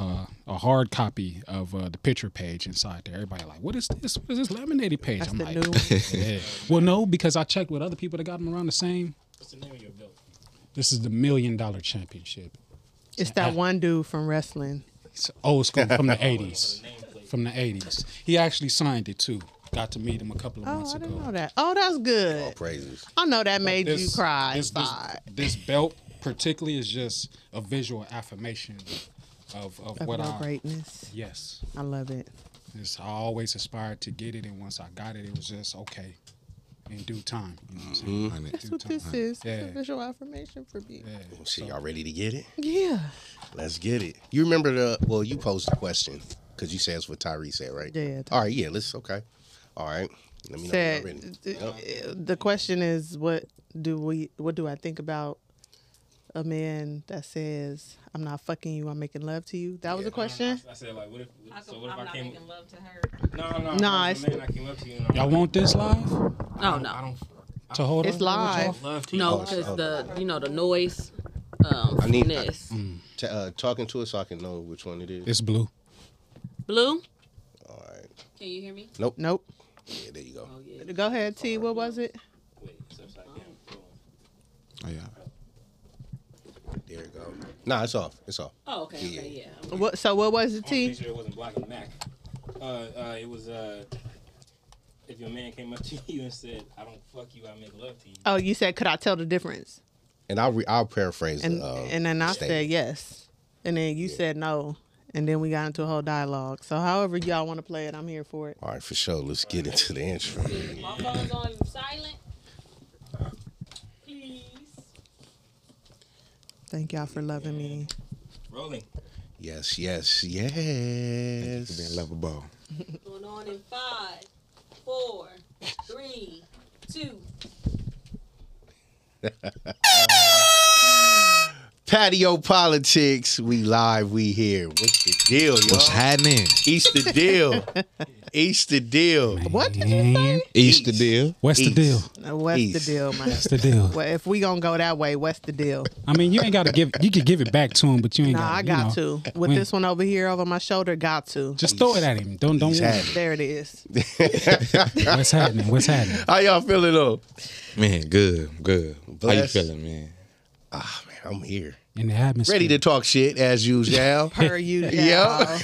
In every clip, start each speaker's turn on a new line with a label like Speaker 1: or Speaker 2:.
Speaker 1: a hard copy of uh, the picture page inside there. Everybody like, what is this? What is this laminated page?
Speaker 2: That's
Speaker 1: I'm
Speaker 2: the
Speaker 1: like,
Speaker 2: new one.
Speaker 1: yeah. well, no, because I checked with other people that got them around the same.
Speaker 3: What's the name of your belt?
Speaker 1: This is the million dollar championship.
Speaker 2: It's that one dude from wrestling.
Speaker 1: It's old school from the '80s. From the '80s, he actually signed it too. Got to meet him a couple of
Speaker 2: Oh,
Speaker 1: months
Speaker 2: I
Speaker 1: ago.
Speaker 2: didn't know that. Oh, that's
Speaker 4: All
Speaker 2: good.
Speaker 4: praises.
Speaker 2: I know that made you cry
Speaker 1: This, this,
Speaker 2: inside.
Speaker 1: this belt particularly is just a visual affirmation of, of,
Speaker 2: Of
Speaker 1: what
Speaker 2: your
Speaker 1: I
Speaker 2: greatness.
Speaker 1: yes.
Speaker 2: I love it.
Speaker 1: It's, I always aspired to get it, and once I got it, it was just okay in due time. You know what I'm saying?
Speaker 4: Mm-hmm.
Speaker 2: That's what this is. It's
Speaker 1: Yeah.
Speaker 2: a visual affirmation for me.
Speaker 4: See, y'all ready to get it?
Speaker 2: Yeah.
Speaker 4: Let's get it. You remember the? Well, you posed the question because you said it's what Tyree said, right?
Speaker 2: Yeah,
Speaker 4: All right. Yeah. Let's. Okay. All right. Let me know. When
Speaker 2: Said,
Speaker 4: y'all ready.
Speaker 2: uh, the question is, what do we? What do I think about a man that says, "I'm not fucking you. I'm making love to you"? That was a question.
Speaker 3: I, I said like, what if?
Speaker 5: How
Speaker 3: So
Speaker 5: come
Speaker 3: what if
Speaker 5: I'm
Speaker 3: I
Speaker 5: not
Speaker 3: came?
Speaker 5: making love to her?
Speaker 3: No, no, no.
Speaker 2: Nah,
Speaker 3: I was a
Speaker 2: it's-
Speaker 3: man, I came up to you. And I'm
Speaker 1: Y'all
Speaker 3: like,
Speaker 1: want this live
Speaker 5: Oh
Speaker 3: I
Speaker 5: no,
Speaker 3: don't
Speaker 1: to hold
Speaker 2: It's
Speaker 1: on?
Speaker 2: live.
Speaker 3: f- love to you.
Speaker 5: no,
Speaker 4: Oh,
Speaker 5: because
Speaker 4: oh.
Speaker 5: the you know the noise. Um,
Speaker 4: I need-
Speaker 5: finesse.
Speaker 4: T- uh, talking to us, so I can know which one it is.
Speaker 1: It's blue.
Speaker 5: Blue,
Speaker 4: All right.
Speaker 5: can you hear me?
Speaker 4: Nope.
Speaker 2: Nope.
Speaker 4: Yeah. There you go.
Speaker 5: Oh yeah.
Speaker 2: Go ahead, T. What was it?
Speaker 3: Wait, it's upside down. Go on.
Speaker 6: Oh yeah.
Speaker 4: There you go. Nah, it's off. It's off.
Speaker 5: Oh okay, okay, yeah.
Speaker 2: What? So what was it,
Speaker 3: I want to
Speaker 2: T?
Speaker 3: make sure it wasn't blocking Mac. Uh, uh, it was uh, if your man came up to you and said, "I don't fuck you, I make love to you."
Speaker 2: Oh, you said, could I tell the difference?
Speaker 4: And I'll re- I'll paraphrase.
Speaker 2: And
Speaker 4: the, um,
Speaker 2: and then I
Speaker 4: statement.
Speaker 2: said yes, and then you said no, and then we got into a whole dialogue. So however y'all want to play it, I'm here for it.
Speaker 4: All right, for sure. Let's get into the intro.
Speaker 5: My phone's on silent. Please.
Speaker 2: Thank y'all for loving me.
Speaker 3: Rolling.
Speaker 4: Yes. Yes. Yes.
Speaker 6: Being lovable.
Speaker 5: Going on in five, four, three, two.
Speaker 4: Patio politics. We live. We here. What's the deal, y'all?
Speaker 6: What's happening?
Speaker 4: East the deal. East the deal.
Speaker 2: What did you say?
Speaker 6: Easter deal.
Speaker 1: What's the
Speaker 4: East.
Speaker 1: deal?
Speaker 2: Uh, What's the
Speaker 4: East.
Speaker 2: deal, man?
Speaker 1: What's the deal?
Speaker 2: Well, if we gonna go that way, what's the deal?
Speaker 1: I mean, you ain't got to give. You could give it back to him, but you ain't.
Speaker 2: Nah, I
Speaker 1: gotta,
Speaker 2: got
Speaker 1: you know,
Speaker 2: to. With
Speaker 1: when-
Speaker 2: this one over here over my shoulder, got to.
Speaker 1: Just throw it at him. Don't don't.
Speaker 4: He's
Speaker 1: worry.
Speaker 4: had it.
Speaker 2: there it is.
Speaker 1: What's happening? What's happening?
Speaker 4: How y'all feeling though?
Speaker 6: Man, good, good. How you
Speaker 4: Bless.
Speaker 6: feeling, man?
Speaker 4: Ah man, I'm here.
Speaker 1: In the atmosphere.
Speaker 4: Ready to talk shit as usual.
Speaker 2: Per you,
Speaker 4: Yeah.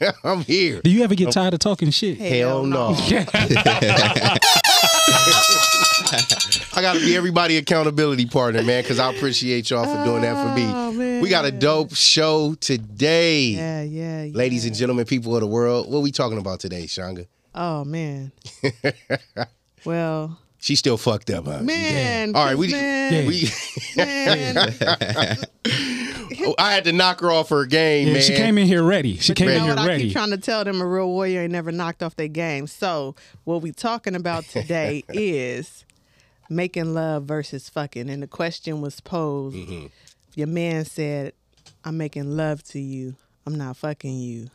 Speaker 2: yeah.
Speaker 4: I'm here.
Speaker 1: Do you
Speaker 4: Oh.
Speaker 1: ever get tired of talking shit?
Speaker 4: Hell no. I gotta be everybody accountability partner, man, because I appreciate y'all for doing that for me.
Speaker 2: Oh, man.
Speaker 4: We got a dope show today.
Speaker 2: Yeah, yeah, yeah.
Speaker 4: Ladies and gentlemen, people of the world, what we talking about today, Shanga?
Speaker 2: Oh man. well,
Speaker 4: She still fucked up, huh?
Speaker 2: man.
Speaker 4: All right,
Speaker 2: cause
Speaker 4: we-
Speaker 2: man,
Speaker 4: We,
Speaker 2: man.
Speaker 4: Oh, I had to knock her off her game,
Speaker 1: Yeah,
Speaker 4: man.
Speaker 1: she came in here ready. She came
Speaker 2: You
Speaker 1: in
Speaker 2: know
Speaker 1: here
Speaker 2: what I
Speaker 1: ready.
Speaker 2: keep trying to tell them a real warrior ain't never knocked off their game. So what we talking about today is making love versus fucking. And the question was posed.
Speaker 4: Mm-hmm.
Speaker 2: Your man said, I'm making love to you. I'm not fucking you.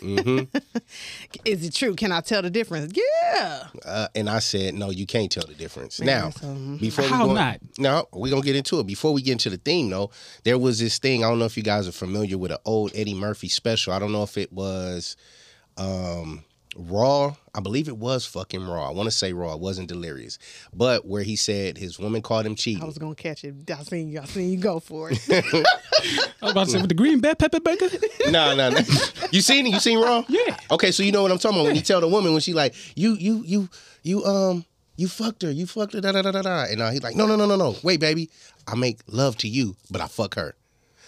Speaker 4: Mm-hmm.
Speaker 2: Is it true? Can I tell the difference? Yeah.
Speaker 4: Uh, and I said, no, you can't tell the difference. now,
Speaker 2: that's, um,
Speaker 4: before we
Speaker 1: How
Speaker 4: go,
Speaker 1: not?
Speaker 4: no, we're gonna get into it. Before we get into the theme, though, there was this thing. I don't know if you guys are familiar with an old Eddie Murphy special. I don't know if it was um, Raw. I believe it was fucking Raw. I want to say Raw. It wasn't Delirious, but where he said his woman called him
Speaker 2: I
Speaker 4: cheating.
Speaker 2: was gonna catch it. I seen you. I seen you go for it.
Speaker 1: I was about to say with the green bell pepper baker.
Speaker 4: no, no, no. You seen it? You seen Raw?
Speaker 1: Yeah.
Speaker 4: Okay, so you know what I'm talking about. When you tell the woman when she like, you, you, you, you, um, you fucked her, you fucked her, da da da da da. And uh, he's like, no, no, no, no, no. Wait, baby. I make love to you, but I fuck her.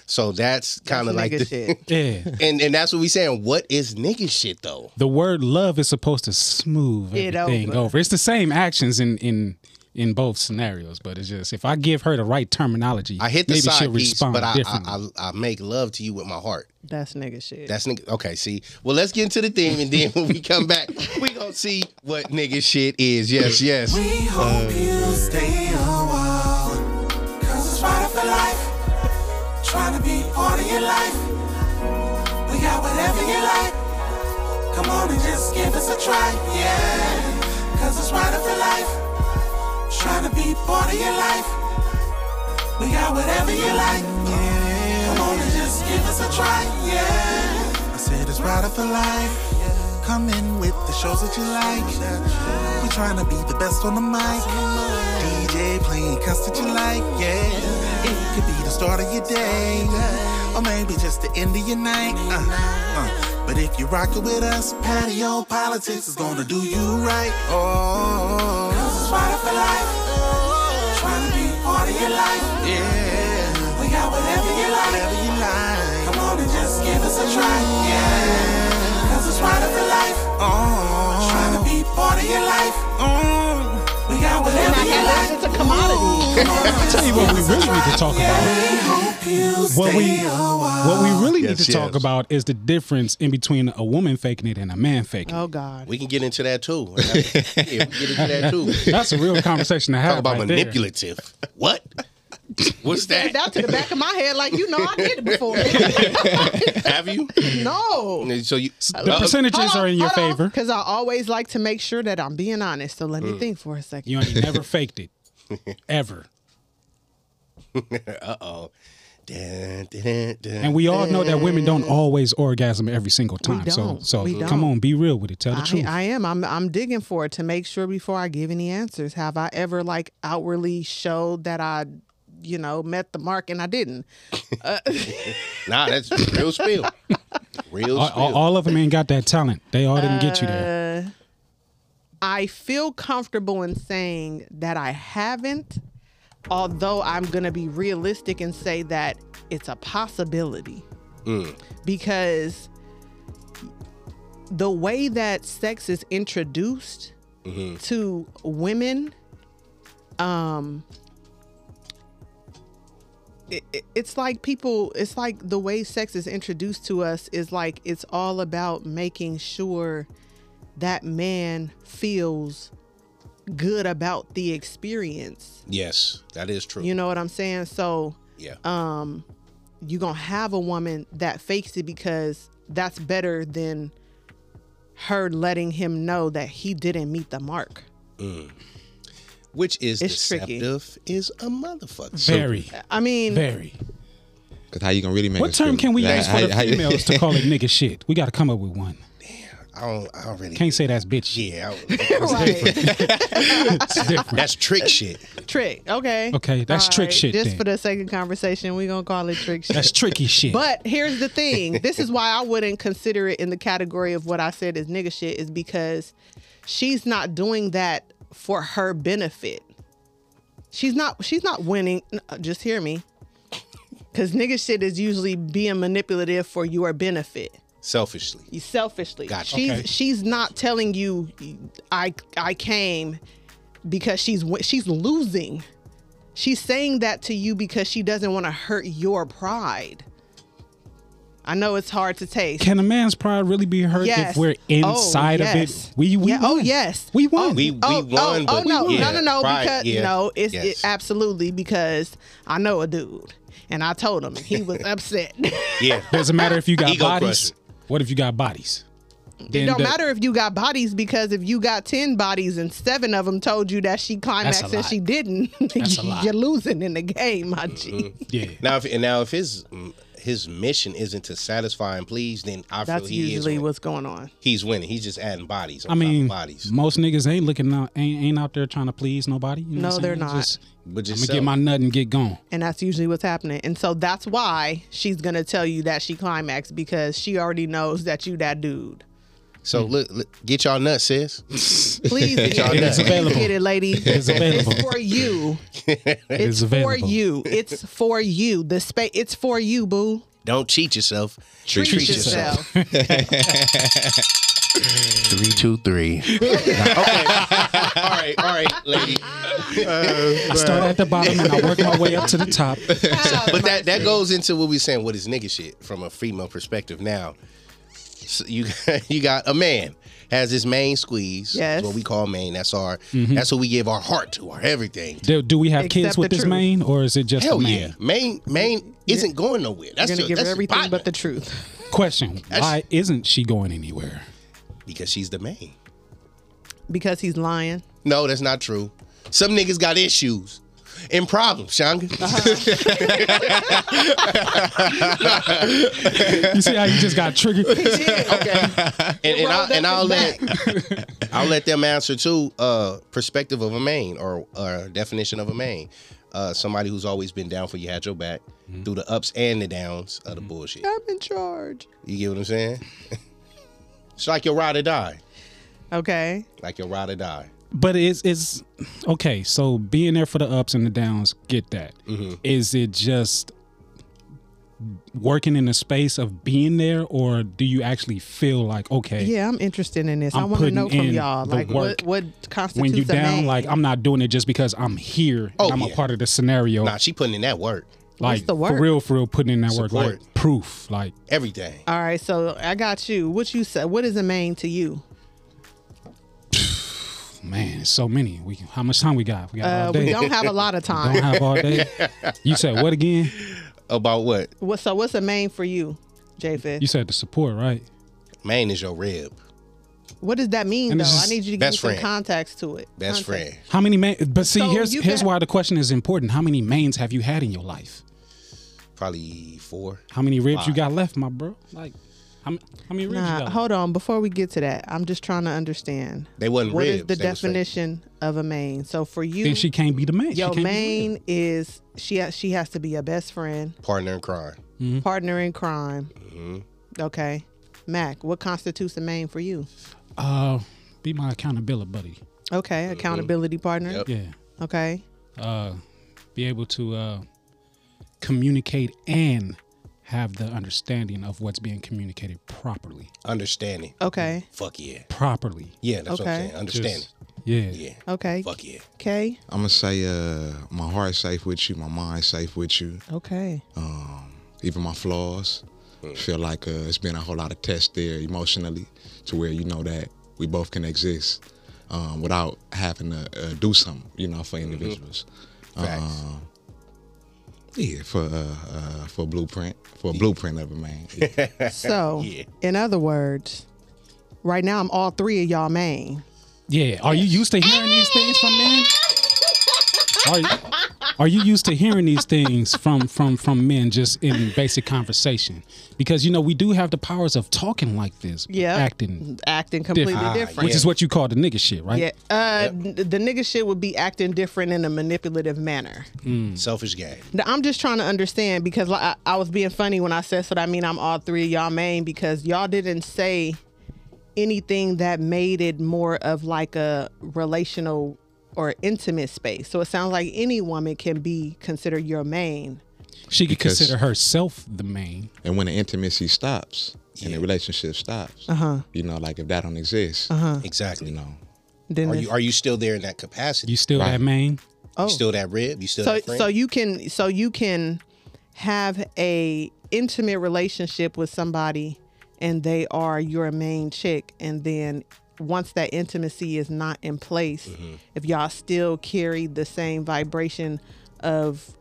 Speaker 4: So that's kind of like
Speaker 2: Nigga
Speaker 4: the,
Speaker 2: shit.
Speaker 1: Yeah.
Speaker 4: And and that's what we saying. What is nigga shit though?
Speaker 1: the word love is supposed to smooth
Speaker 2: It
Speaker 1: everything
Speaker 2: over.
Speaker 1: over. It's the same actions in in in both scenarios, but it's just if I give her the right terminology,
Speaker 4: I hit the
Speaker 1: maybe she'll
Speaker 4: side piece,
Speaker 1: respond
Speaker 4: but I,
Speaker 1: differently.
Speaker 4: I, I I make love to you with my heart.
Speaker 2: That's nigga shit.
Speaker 4: That's nigga. Okay, see. Well, let's get into the theme, and then when we come back, we gonna see what nigga shit is. Yes, yes.
Speaker 7: We hope you stay a while. Cause it's right up for life. Trying to be part of your life. We got whatever you like. Come on and just give us a try. Yeah. Cause it's right up for life. Trying to be part of your life. We got whatever you like. Come on and just give us a try. Yeah. I said rider for life. Come in with the shows that you like. We tryna be the best on the mic. DJ playing cuts that you like, yeah. It could be the start of your day, or maybe just the end of your night. Uh, uh. But if you rock it with us, patio politics is gonna do you right. Oh, Cause it's rider for life. Tryna be part of your life. Yeah. We got whatever you like. Whatever you like. Come on and just give us a try. Yeah. Cause it's right up your life.
Speaker 1: Uh-huh.
Speaker 7: Oh. Trying to be part of your life. Oh. We got whatever you like.
Speaker 2: It's a commodity.
Speaker 1: I tell you what, we really need to talk about. What we what we really need
Speaker 4: Yes,
Speaker 1: to talk
Speaker 4: yes.
Speaker 1: about is the difference in between a woman faking it and a man faking. it.
Speaker 2: Oh God.
Speaker 4: We can get into that too. yeah, we can get into that too.
Speaker 1: That's a real conversation to have.
Speaker 4: Oh. Talk about
Speaker 1: right there.
Speaker 4: manipulative. What? What's that?
Speaker 2: Down to the back of my head, like you know, I did it before.
Speaker 4: Have you?
Speaker 2: no.
Speaker 4: So you
Speaker 1: The
Speaker 4: Uh,
Speaker 1: percentages are in your favor. Mm.
Speaker 2: Because I always like to make sure that I'm being honest. So let me think for a second.
Speaker 1: You ain't never faked it, ever.
Speaker 4: oh. Dun, dun, dun.
Speaker 1: And we all know that women don't always orgasm every single time. So,
Speaker 2: don't.
Speaker 1: so
Speaker 2: We don't.
Speaker 1: come on, be real with it. Tell the
Speaker 2: I,
Speaker 1: truth.
Speaker 2: I am. I'm. I'm digging for it to make sure before I give any answers. Have I ever like outwardly showed that I, you know, met the mark and I didn't?
Speaker 4: Nah, that's real spill. Real
Speaker 1: all,
Speaker 4: spill.
Speaker 1: all- all of them ain't got that talent. They all didn't get you there.
Speaker 2: I feel comfortable in saying that I haven't, although I'm going to be realistic and say that it's a possibility. Because the way that sex is introduced to women, um, it, it- it's like people, it's like the way sex is introduced to us is like it's all about making sure that man feels good about the experience.
Speaker 4: yes, that is true.
Speaker 2: You know what I'm saying? So
Speaker 4: yeah.
Speaker 2: you're going to have a woman that fakes it because that's better than her letting him know that he didn't meet the mark.
Speaker 4: Which is
Speaker 2: it's tricky.
Speaker 4: deceptive is a motherfucker.
Speaker 1: Very,
Speaker 2: I mean,
Speaker 1: very.
Speaker 6: Cause how you gonna really make?
Speaker 1: What
Speaker 6: us
Speaker 1: term
Speaker 6: feel?
Speaker 1: can we
Speaker 6: Like,
Speaker 1: use
Speaker 6: how-
Speaker 1: for the
Speaker 6: how you-
Speaker 1: females to call it nigga shit? We got to come up with one.
Speaker 4: I don't I don't really
Speaker 1: Can't say that's bitch shit.
Speaker 4: Yeah, I don't-
Speaker 2: right.
Speaker 1: It's different.
Speaker 4: that's trick shit.
Speaker 2: trick. Okay.
Speaker 1: Okay, that's trick shit
Speaker 2: Just
Speaker 1: then.
Speaker 2: for the sake of conversation, we're going to call it trick shit.
Speaker 1: That's tricky shit.
Speaker 2: But here's the thing. this is why I wouldn't consider it in the category of what I said is nigga shit, is because she's not doing that for her benefit. She's not she's not winning. N- uh, Just hear me. Cause nigga shit is usually being manipulative for your benefit.
Speaker 4: Selfishly.
Speaker 2: You selfishly.
Speaker 4: Gotcha.
Speaker 2: She's
Speaker 1: Okay.
Speaker 2: she's not telling you I I came because she's wi- she's losing. She's saying that to you because she doesn't want to hurt your pride. I know it's hard to taste.
Speaker 1: Can a man's pride really be hurt
Speaker 2: Yes.
Speaker 1: if we're
Speaker 2: Oh,
Speaker 1: inside
Speaker 2: yes.
Speaker 1: of it? We, we
Speaker 2: Yeah, oh,
Speaker 1: won.
Speaker 2: yes.
Speaker 1: We won.
Speaker 4: We we
Speaker 2: oh,
Speaker 4: won,
Speaker 2: oh, oh,
Speaker 4: but
Speaker 2: no,
Speaker 4: yeah,
Speaker 2: no, no, no,
Speaker 4: pride,
Speaker 2: because
Speaker 4: yeah,
Speaker 2: no, it's it,
Speaker 4: yes.
Speaker 2: absolutely because I know a dude and I told him and he was upset. it
Speaker 4: yeah.
Speaker 1: Doesn't matter if you got
Speaker 4: Ego
Speaker 1: bodies.
Speaker 4: crusher.
Speaker 1: What if you got bodies? Then
Speaker 2: don't
Speaker 1: the-
Speaker 2: matter if you got bodies because if you got ten bodies and seven of them told you that she climaxed and
Speaker 1: lot.
Speaker 2: she didn't,
Speaker 1: That's a lot. Mm-hmm.
Speaker 2: you're losing in the game, my G.
Speaker 1: Yeah.
Speaker 4: Now if and now if his his mission isn't to satisfy and please, then I feel
Speaker 2: That's
Speaker 4: he
Speaker 2: usually
Speaker 4: is winning.
Speaker 2: what's going on.
Speaker 4: he's winning. He's just adding bodies. On
Speaker 1: I mean,
Speaker 4: top of bodies.
Speaker 1: most niggas ain't looking out, ain't, ain't out there trying to please nobody. You know what
Speaker 2: No,
Speaker 1: I'm
Speaker 2: they're
Speaker 1: saying?
Speaker 2: not.
Speaker 1: Just,
Speaker 4: But
Speaker 1: I'm
Speaker 4: just
Speaker 1: gonna get my nut and get gone.
Speaker 2: And that's usually what's happening. And so that's why she's gonna tell you that she climaxed because she already knows that you that dude.
Speaker 4: so look, look get y'all nuts, sis.
Speaker 2: Please get
Speaker 4: Y'all
Speaker 2: it.
Speaker 4: nuts.
Speaker 2: Please
Speaker 1: Available.
Speaker 2: get it, lady.
Speaker 1: It's available.
Speaker 2: It's for you. It's, for
Speaker 1: available.
Speaker 2: you. It's for you. The space. It's for you, boo.
Speaker 4: Don't cheat yourself.
Speaker 2: Treat,
Speaker 4: Treat
Speaker 2: yourself.
Speaker 4: yourself. Three, two, three. okay. all right, all right, lady.
Speaker 1: I start at the bottom and I work my way up to the top.
Speaker 4: But that that goes into what we saying. What is nigga shit from a female perspective? Now, so you you got a man has his main squeeze.
Speaker 2: Yes.
Speaker 4: That's what we call main. That's our. That's what we give our heart to. Our everything.
Speaker 1: Do, do we have
Speaker 2: Accept
Speaker 1: kids with
Speaker 2: the
Speaker 1: this
Speaker 2: truth.
Speaker 1: main, or is it just
Speaker 4: Hell
Speaker 1: a man?
Speaker 4: yeah, main main isn't going nowhere. That's
Speaker 2: You're
Speaker 4: your,
Speaker 2: gonna give
Speaker 4: that's
Speaker 2: her
Speaker 4: your
Speaker 2: everything
Speaker 4: partner.
Speaker 2: but the truth.
Speaker 1: Question: Why isn't she going anywhere?
Speaker 4: because she's the main.
Speaker 2: Because he's lying.
Speaker 4: No, that's not true. Some niggas got issues. in problem, Shanga.
Speaker 2: Uh-huh.
Speaker 1: You see how you just got triggered?
Speaker 4: and, and, I'll,
Speaker 2: rolled
Speaker 4: and
Speaker 2: up
Speaker 4: I'll let
Speaker 2: his
Speaker 4: I'll let them answer too. Uh, perspective of a main or or definition of a main. Uh, somebody who's always been down for you, had your back through the ups and the downs of the bullshit.
Speaker 2: I'm in charge.
Speaker 4: You get what I'm saying? it's like your ride or die.
Speaker 2: Okay.
Speaker 4: Like your ride or die.
Speaker 1: but it's it's okay. So being there for the ups and the downs, get that. Is
Speaker 2: Mm-hmm.
Speaker 1: it just working in the space of being there, or do you actually feel like okay?
Speaker 2: Yeah, I'm interested in this. i
Speaker 1: I'm
Speaker 2: want to know
Speaker 1: putting
Speaker 2: from
Speaker 1: in
Speaker 2: y'all,
Speaker 1: the
Speaker 2: like
Speaker 1: work.
Speaker 2: what what constitutes
Speaker 1: When you
Speaker 2: a
Speaker 1: down,
Speaker 2: man?
Speaker 1: like I'm not doing it just because I'm here.
Speaker 4: Oh,
Speaker 1: and I'm
Speaker 4: yeah.
Speaker 1: a part of the scenario.
Speaker 4: Nah, she putting in that work.
Speaker 1: like
Speaker 2: the work?
Speaker 1: for real, for real, putting in that work,
Speaker 4: Support.
Speaker 1: like proof, like
Speaker 4: Everything.
Speaker 2: All right, so I got you. What you say? What is a main to you?
Speaker 1: man, so many. We how much time we got? We got
Speaker 2: Uh,
Speaker 1: all day.
Speaker 2: we don't have a lot of
Speaker 1: Oh, Don't
Speaker 2: time.
Speaker 1: have all day. you said what again?
Speaker 4: About what?
Speaker 2: what, so what's a main for you, Jafet?
Speaker 1: You said the support, right?
Speaker 4: Main is your rib.
Speaker 2: What does that mean
Speaker 1: And
Speaker 2: though?
Speaker 1: this
Speaker 2: I
Speaker 1: is
Speaker 2: need you to give
Speaker 4: best
Speaker 2: me some
Speaker 4: friend.
Speaker 2: context to it. Context.
Speaker 4: Best friend.
Speaker 1: How many main? But see,
Speaker 2: So
Speaker 1: here's
Speaker 2: you
Speaker 1: here's
Speaker 2: got-
Speaker 1: why the question is important. How many mains have you had in your life?
Speaker 4: Probably four.
Speaker 1: How many ribs you got left, my bro? Like, how, m- how many ribs you
Speaker 2: Nah,
Speaker 1: got?
Speaker 2: hold on. Before we get to that, I'm just trying to understand.
Speaker 4: They wasn't
Speaker 2: What
Speaker 4: ribs.
Speaker 2: is the
Speaker 4: they was fake.
Speaker 2: definition of a main? So for you,
Speaker 1: then she can't be the main. She
Speaker 2: your
Speaker 1: can't be the
Speaker 2: main
Speaker 1: rib.
Speaker 2: is she. ha- She has to be your best friend,
Speaker 4: Partner in crime.
Speaker 2: partner in crime.
Speaker 4: Mm-hmm.
Speaker 2: Okay, Mac. What constitutes a main for you?
Speaker 1: Uh, be my accountability buddy.
Speaker 2: Okay, accountability partner.
Speaker 4: Yep.
Speaker 1: Yeah.
Speaker 2: Okay,
Speaker 1: Uh, be able to uh, communicate and have the understanding of what's being communicated properly.
Speaker 4: Understanding.
Speaker 2: okay,
Speaker 4: Fuck yeah.
Speaker 1: Properly.
Speaker 4: Yeah, that's what I'm
Speaker 2: Okay.
Speaker 4: saying. Understanding.
Speaker 1: Yeah.
Speaker 4: yeah.
Speaker 2: okay,
Speaker 4: Fuck yeah.
Speaker 2: okay,
Speaker 6: I'm gonna say, uh, my heart's safe with you, my mind's safe with you,
Speaker 2: okay.
Speaker 6: even my flaws. Feel like uh, it's been a whole lot of tests there emotionally, to where you know that we both can exist um, without having to uh, do something, you know, for individuals. Um,
Speaker 4: Facts.
Speaker 6: Yeah, for uh, uh, for a blueprint, for a blueprint of a man. Yeah.
Speaker 2: So,
Speaker 4: Yeah.
Speaker 2: in other words, right now I'm all three of y'all main.
Speaker 1: Yeah. Are you used to hearing these things from men? Are you, are you used to hearing these things from from from men just in basic conversation? Because you know we do have the powers of talking like this, but
Speaker 2: Yeah.
Speaker 1: acting,
Speaker 2: Acting completely
Speaker 1: Different.
Speaker 2: different.
Speaker 1: Ah, which is what you call the nigga shit, right?
Speaker 2: Yeah, uh, n- the nigga shit would be acting different in a manipulative manner.
Speaker 4: Selfish game.
Speaker 2: Now, I'm just trying to understand because like, I, I was being funny when I said, so that mean I'm all three of y'all main because y'all didn't say anything that made it more of like a relational or intimate space. So it sounds like any woman can be considered your main.
Speaker 1: She could
Speaker 6: Because-
Speaker 1: consider herself the main.
Speaker 6: and when the intimacy stops and the relationship stops,
Speaker 4: Uh-huh.
Speaker 6: you know, like if that don't exist,
Speaker 4: Exactly.
Speaker 6: you know,
Speaker 2: Then
Speaker 4: Are
Speaker 2: it's-
Speaker 4: you are you still there in that capacity?
Speaker 1: You still that main?
Speaker 2: oh.
Speaker 4: You still that rib? You still
Speaker 2: so
Speaker 4: that friend?
Speaker 2: so you can so you can have a intimate relationship with somebody and they are your main chick and then once that intimacy is not in place
Speaker 4: Mm-hmm.
Speaker 2: if y'all still carry the same vibration of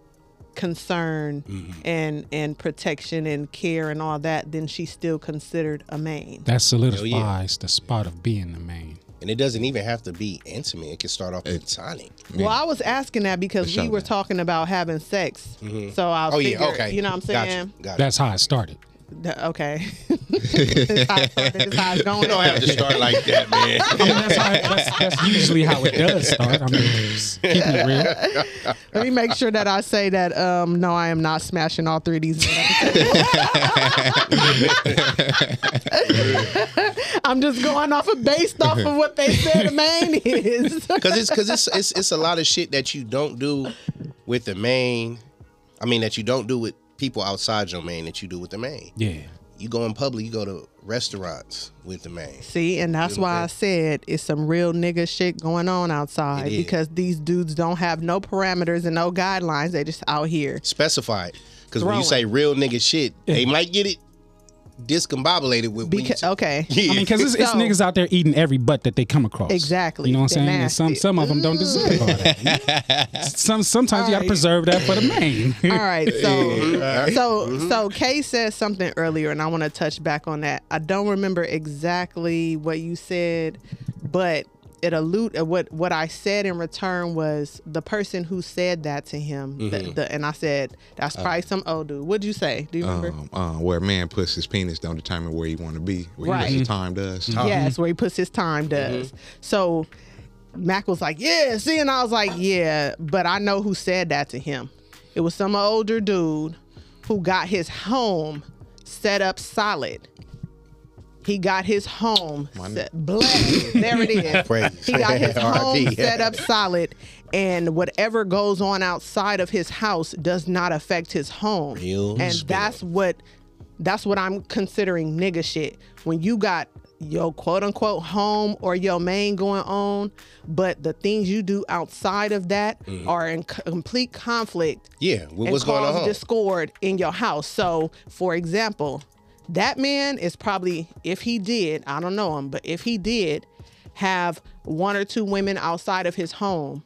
Speaker 2: concern
Speaker 4: Mm-hmm.
Speaker 2: and and protection and care and all that then she's still considered a main
Speaker 1: That solidifies the spot of being the main.
Speaker 4: and it doesn't even have to be intimate. It can start off platonic.
Speaker 2: well i was asking that because we
Speaker 6: sure.
Speaker 2: were talking about having sex so i was
Speaker 4: Oh
Speaker 2: figure,
Speaker 4: yeah, okay.
Speaker 2: you know what i'm saying
Speaker 4: Gotcha. gotcha.
Speaker 1: That's how it started.
Speaker 2: Th- Okay. It's how it's started, it's how it's going.
Speaker 4: You don't have to start like that, man.
Speaker 1: I mean, that's, how it- that's, that's usually how it does start. I mean, keep it real.
Speaker 2: Let me make sure that I say that. Um, no, I am not smashing all three of these. I'm just going off of based off of what they said. The main is
Speaker 4: Cause it's cause it's, it's it's a lot of shit that you don't do with the main. I mean that you don't do with people outside your main that you do with the main.
Speaker 1: Yeah.
Speaker 4: You go in public, you go to restaurants with the main.
Speaker 2: see, and that's why I said it's some real nigga shit going on outside
Speaker 4: It is.
Speaker 2: because these dudes don't have no parameters and no guidelines. They just out here.
Speaker 4: Specify it. Cause when you
Speaker 2: Throwing.
Speaker 4: say real nigga shit, they might get it discombobulated with when you
Speaker 2: Because
Speaker 4: say-
Speaker 2: okay,
Speaker 4: Yeah.
Speaker 1: I mean, because it's, it's
Speaker 2: So-
Speaker 1: niggas out there eating every butt that they come across.
Speaker 2: Exactly.
Speaker 1: You know what I'm
Speaker 2: They
Speaker 1: saying? And
Speaker 2: nasty.
Speaker 1: some some of them don't deserve all that. some sometimes you got to preserve that for the main.
Speaker 2: All right, so so so Kay said something earlier, and I want to touch back on that. I don't remember exactly what you said, but it allude uh, what what I said in return was the person who said that to him. the- the- and I said that's probably some old dude. What'd you say? Do you remember?
Speaker 6: um, uh, where a man puts his penis don't determine where he want to be. Where
Speaker 2: Right.
Speaker 6: he puts his time does.
Speaker 4: Mm-hmm.
Speaker 2: Yes, where he puts his time does. So Mac was like, Yeah, see, and I was like, Yeah, but I know who said that to him. It was some older dude who got his home set up solid. He got his home set blessed. There it is.
Speaker 4: Praise.
Speaker 2: He got his home
Speaker 4: R.I.P.
Speaker 2: set up solid. And whatever goes on outside of his house does not affect his home.
Speaker 4: Real
Speaker 2: and
Speaker 4: spill.
Speaker 2: that's what that's what I'm considering nigga shit. When you got your quote unquote home or your main going on, but the things you do outside of that are in c- complete conflict
Speaker 4: Yeah, well,
Speaker 2: and
Speaker 4: what's going
Speaker 2: cause
Speaker 4: on?
Speaker 2: discord in your house. So, for example, that man is probably, if he did, I don't know him, but if he did have one or two women outside of his home,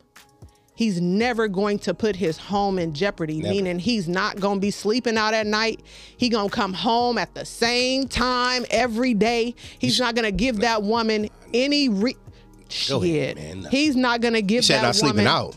Speaker 2: he's never going to put his home in jeopardy. Meaning he's not gonna be sleeping out at night. He gonna come home at the same time every day. He's not gonna give that woman any re-
Speaker 4: Go
Speaker 2: shit.
Speaker 4: ahead, man. No.
Speaker 2: He's not gonna give
Speaker 4: He said
Speaker 2: that
Speaker 4: not sleeping
Speaker 2: woman
Speaker 4: out.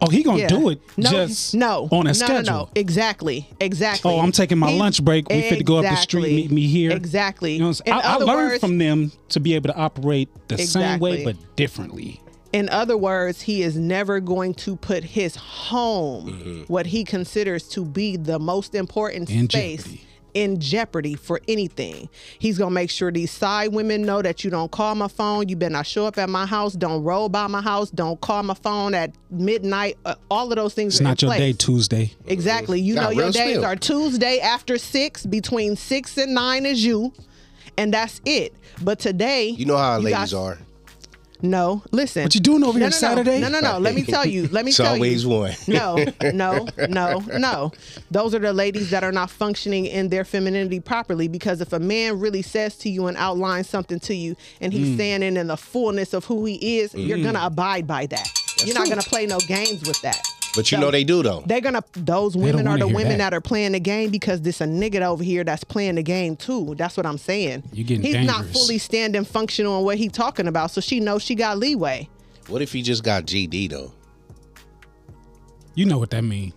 Speaker 1: Oh, he gonna
Speaker 2: yeah.
Speaker 1: do it
Speaker 2: no,
Speaker 1: just
Speaker 2: no
Speaker 1: on a
Speaker 2: no,
Speaker 1: schedule.
Speaker 2: No, no, exactly, exactly.
Speaker 1: Oh, I'm taking my
Speaker 2: He-
Speaker 1: lunch break. We fit to go up the street.
Speaker 2: Exactly.
Speaker 1: Meet me here.
Speaker 2: Exactly.
Speaker 1: You know what I'm
Speaker 2: in
Speaker 1: saying? I, I
Speaker 2: other
Speaker 1: learned
Speaker 2: words,
Speaker 1: from them to be able to operate the same way
Speaker 2: Exactly.
Speaker 1: but differently.
Speaker 2: In other words, he is never going to put his home, what he considers to be the most important
Speaker 1: In
Speaker 2: space.
Speaker 1: jeopardy.
Speaker 2: In jeopardy for anything. He's gonna make sure these side women know that you don't call my phone, you better not show up at my house, don't roll by my house, don't call my phone at midnight. Uh, all of those things
Speaker 1: It's
Speaker 2: are in
Speaker 1: not your
Speaker 2: place.
Speaker 1: day Tuesday.
Speaker 2: Exactly. You
Speaker 4: Nah,
Speaker 2: know your
Speaker 4: real
Speaker 2: days
Speaker 4: spill.
Speaker 2: are Tuesday after six, between six and nine is you, and that's it. But today,
Speaker 4: You know how ladies
Speaker 2: got-
Speaker 4: are.
Speaker 2: No, listen.
Speaker 1: What you doing over
Speaker 2: no,
Speaker 1: here
Speaker 2: no,
Speaker 1: Saturday?
Speaker 2: No, no, no. Let me tell you. Let me
Speaker 4: It's
Speaker 2: tell
Speaker 4: always
Speaker 2: you.
Speaker 4: one.
Speaker 2: No, no, no, no. Those are the ladies that are not functioning in their femininity properly because if a man really says to you and outlines something to you and
Speaker 1: Mm.
Speaker 2: he's saying it in the fullness of who he is, you're
Speaker 4: Mm-hmm.
Speaker 2: going to abide by that. you're not going to play no games with that.
Speaker 4: But you
Speaker 2: So-
Speaker 4: know they do though.
Speaker 2: They're gonna. Those women are
Speaker 1: wanna
Speaker 2: the
Speaker 1: hear
Speaker 2: women
Speaker 1: that.
Speaker 2: that. are playing the game because this a nigga over here that's playing the game too. That's what I'm saying.
Speaker 1: You getting
Speaker 2: He's not
Speaker 1: dangerous.
Speaker 2: fully standing functional on what he talking about, so she knows she got leeway.
Speaker 4: What if he just got GD though?
Speaker 1: You know what that means.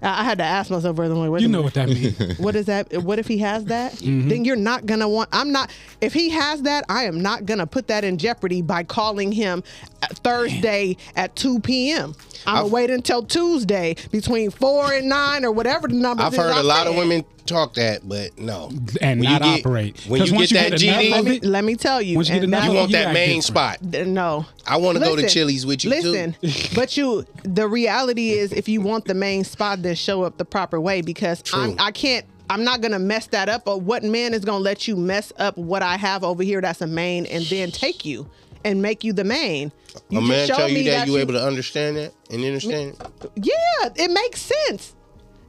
Speaker 2: I, I had to ask myself, brother, like, wait
Speaker 1: You
Speaker 2: a
Speaker 1: know
Speaker 2: minute.
Speaker 1: what that means.
Speaker 2: what is that? What if he has that?
Speaker 1: Mm-hmm.
Speaker 2: Then you're not gonna want. I'm not. If he has that, I am not gonna put that in jeopardy by calling him at Thursday at 2 p.m. I'm gonna wait until Tuesday between four and nine or whatever the number.
Speaker 4: I've heard a lot of women talk that, but no.
Speaker 1: and
Speaker 4: When you
Speaker 1: not
Speaker 4: get-
Speaker 1: operate.
Speaker 4: When
Speaker 1: 'Cause
Speaker 4: you
Speaker 1: once
Speaker 4: get that
Speaker 1: enough
Speaker 4: GD,
Speaker 1: of
Speaker 2: Let me,
Speaker 1: it,
Speaker 2: let me tell you.
Speaker 1: Once you get
Speaker 2: and
Speaker 1: enough
Speaker 4: you
Speaker 2: that-
Speaker 4: want
Speaker 1: You
Speaker 4: that
Speaker 1: act
Speaker 4: main
Speaker 1: different.
Speaker 4: spot.
Speaker 2: Th- No.
Speaker 4: I wanna go to
Speaker 2: Listen,
Speaker 4: Chili's with you, too.
Speaker 2: Listen, but you the reality is if you want the main spot, then show up the proper way because I'm,
Speaker 4: True.
Speaker 2: I can't I'm not gonna mess that up. Or what man is gonna let you mess up what I have over here that's a main and then take you and make you the main? You
Speaker 4: a
Speaker 2: just
Speaker 4: man
Speaker 2: showed
Speaker 4: tell you
Speaker 2: me
Speaker 4: that, you able to understand that and understand it.
Speaker 2: Yeah, it makes sense.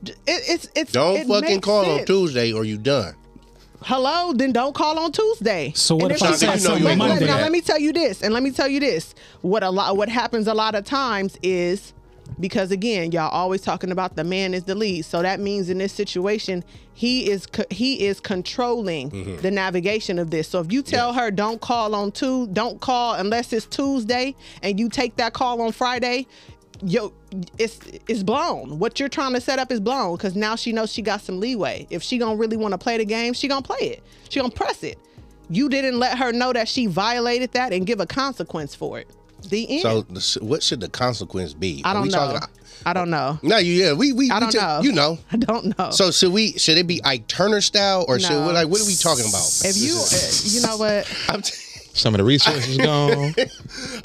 Speaker 2: J- It, it's it's
Speaker 4: Don't
Speaker 2: it
Speaker 4: fucking
Speaker 2: makes
Speaker 4: call on
Speaker 2: sense.
Speaker 4: Tuesday or you done.
Speaker 2: Hello, then don't call on Tuesday.
Speaker 1: So what
Speaker 2: And
Speaker 1: if I
Speaker 4: you
Speaker 1: said
Speaker 4: know
Speaker 1: something
Speaker 4: you ain't
Speaker 2: Let- let-
Speaker 1: Monday?
Speaker 4: gonna
Speaker 2: Now let me tell you this, and let me tell you this. What a lot, what happens a lot of times is because again, y'all always talking about the man is the lead. So that means in this situation, he is co- he is controlling the navigation of this. So if you tell her don't call on two, don't call unless it's Tuesday, and you take that call on Friday. Yo, it's it's blown. What you're trying to set up is blown because now she knows she got some leeway. If she gonna really want to play the game, she gonna play it. She gonna press it you didn't let her know that she violated that and give a consequence for it. The end.
Speaker 4: So the, s- what should the consequence be?
Speaker 2: I
Speaker 4: Are
Speaker 2: don't
Speaker 4: we
Speaker 2: know.
Speaker 4: talking-
Speaker 2: I don't know.
Speaker 4: no, you yeah, we we
Speaker 2: I
Speaker 4: we
Speaker 2: don't
Speaker 4: just-
Speaker 2: know.
Speaker 4: You know.
Speaker 2: I don't know.
Speaker 4: So should we should it be Ike Turner style or should
Speaker 2: No.
Speaker 4: we like what are we talking about?
Speaker 2: if you, uh, you know what,
Speaker 4: I'm, t-
Speaker 6: Some of the resources gone.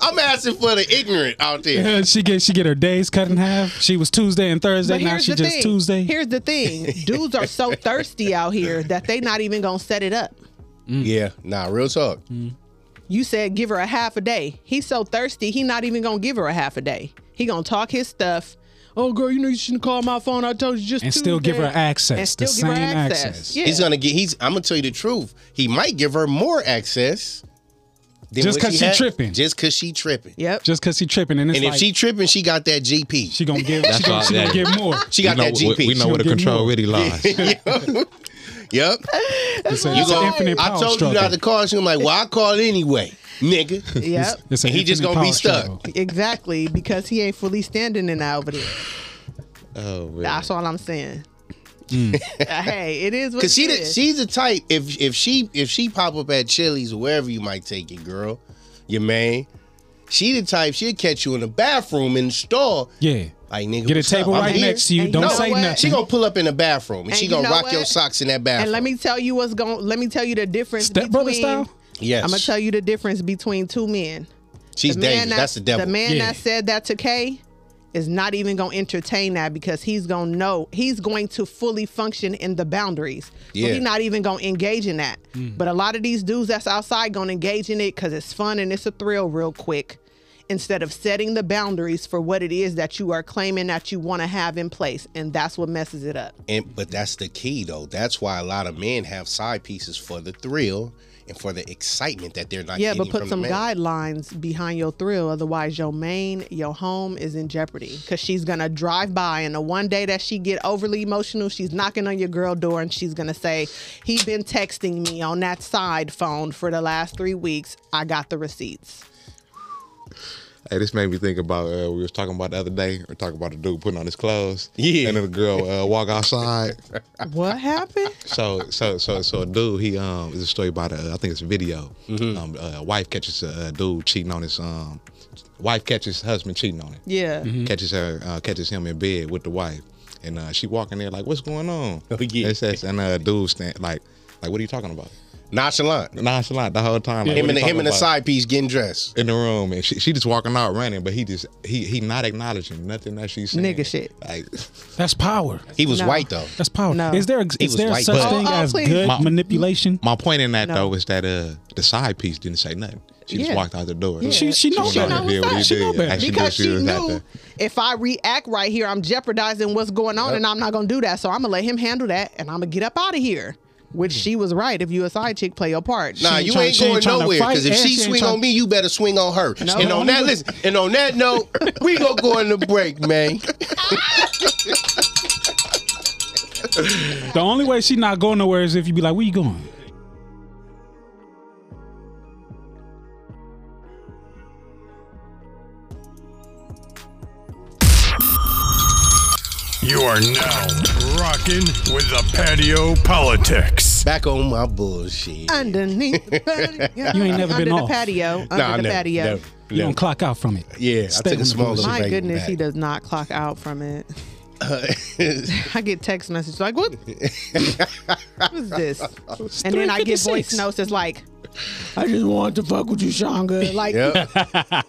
Speaker 4: I'm asking for the ignorant out there.
Speaker 1: Yeah, she get she get her days cut in half. She was Tuesday and Thursday.
Speaker 2: but
Speaker 1: Now
Speaker 2: here's
Speaker 1: she
Speaker 2: the
Speaker 1: just
Speaker 2: thing.
Speaker 1: Tuesday.
Speaker 2: Here's the thing. Dudes are so thirsty out here that they not even gonna set it up.
Speaker 4: Yeah, nah, real talk.
Speaker 2: You said give her a half a day. He's so thirsty, he not even gonna give her a half a day. He gonna talk his stuff. Oh girl, you know you shouldn't call my phone. I told you just
Speaker 1: and still give her
Speaker 2: Tuesday."
Speaker 1: access.
Speaker 2: And still
Speaker 1: the
Speaker 2: give her
Speaker 1: same
Speaker 2: access. Yeah.
Speaker 4: He's gonna get. He's. I'm gonna tell you the truth. He might give her more access. Than
Speaker 1: Just
Speaker 4: what
Speaker 1: 'cause she
Speaker 4: had-
Speaker 1: tripping.
Speaker 4: Just cause she tripping.
Speaker 2: Yep.
Speaker 1: Just cause she tripping and it's
Speaker 4: And if
Speaker 1: like
Speaker 4: she tripping, she got that GP.
Speaker 1: she
Speaker 4: She,
Speaker 1: gonna give she gonna,
Speaker 6: all
Speaker 1: she gonna
Speaker 6: that
Speaker 1: give
Speaker 6: is.
Speaker 1: more.
Speaker 4: got
Speaker 6: know,
Speaker 4: that
Speaker 6: where-
Speaker 4: GP.
Speaker 6: we know
Speaker 1: She'll
Speaker 6: where the
Speaker 1: get
Speaker 6: control
Speaker 1: more.
Speaker 6: really lies.
Speaker 4: yep.
Speaker 1: It's, a,
Speaker 4: You
Speaker 1: it's an
Speaker 4: go.
Speaker 1: infinite
Speaker 4: I
Speaker 1: power
Speaker 4: told
Speaker 1: struggle.
Speaker 4: you not to call. She I'm like, well, I called anyway. nigga.
Speaker 2: Yep.
Speaker 1: It's an
Speaker 4: He
Speaker 1: infinite
Speaker 4: just gonna be
Speaker 1: power
Speaker 4: stuck.
Speaker 1: struggle.
Speaker 2: Exactly, because he ain't fully standing in that over there.
Speaker 4: Oh man.
Speaker 2: That's all I'm saying.
Speaker 1: Mm.
Speaker 2: Uh, hey, it is what
Speaker 4: Cause she
Speaker 2: it
Speaker 4: the,
Speaker 2: is.
Speaker 4: she's the type if if she if she pop up at Chili's wherever you might take it, girl, your man. She the type she'll catch you in the bathroom in the store.
Speaker 1: Yeah.
Speaker 4: Like nigga,
Speaker 1: Get a
Speaker 4: what's
Speaker 1: table
Speaker 4: up? I'm
Speaker 1: right
Speaker 4: here.
Speaker 1: next to you.
Speaker 2: And
Speaker 1: Don't
Speaker 2: you know
Speaker 1: say
Speaker 2: what?
Speaker 1: nothing.
Speaker 4: She gonna pull up in the bathroom and,
Speaker 2: And
Speaker 4: she
Speaker 2: you
Speaker 4: gonna
Speaker 2: know
Speaker 4: rock your
Speaker 2: what?
Speaker 4: socks in that bathroom.
Speaker 2: and let me tell you what's going. Let me tell you the difference.
Speaker 1: Step brother
Speaker 2: between-
Speaker 1: style?
Speaker 4: yes,
Speaker 2: I'm gonna tell you the difference between two men.
Speaker 4: She's
Speaker 2: man
Speaker 4: dangerous.
Speaker 2: that-
Speaker 4: That's the devil.
Speaker 2: The man
Speaker 1: Yeah.
Speaker 2: that said that to Kay is not even gonna entertain that because he's gonna know he's going to fully function in the boundaries. So
Speaker 4: Yeah.
Speaker 2: he's not even gonna engage in that. But a lot of these dudes that's outside gonna engage in it because it's fun and it's a thrill real quick. Instead of setting the boundaries for what it is that you are claiming that you want to have in place, and that's what messes it up.
Speaker 4: And but that's the key though. That's why a lot of men have side pieces for the thrill and for the excitement that they're not
Speaker 2: Yeah,
Speaker 4: getting
Speaker 2: but put
Speaker 4: from
Speaker 2: some
Speaker 4: the man.
Speaker 2: guidelines behind your thrill. Otherwise, your main, your home is in jeopardy because she's going to drive by and the one day that she get overly emotional, she's knocking on your girl door and she's going to say, he been texting me on that side phone for the last three weeks. I got the receipts.
Speaker 6: Hey, this made me think about uh, we was talking about the other day. We were talking about a dude putting on his clothes.
Speaker 4: Yeah.
Speaker 6: And then the girl uh, walk outside.
Speaker 2: What happened?
Speaker 6: So so so so a dude he um is a story about a, I think it's a video.
Speaker 4: Mm-hmm.
Speaker 6: Um, a wife catches a, a dude cheating on his um wife catches husband cheating on him.
Speaker 2: Yeah.
Speaker 4: Mm-hmm.
Speaker 6: Catches her uh, catches him in bed with the wife, and uh, she walking there like what's going on?
Speaker 4: Oh, yeah.
Speaker 6: And, says, and uh, dude stand like like what are you talking about?
Speaker 4: Nonchalant.
Speaker 6: Nonchalant the whole time. Like,
Speaker 4: Him and
Speaker 6: what are
Speaker 4: the,
Speaker 6: you
Speaker 4: him and the
Speaker 6: talking about?
Speaker 4: side piece getting dressed.
Speaker 6: in the room and she, she just walking out running, but he just he he not acknowledging nothing that she's saying.
Speaker 2: Nigga shit.
Speaker 6: Like
Speaker 1: That's power.
Speaker 4: He was
Speaker 2: No.
Speaker 4: white though.
Speaker 1: That's power.
Speaker 2: No.
Speaker 1: Is there
Speaker 4: He
Speaker 1: is
Speaker 4: was
Speaker 1: there
Speaker 4: white,
Speaker 1: such
Speaker 4: but-
Speaker 1: thing
Speaker 2: Oh, oh,
Speaker 1: as
Speaker 2: please.
Speaker 1: good
Speaker 6: My-
Speaker 1: manipulation?
Speaker 6: my point in that
Speaker 2: No.
Speaker 6: though is that uh the side piece didn't say nothing. She
Speaker 2: Yeah.
Speaker 6: just walked out the door.
Speaker 1: She she knows
Speaker 6: went out
Speaker 1: better.
Speaker 6: and did what he
Speaker 1: She know
Speaker 6: did.
Speaker 1: better.
Speaker 6: And she knew
Speaker 2: Because she
Speaker 6: was out
Speaker 2: knew
Speaker 6: there.
Speaker 2: if I react right here, I'm jeopardizing what's going on, and I'm not gonna do that. So I'm gonna let him handle that, and I'm gonna get up out of here. Which
Speaker 1: Hmm.
Speaker 2: she was right. If you a side chick, play your part.
Speaker 4: Nah,
Speaker 1: ain't
Speaker 4: you
Speaker 1: tryna-
Speaker 4: ain't
Speaker 1: she ain't
Speaker 4: going
Speaker 1: tryna
Speaker 4: nowhere.
Speaker 1: fight,
Speaker 4: Because if
Speaker 1: and
Speaker 4: she
Speaker 1: she ain't
Speaker 4: swing
Speaker 1: tryna-
Speaker 4: on me, you better swing on her. And on that listen, and on that note, we gonna go on the break, man.
Speaker 1: The only way she not going nowhere is if you be like, "Where you going?"
Speaker 8: You are now rocking with the patio politics.
Speaker 4: Back on my bullshit.
Speaker 2: underneath the patio.
Speaker 1: You ain't never
Speaker 2: under
Speaker 1: been
Speaker 2: the
Speaker 1: off.
Speaker 2: patio. Under
Speaker 4: Nah,
Speaker 2: the
Speaker 4: never,
Speaker 2: patio.
Speaker 4: never,
Speaker 1: You
Speaker 4: never.
Speaker 1: don't clock out from it.
Speaker 4: Yeah, I
Speaker 1: Stay
Speaker 4: took
Speaker 1: on
Speaker 4: a
Speaker 1: the
Speaker 4: small little
Speaker 1: bullshit.
Speaker 2: My
Speaker 4: break.
Speaker 2: goodness, he
Speaker 4: back.
Speaker 2: does not clock out from it.
Speaker 1: Uh,
Speaker 2: I get text messages like, "What? what is this?" And then I get
Speaker 1: 356.
Speaker 2: voice notes that's like, "I just want to fuck with you, Sean Good." Like,
Speaker 4: Yep.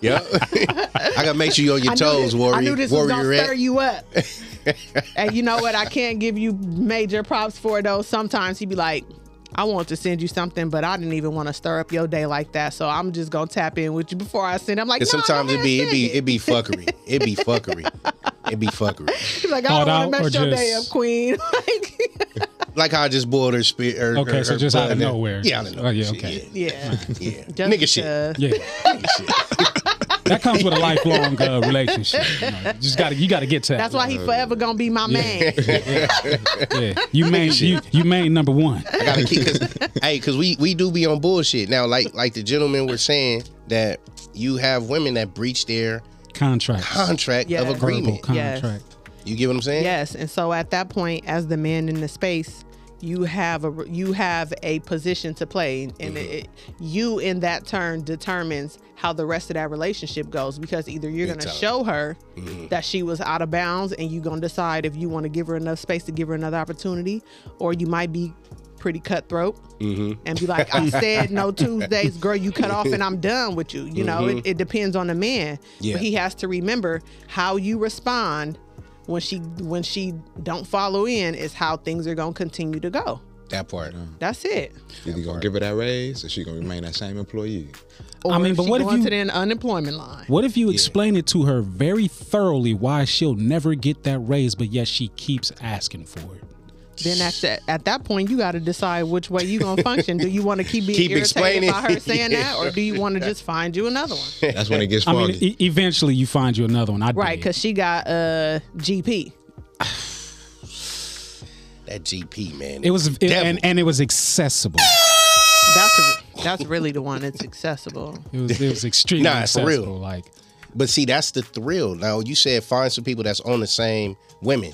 Speaker 4: yep. I gotta make sure you're on your
Speaker 2: I knew
Speaker 4: toes,
Speaker 2: this-
Speaker 4: warrior.
Speaker 2: I knew this was
Speaker 4: warrior
Speaker 2: gonna
Speaker 4: rat.
Speaker 2: stir you up. and you know what? I can't give you major props for it, though. Sometimes he'd be like, I want to send you something, but I didn't even want to stir up your day like that. So I'm just gonna tap in with you before I send. I'm like,
Speaker 4: And
Speaker 2: "No,
Speaker 4: sometimes
Speaker 2: don't
Speaker 4: it be
Speaker 2: send
Speaker 4: it be it be fuckery. It be fuckery. It be fuckery.
Speaker 2: He's like, I
Speaker 1: Thought
Speaker 2: don't want
Speaker 1: out
Speaker 2: to mess
Speaker 1: or
Speaker 2: your day up,
Speaker 1: just-
Speaker 2: Queen. Like,
Speaker 4: Like how I just boiled her spirit. Her,
Speaker 1: Okay,
Speaker 4: her-
Speaker 1: so
Speaker 4: her
Speaker 1: just out of
Speaker 4: blood.
Speaker 1: nowhere.
Speaker 4: Yeah, out of
Speaker 1: Oh,
Speaker 4: nowhere.
Speaker 1: yeah,
Speaker 4: Shit,
Speaker 1: okay.
Speaker 2: yeah,
Speaker 4: Yeah. yeah.
Speaker 2: Just
Speaker 4: Nigga shit.
Speaker 2: because.
Speaker 1: Yeah,
Speaker 4: Nigga shit.
Speaker 1: that comes with a lifelong uh, relationship. You, know. You just got to you got to get to that.
Speaker 2: That's why he forever gonna be my man.
Speaker 1: yeah. You main you, you main number one.
Speaker 4: I gotta keep cause, hey, cause we we do be on bullshit. Now, like like the gentlemen were saying that you have women that breach their
Speaker 1: Contract.
Speaker 4: contract
Speaker 2: Yes.
Speaker 4: of
Speaker 2: Verbal
Speaker 1: Verbal
Speaker 4: agreement.
Speaker 1: contract.
Speaker 4: You get what I'm saying?
Speaker 2: Yes, and so at that point, as the man in the space, you have a you have a position to play, and it,
Speaker 4: Mm-hmm.
Speaker 2: it, you in that turn determines how the rest of that relationship goes. Because either you're
Speaker 4: Big
Speaker 2: gonna
Speaker 4: time. Mm-hmm.
Speaker 2: show her that she was out of bounds, and you're gonna decide if you want to give her enough space to give her another opportunity, or you might be pretty cutthroat and be like, I said no Tuesdays, girl, you cut off and I'm done with you. You know,
Speaker 1: Mm-hmm.
Speaker 2: it, it depends on the man.
Speaker 4: Yeah.
Speaker 2: But he has to remember how you respond when she when she don't follow in is how things are gonna continue to go.
Speaker 4: That part.
Speaker 2: That's it.
Speaker 6: um, Either you gonna give her that raise or she gonna remain that same employee.
Speaker 2: Or
Speaker 1: I mean, but
Speaker 2: she
Speaker 1: what if you-
Speaker 2: going to the unemployment line?
Speaker 1: What if you explain it to her very thoroughly why she'll never get that raise, but yet she keeps asking for it?
Speaker 2: Then at that at that point you gotta decide which way you gonna function. do you wanna keep being
Speaker 4: Keep
Speaker 2: irritated
Speaker 4: explaining.
Speaker 2: by her saying that? Or do you wanna just find you another one?
Speaker 6: That's when it gets
Speaker 1: I
Speaker 6: foggy.
Speaker 1: mean, e- eventually you find you another one. I
Speaker 2: Right,
Speaker 1: did.
Speaker 2: because she got uh GP.
Speaker 4: That GP, man.
Speaker 1: it was it,
Speaker 4: Devil.
Speaker 1: and and it was accessible.
Speaker 2: That's That's really the one that's accessible.
Speaker 1: It was it was extremely
Speaker 4: Nah, for
Speaker 1: accessible.
Speaker 4: real.
Speaker 1: Like
Speaker 4: But see, that's the thrill. Now you said find some people that's on the same women,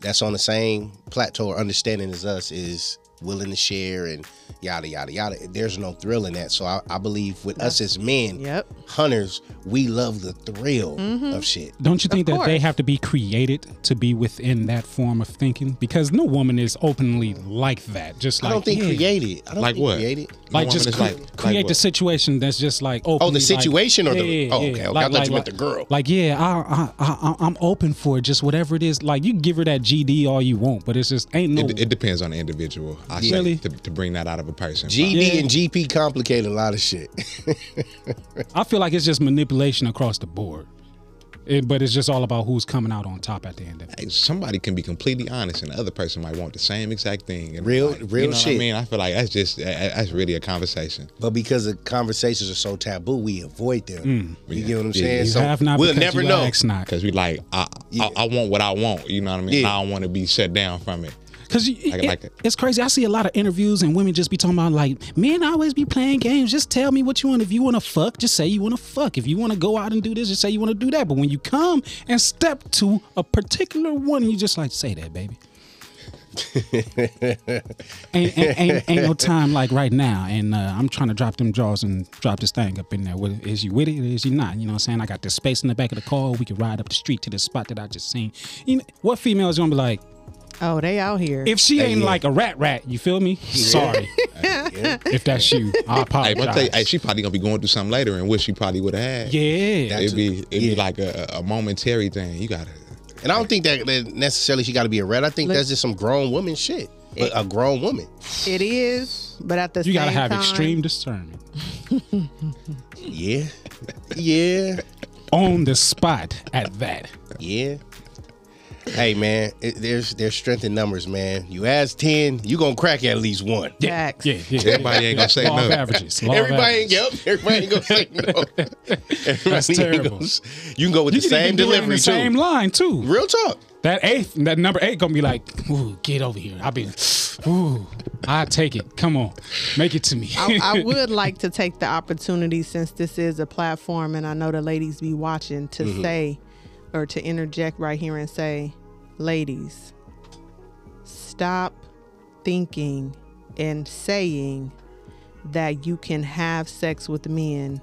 Speaker 4: that's on the same plateau or understanding as us is willing to share and yada yada yada. There's no thrill in that. So I, I believe with us as men,
Speaker 2: Yep.
Speaker 4: hunters, we love the thrill of shit.
Speaker 1: Don't you think that they
Speaker 2: course.
Speaker 1: have to be created to be within that form of thinking? Because no woman is openly like that. Just like
Speaker 4: I don't think
Speaker 1: yeah.
Speaker 4: created. I don't
Speaker 6: Like
Speaker 4: think
Speaker 6: what?
Speaker 4: created.
Speaker 1: Like
Speaker 6: No
Speaker 1: just
Speaker 6: woman
Speaker 1: cre-
Speaker 6: is like- like
Speaker 1: create the
Speaker 6: what?
Speaker 1: situation that's just like open.
Speaker 4: Oh, situation or the- oh, okay, okay. I thought you
Speaker 1: like,
Speaker 4: meant the girl.
Speaker 1: Like yeah, I, I I I'm open for it. Just whatever it is. Like you can give her that GD all you want, but it's just ain't no.
Speaker 6: It, it depends on the individual. I say
Speaker 1: Really?
Speaker 6: to, to bring that out of a person.
Speaker 4: GD
Speaker 1: Yeah.
Speaker 4: and GP complicate a lot of shit.
Speaker 1: I feel like it's just manipulation across the board. It- but it's just all about who's coming out on top at the end of it.
Speaker 6: Hey, somebody can be completely honest, and the other person might want the same exact thing. And
Speaker 4: Real-
Speaker 6: like,
Speaker 4: real
Speaker 6: you know What
Speaker 4: shit.
Speaker 6: I mean, I feel like that's just that- that- that's really a conversation.
Speaker 4: but because the conversations are so taboo, we avoid them. You
Speaker 6: Yeah.
Speaker 4: get what I'm
Speaker 6: Yeah.
Speaker 4: saying?
Speaker 1: Mm. You
Speaker 4: so
Speaker 1: have not
Speaker 4: we'll
Speaker 1: because
Speaker 4: never
Speaker 1: you
Speaker 4: know.
Speaker 1: ask not.
Speaker 6: Cause we like, I, I I want what I want. You know what I mean.
Speaker 4: Yeah.
Speaker 6: I don't want to be shut down from it.
Speaker 1: Cause you,
Speaker 6: I
Speaker 1: it,
Speaker 6: like it.
Speaker 1: it's crazy. I see a lot of interviews and women just be talking about like, men always be playing games. Just tell me what you want. If you want to fuck, just say you want to fuck. If you want to go out and do this, just say you want to do that. But when you come and step to a particular one, you just like say that, baby. ain't, ain't, ain't, ain't no time like right now, and uh, I'm trying to drop them draws and drop this thing up in there. What, is you with it or is you not? You know what I'm saying? I got this space in the back of the car. We can ride up the street to the spot that I just seen. You know, what female is gonna be like?
Speaker 2: Oh, they out here.
Speaker 1: If she ain't like a rat rat, you feel me? Sorry. If that's you, I
Speaker 6: Hey, one thing,
Speaker 1: apologize.
Speaker 6: hey, she probably gonna be going through something later, and wish she probably would have had.
Speaker 1: yeah.
Speaker 4: That-
Speaker 6: it'd be it'd
Speaker 4: Yeah.
Speaker 6: be like a, a momentary thing. You gotta.
Speaker 4: And I don't think that, that necessarily she got to be a rat. I think that's just some grown woman shit. But a grown woman.
Speaker 2: it is, but at the
Speaker 1: you
Speaker 2: same
Speaker 1: gotta have
Speaker 2: time,
Speaker 1: extreme discernment
Speaker 4: Yeah. Yeah.
Speaker 1: on the spot at that.
Speaker 4: Yeah. Hey man, it, there's there's strength in numbers, man. You ask ten, you gonna crack at least one.
Speaker 1: Yeah,
Speaker 2: Facts.
Speaker 1: yeah, yeah.
Speaker 6: Everybody ain't gonna say
Speaker 1: Law of
Speaker 6: no.
Speaker 1: averages. Law of
Speaker 4: Everybody ain't,
Speaker 1: averages.
Speaker 4: yep, everybody ain't gonna say no. Everybody ain't
Speaker 1: terrible.
Speaker 4: gonna s- you can go with
Speaker 1: You
Speaker 4: the
Speaker 1: can even
Speaker 4: same
Speaker 1: do it in
Speaker 4: delivery
Speaker 1: the
Speaker 4: too.
Speaker 1: same line too.
Speaker 4: Real talk.
Speaker 1: That eighth, that number eight, gonna be like, ooh, get over here. I'll be, ooh, I take it. Come on, make it to me.
Speaker 2: I, I would like to take the opportunity since this is a platform and I know the ladies be watching to
Speaker 1: Mm-hmm.
Speaker 2: say or to interject right here and say, ladies, stop thinking and saying that you can have sex with men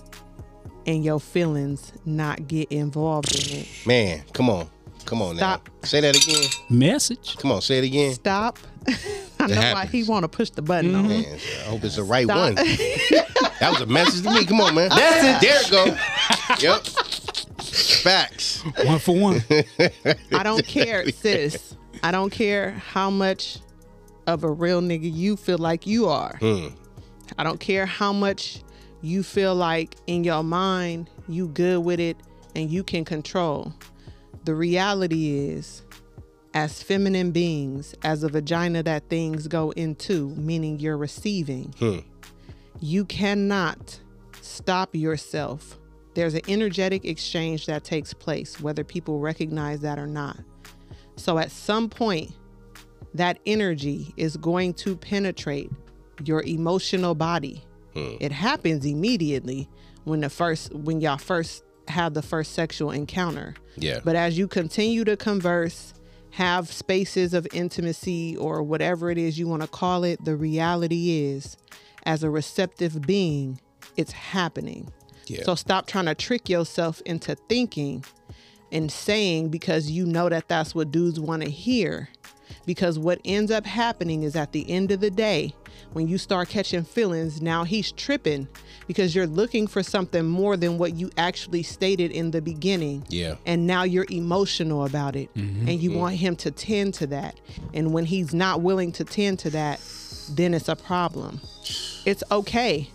Speaker 2: and your feelings not get involved in it.
Speaker 4: Man, come on. Come on
Speaker 2: Stop.
Speaker 4: now. Say that again.
Speaker 1: Message.
Speaker 4: Come on, say it again.
Speaker 2: Stop. I know why he
Speaker 6: happens.
Speaker 2: want to push the button
Speaker 1: Mm-hmm.
Speaker 2: on me.
Speaker 4: Man, I hope it's the right
Speaker 2: Hmm? Stop.
Speaker 4: one. that was a message to me. Come on, man. That's it. There it go. Yep. Facts.
Speaker 1: One for one.
Speaker 2: I don't care, sis. I don't care how much of a real nigga you feel like you are. I don't care how much you feel like in your mind you good with it and you can control. The reality is as feminine beings, as a vagina that things go into, meaning you're receiving, you cannot stop yourself. There's an energetic exchange that takes place, whether people recognize that or not. So at some point, that energy is going to penetrate your emotional body.
Speaker 4: Hmm.
Speaker 2: It happens immediately when the first when y'all first have the first sexual encounter.
Speaker 4: Yeah.
Speaker 2: But as you continue to converse, have spaces of intimacy or whatever it is you want to call it, the reality is, as a receptive being, it's happening.
Speaker 4: Yeah.
Speaker 2: So stop trying to trick yourself into thinking and saying because you know that that's what dudes want to hear. Because what ends up happening is at the end of the day, when you start catching feelings, now he's tripping because you're looking for something more than what you actually stated in the beginning.
Speaker 4: Yeah.
Speaker 2: And now you're emotional about it and you want him to tend to that. And when he's not willing to tend to that, then it's a problem. It's okay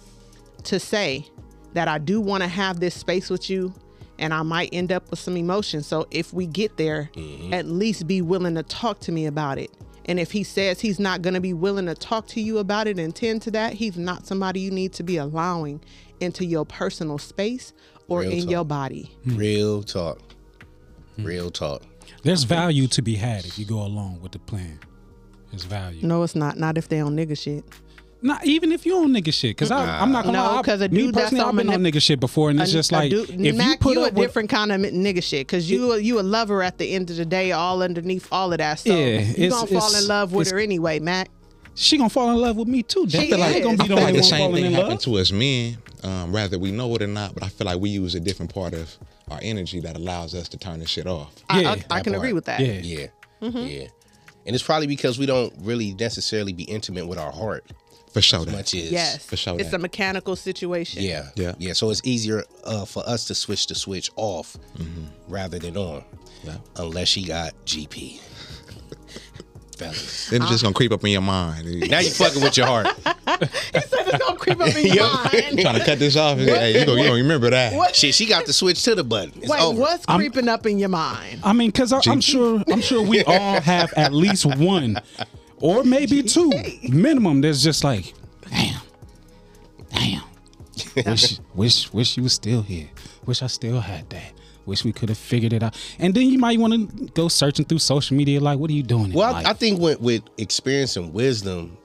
Speaker 2: to say that I do want to have this space with you and I might end up with some emotion. So if we get there,
Speaker 4: Mm-hmm.
Speaker 2: at least be willing to talk to me about it. And if he says he's not going to be willing to talk to you about it and tend to that, he's not somebody you need to be allowing into your personal space or
Speaker 4: Real
Speaker 2: in
Speaker 4: talk.
Speaker 2: your body.
Speaker 4: Real talk. Real talk.
Speaker 1: There's value to be had if you go along with the plan. There's value.
Speaker 2: No, it's not. Not if they on nigga shit.
Speaker 1: Not even if you on nigga shit, cause I, I'm not gonna
Speaker 2: No,
Speaker 1: lie. I-
Speaker 2: 'cause a
Speaker 1: me
Speaker 2: dude that's
Speaker 1: personally, I've
Speaker 2: on
Speaker 1: been
Speaker 2: manip-
Speaker 1: on nigga shit before, and it's
Speaker 2: a-
Speaker 1: just
Speaker 2: a
Speaker 1: like
Speaker 2: dude-
Speaker 1: if you
Speaker 2: Mac,
Speaker 1: put
Speaker 2: you
Speaker 1: up
Speaker 2: a
Speaker 1: with,
Speaker 2: different kind of nigga shit because you a- you a lover at the end of the day, all underneath all of that. So
Speaker 1: Yeah,
Speaker 2: you
Speaker 1: it's-
Speaker 2: gonna fall
Speaker 1: it's-
Speaker 2: in love with
Speaker 1: it's-
Speaker 2: her anyway, Mac.
Speaker 1: she gonna fall in love with me too. She
Speaker 2: feel like-
Speaker 1: gonna
Speaker 2: I
Speaker 1: be the
Speaker 6: I feel like
Speaker 1: only
Speaker 6: the
Speaker 1: one
Speaker 6: same
Speaker 1: falling
Speaker 6: thing
Speaker 1: in
Speaker 6: happened
Speaker 1: love.
Speaker 6: to us men, um, whether we know it or not. But I feel like we use a different part of our energy that allows us to turn this shit off.
Speaker 1: Yeah,
Speaker 2: I, I, I
Speaker 6: that
Speaker 2: can
Speaker 6: part.
Speaker 2: agree with that.
Speaker 1: Yeah,
Speaker 4: Yeah.
Speaker 2: Mm-hmm.
Speaker 4: Yeah. And it's probably because we don't really necessarily be intimate with our heart
Speaker 6: For sure. that.
Speaker 4: much as
Speaker 2: Yes,
Speaker 6: For sure
Speaker 2: It's
Speaker 6: that.
Speaker 2: a mechanical situation.
Speaker 4: yeah.
Speaker 6: Yeah.
Speaker 4: Yeah. So it's easier uh, for us to switch the switch off rather than on.
Speaker 6: Mm-hmm. Yeah.
Speaker 4: Unless she got GP. Fellas.
Speaker 6: Then it's just gonna creep up in your mind.
Speaker 4: Now
Speaker 6: you
Speaker 4: you fucking with your heart.
Speaker 2: So it's gonna creep up in your mind.
Speaker 6: trying to cut this off. Hey, you gonna, you gonna remember that?
Speaker 2: What?
Speaker 4: Shit, she got the switch to the button. It's
Speaker 2: Wait,
Speaker 4: over.
Speaker 2: what's creeping up in your mind?
Speaker 1: I mean, cause I, I'm sure, I'm sure we all have at least one, or maybe two minimum. That's just like, damn, damn. Wish, wish, wish you was still here. Wish I still had that. Wish we could have figured it out. And then you might want to go searching through social media, like, what are you doing? in
Speaker 4: Well,
Speaker 1: life?
Speaker 4: I, I think with, with experience and wisdom,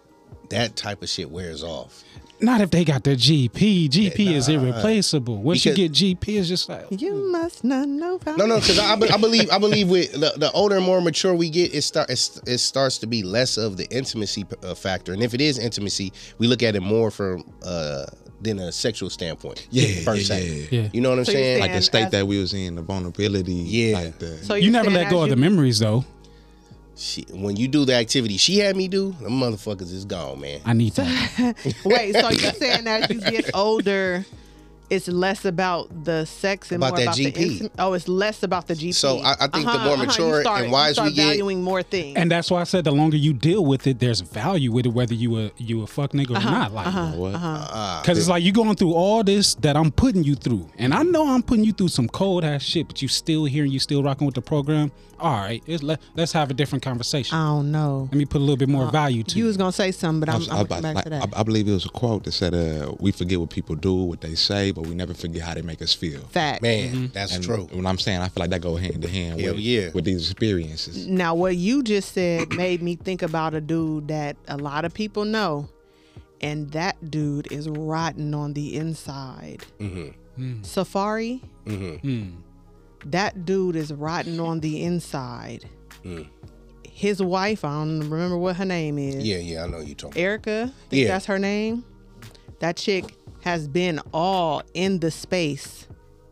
Speaker 4: that type of shit wears off.
Speaker 1: Not if they got their GP. GP is irreplaceable. Once you
Speaker 4: Because-
Speaker 1: get GP, it's just like
Speaker 2: You must not know about
Speaker 4: No, no, because I, I be- I believe I believe with the, the older and more mature we get, it start it, it starts to be less of the intimacy uh, factor, and if it is intimacy, we look at it more from uh, than a sexual standpoint.
Speaker 6: Yeah,
Speaker 4: first
Speaker 6: yeah,
Speaker 4: sight.
Speaker 6: yeah.
Speaker 1: Yeah.
Speaker 4: You know what I'm
Speaker 2: So you're
Speaker 4: saying?
Speaker 6: Like the
Speaker 2: And
Speaker 6: state
Speaker 2: as-
Speaker 6: that we was in, the vulnerability.
Speaker 4: Yeah.
Speaker 6: Like the,
Speaker 2: So
Speaker 1: you
Speaker 2: you're
Speaker 1: never
Speaker 2: saying
Speaker 1: let go
Speaker 2: as
Speaker 1: of the
Speaker 2: you-
Speaker 1: memories though.
Speaker 4: she, when you do the activity she had me do, the motherfuckers is gone, man.
Speaker 1: I need that.
Speaker 2: Wait, so you're saying as you get older, it's less about the sex and
Speaker 4: About
Speaker 2: more
Speaker 4: that
Speaker 2: about the
Speaker 4: GP.
Speaker 2: intim- oh, it's less about the GP.
Speaker 4: So I- I think the more
Speaker 2: uh-huh, You
Speaker 4: mature and
Speaker 2: start-
Speaker 4: wise
Speaker 2: you start
Speaker 4: we get-
Speaker 2: valuing more things.
Speaker 1: and that's why I said the longer you deal with it, there's value with it, whether you a you a fuck nigga or
Speaker 2: Uh-huh,
Speaker 1: not. Like
Speaker 6: you know what?
Speaker 1: Cause it's like you going through all this that I'm putting you through, and I know I'm putting you through some cold ass shit, but you still here and you still rocking with the program. All right, it's, let, let's have a different conversation.
Speaker 2: I don't know.
Speaker 1: Let me put a little bit more value to
Speaker 2: Uh-huh. You was gonna say something, but
Speaker 6: I
Speaker 2: I'm,
Speaker 6: was-
Speaker 2: I'm,
Speaker 6: I
Speaker 2: gonna come
Speaker 6: was-
Speaker 2: back
Speaker 6: like,
Speaker 2: to that.
Speaker 6: I- I believe it was a quote that said, uh, "We forget what people do, what they say, but we never forget how they make us feel."
Speaker 2: Fact.
Speaker 4: Man,
Speaker 1: Mm-hmm.
Speaker 4: that's
Speaker 6: And
Speaker 4: true.
Speaker 6: When I'm saying, I feel like that go hand in hand
Speaker 4: Hell
Speaker 6: with,
Speaker 4: yeah.
Speaker 6: with these experiences.
Speaker 2: Now, what you just said made me think about a dude that a lot of people know, and that dude is rotten on the inside.
Speaker 4: Mm-hmm.
Speaker 2: Safari, that dude is rotten on the inside.
Speaker 4: Hmm.
Speaker 2: His wife, I don't remember what her name is.
Speaker 4: Yeah, yeah, I know you talking.
Speaker 2: Erica, I think
Speaker 4: Yeah.
Speaker 2: that's her name. That chick has been all in the space,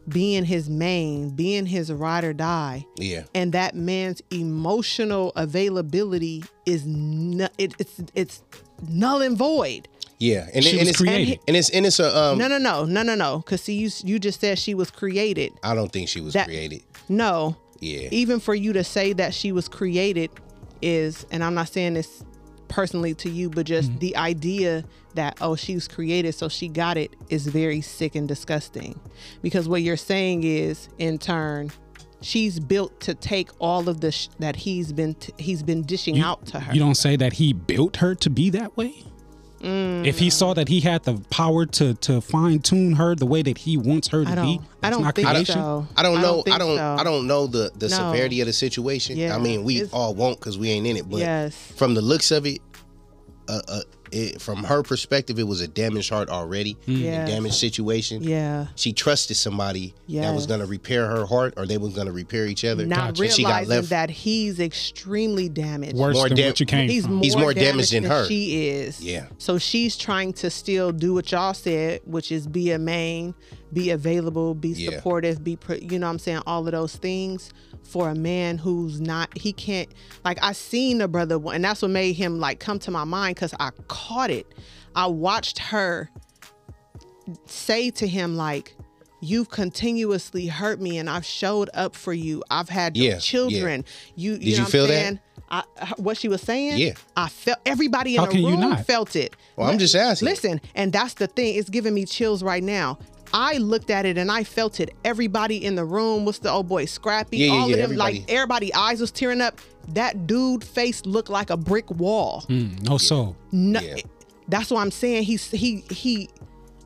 Speaker 2: being his main, being his ride or die
Speaker 4: Yeah,
Speaker 2: and that man's emotional availability is nu- it, it's it's null and void.
Speaker 4: yeah, and,
Speaker 1: She
Speaker 4: and
Speaker 1: was
Speaker 4: it's
Speaker 1: created.
Speaker 4: and it's and it's a um.
Speaker 2: No, no, no, no, no, no. Because see, you s- you just said she was created.
Speaker 4: I don't think she was
Speaker 2: That-
Speaker 4: created.
Speaker 2: No,
Speaker 4: Yeah,
Speaker 2: even for you to say that she was created is, and I'm not saying this personally to you, but just
Speaker 1: Mm-hmm.
Speaker 2: the idea that oh she was created so she got it is very sick and disgusting, because what you're saying is in turn. She's built to take all of the sh- that he's been t- he's been dishing out to her.
Speaker 1: You don't say that he built her to be that way. if he saw that he had the power to to fine tune her the way that he wants her to
Speaker 2: I
Speaker 1: be,
Speaker 2: don't. I
Speaker 1: that's
Speaker 2: don't
Speaker 1: not
Speaker 2: think
Speaker 1: creation.
Speaker 2: so.
Speaker 4: I don't know.
Speaker 2: think
Speaker 4: I don't.
Speaker 2: so.
Speaker 4: I don't know the the
Speaker 2: No.
Speaker 4: severity of the situation.
Speaker 2: Yeah,
Speaker 4: I mean, we
Speaker 2: it's-
Speaker 4: all won't because we ain't in it. But
Speaker 2: Yes.
Speaker 4: from the looks of it, uh, uh, it, from her perspective, it was a damaged heart already,
Speaker 2: Yes.
Speaker 4: a damaged situation.
Speaker 2: Yeah.
Speaker 4: She trusted somebody that was
Speaker 2: Yes.
Speaker 4: going to repair her heart, or they was going to repair each other.
Speaker 2: Not
Speaker 4: And she got
Speaker 2: realizing
Speaker 4: left.
Speaker 2: that he's extremely damaged.
Speaker 1: Worse
Speaker 4: More
Speaker 1: than
Speaker 4: dam-
Speaker 1: what you came
Speaker 2: He's
Speaker 1: from.
Speaker 2: more,
Speaker 4: He's more damaged
Speaker 2: damaged,
Speaker 4: than her.
Speaker 2: She is.
Speaker 4: Yeah.
Speaker 2: So she's trying to still do what y'all said, which is be a main, be available, be
Speaker 4: Yeah.
Speaker 2: supportive, be pr- you know what I'm saying all of those things for a man who's not he can't like I seen a brother and that's what made him like come to my mind cuz I caught it. I watched her say to him like you've continuously hurt me and i've showed up for you i've had your
Speaker 4: Yeah, yeah.
Speaker 2: children you you,
Speaker 4: you
Speaker 2: know what I'm
Speaker 4: feel that?
Speaker 2: saying? I, h- what she was saying
Speaker 4: Yeah. Oh,
Speaker 2: i felt everybody in
Speaker 1: How
Speaker 2: the
Speaker 1: can you
Speaker 2: room
Speaker 1: not?
Speaker 2: felt it
Speaker 4: Well, I'm just asking.
Speaker 2: listen and that's the thing it's giving me chills right now I looked at it and I felt it. Everybody in the room, what's the old boy, Scrappy,
Speaker 4: Yeah, yeah,
Speaker 2: all of
Speaker 4: yeah,
Speaker 2: them, like
Speaker 4: everybody.
Speaker 2: everybody eyes was tearing up. That dude face looked like a brick wall.
Speaker 1: Mm, no soul.
Speaker 2: No,
Speaker 4: Yeah.
Speaker 2: that's what I'm saying. He's he he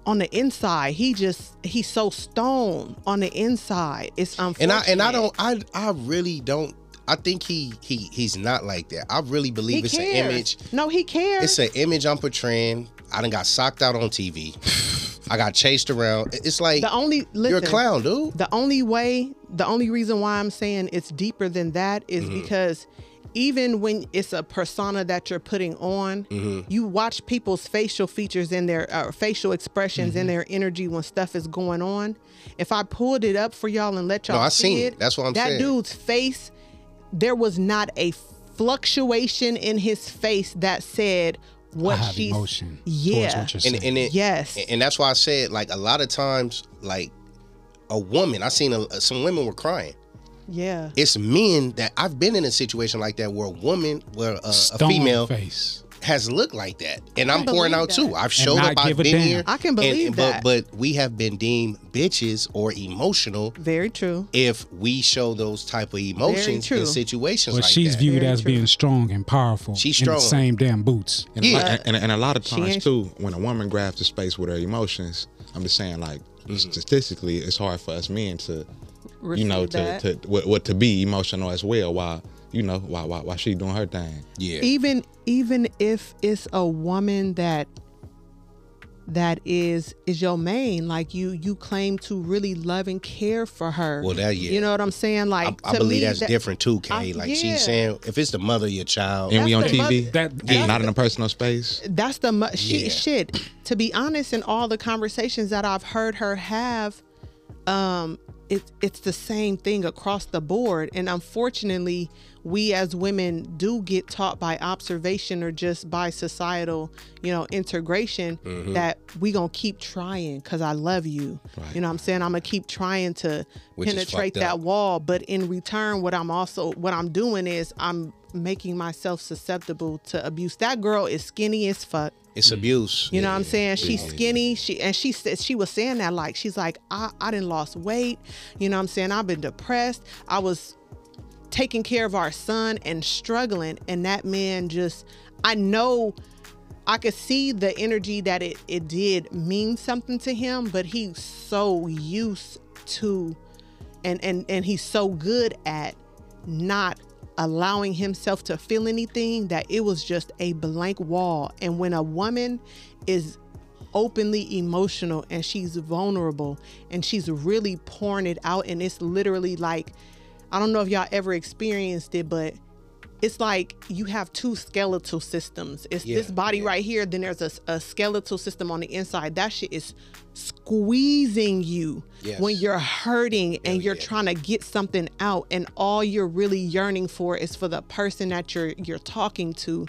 Speaker 2: on the inside. He just he's so stoned on the inside. It's
Speaker 4: and
Speaker 2: unfortunate.
Speaker 4: I and I don't. I I really don't. I think he he he's not like that. I really believe
Speaker 2: He
Speaker 4: it's
Speaker 2: cares.
Speaker 4: an image.
Speaker 2: No, he cares.
Speaker 4: It's an image I'm portraying. I done got socked out on TV. I got chased around. It- It's like
Speaker 2: The only listen,
Speaker 4: you're a clown, dude.
Speaker 2: The only way, the only reason why I'm saying it's deeper than that is
Speaker 4: Mm-hmm.
Speaker 2: because even when it's a persona that you're putting on,
Speaker 4: Mm-hmm.
Speaker 2: you watch people's facial features and their uh, facial expressions
Speaker 4: Mm-hmm.
Speaker 2: and their energy when stuff is going on. If I pulled it up for y'all and let y'all
Speaker 4: I
Speaker 2: see
Speaker 4: seen it. That's what I'm
Speaker 2: that
Speaker 4: saying.
Speaker 2: That dude's face, there was not a fluctuation in his face that said
Speaker 1: I
Speaker 2: what
Speaker 1: have
Speaker 2: she's
Speaker 1: emotion towards
Speaker 2: yeah
Speaker 1: what you're saying.
Speaker 4: And, and it,
Speaker 2: Yes.
Speaker 4: and- and that's why I said like a lot of times like a woman. I seen a, some women were crying.
Speaker 2: yeah
Speaker 4: It's men that I've been in a situation like that where a woman, where a, a
Speaker 1: Stone
Speaker 4: female
Speaker 1: face.
Speaker 4: has looked like that, and I'm
Speaker 2: can
Speaker 4: pouring
Speaker 2: believe
Speaker 4: out
Speaker 2: that.
Speaker 4: too. I've showed
Speaker 1: not
Speaker 4: up. I've
Speaker 1: give a
Speaker 4: been
Speaker 1: damn.
Speaker 4: here.
Speaker 2: I can
Speaker 4: and-
Speaker 2: believe
Speaker 4: and-
Speaker 2: that.
Speaker 4: But, but we have been deemed bitches or emotional
Speaker 2: very true
Speaker 4: if we show those type of emotions
Speaker 2: true.
Speaker 4: in situations
Speaker 1: But
Speaker 4: like
Speaker 1: she's
Speaker 4: that.
Speaker 1: viewed
Speaker 2: Very
Speaker 1: as
Speaker 2: true.
Speaker 1: being strong and powerful.
Speaker 4: She's
Speaker 1: In the
Speaker 4: strong.
Speaker 1: same damn boots.
Speaker 6: And, a
Speaker 4: Yeah.
Speaker 6: lot, and, and a lot of times
Speaker 2: ain't-
Speaker 6: too, when a woman grabs the space with her emotions, I'm just saying like
Speaker 4: Mm-hmm.
Speaker 6: statistically, it's hard for us men to, you know,
Speaker 2: Receive
Speaker 6: to,
Speaker 2: that.
Speaker 6: to what, what to be emotional as well. While you know, while while, while she doing her thing.
Speaker 4: yeah.
Speaker 2: even even if it's a woman that that is is your main like you you claim to really love and care for her
Speaker 4: Well, that- yeah.
Speaker 2: you know what i'm saying like
Speaker 4: I
Speaker 2: to
Speaker 4: believe
Speaker 2: me,
Speaker 4: that's
Speaker 2: that-
Speaker 4: different too, Kay.
Speaker 2: I-
Speaker 4: like
Speaker 2: yeah.
Speaker 4: she's saying, if it's the mother of your child,
Speaker 6: And we on
Speaker 2: That's the
Speaker 6: TV,
Speaker 2: mother-
Speaker 1: That-
Speaker 6: and not in a personal space.
Speaker 2: that's the mu- she,
Speaker 4: Yeah.
Speaker 2: shit to be honest in all the conversations that i've heard her have um it, it's the same thing across the board and unfortunately we as women do get taught by observation or just by societal you know integration
Speaker 4: Mm-hmm.
Speaker 2: that we gonna keep trying because i love you you know what i'm saying i'm gonna keep trying to
Speaker 4: Which is
Speaker 2: penetrate
Speaker 4: fucked up.
Speaker 2: that wall but in return what i'm also what i'm doing is i'm making myself susceptible to abuse that girl is skinny as fuck
Speaker 4: it's abuse.
Speaker 2: you know what I'm saying? She's skinny. She and she said she was saying that like she's like I I didn't lost weight. You know what I'm saying? I've been depressed. I was taking care of our son and struggling and that man just I know I could see the energy that it it did mean something to him, but he's so used to and and and he's so good at not allowing himself to feel anything that it was just a blank wall and when a woman is openly emotional and she's vulnerable and she's really pouring it out and it's literally like I don't know if y'all ever experienced it but it's like you have two skeletal systems. It's this body right here, then there's a, s- a skeletal system on the inside. That shit is squeezing you when
Speaker 4: Yes.
Speaker 2: you're hurting and you're trying to get something out, and all you're really yearning for is for the person that you're you're talking to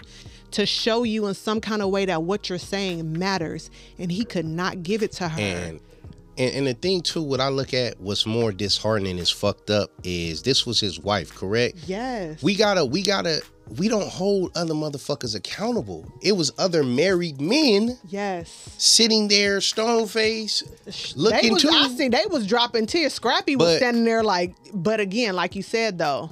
Speaker 2: to show you in some kind of way that what you're saying matters, and he could not give it to her.
Speaker 4: And, and and the thing too, what I look at, what's more disheartening is fucked up. Is this was his wife, correct?
Speaker 2: yes,
Speaker 4: We gotta, we gotta, we don't hold other motherfuckers accountable. It was other married men
Speaker 2: yes.
Speaker 4: sitting there, stone face, looking
Speaker 2: they was,
Speaker 4: too.
Speaker 2: I see they was dropping tears. Scrappy was
Speaker 4: But-
Speaker 2: standing there like, but again, like you said though,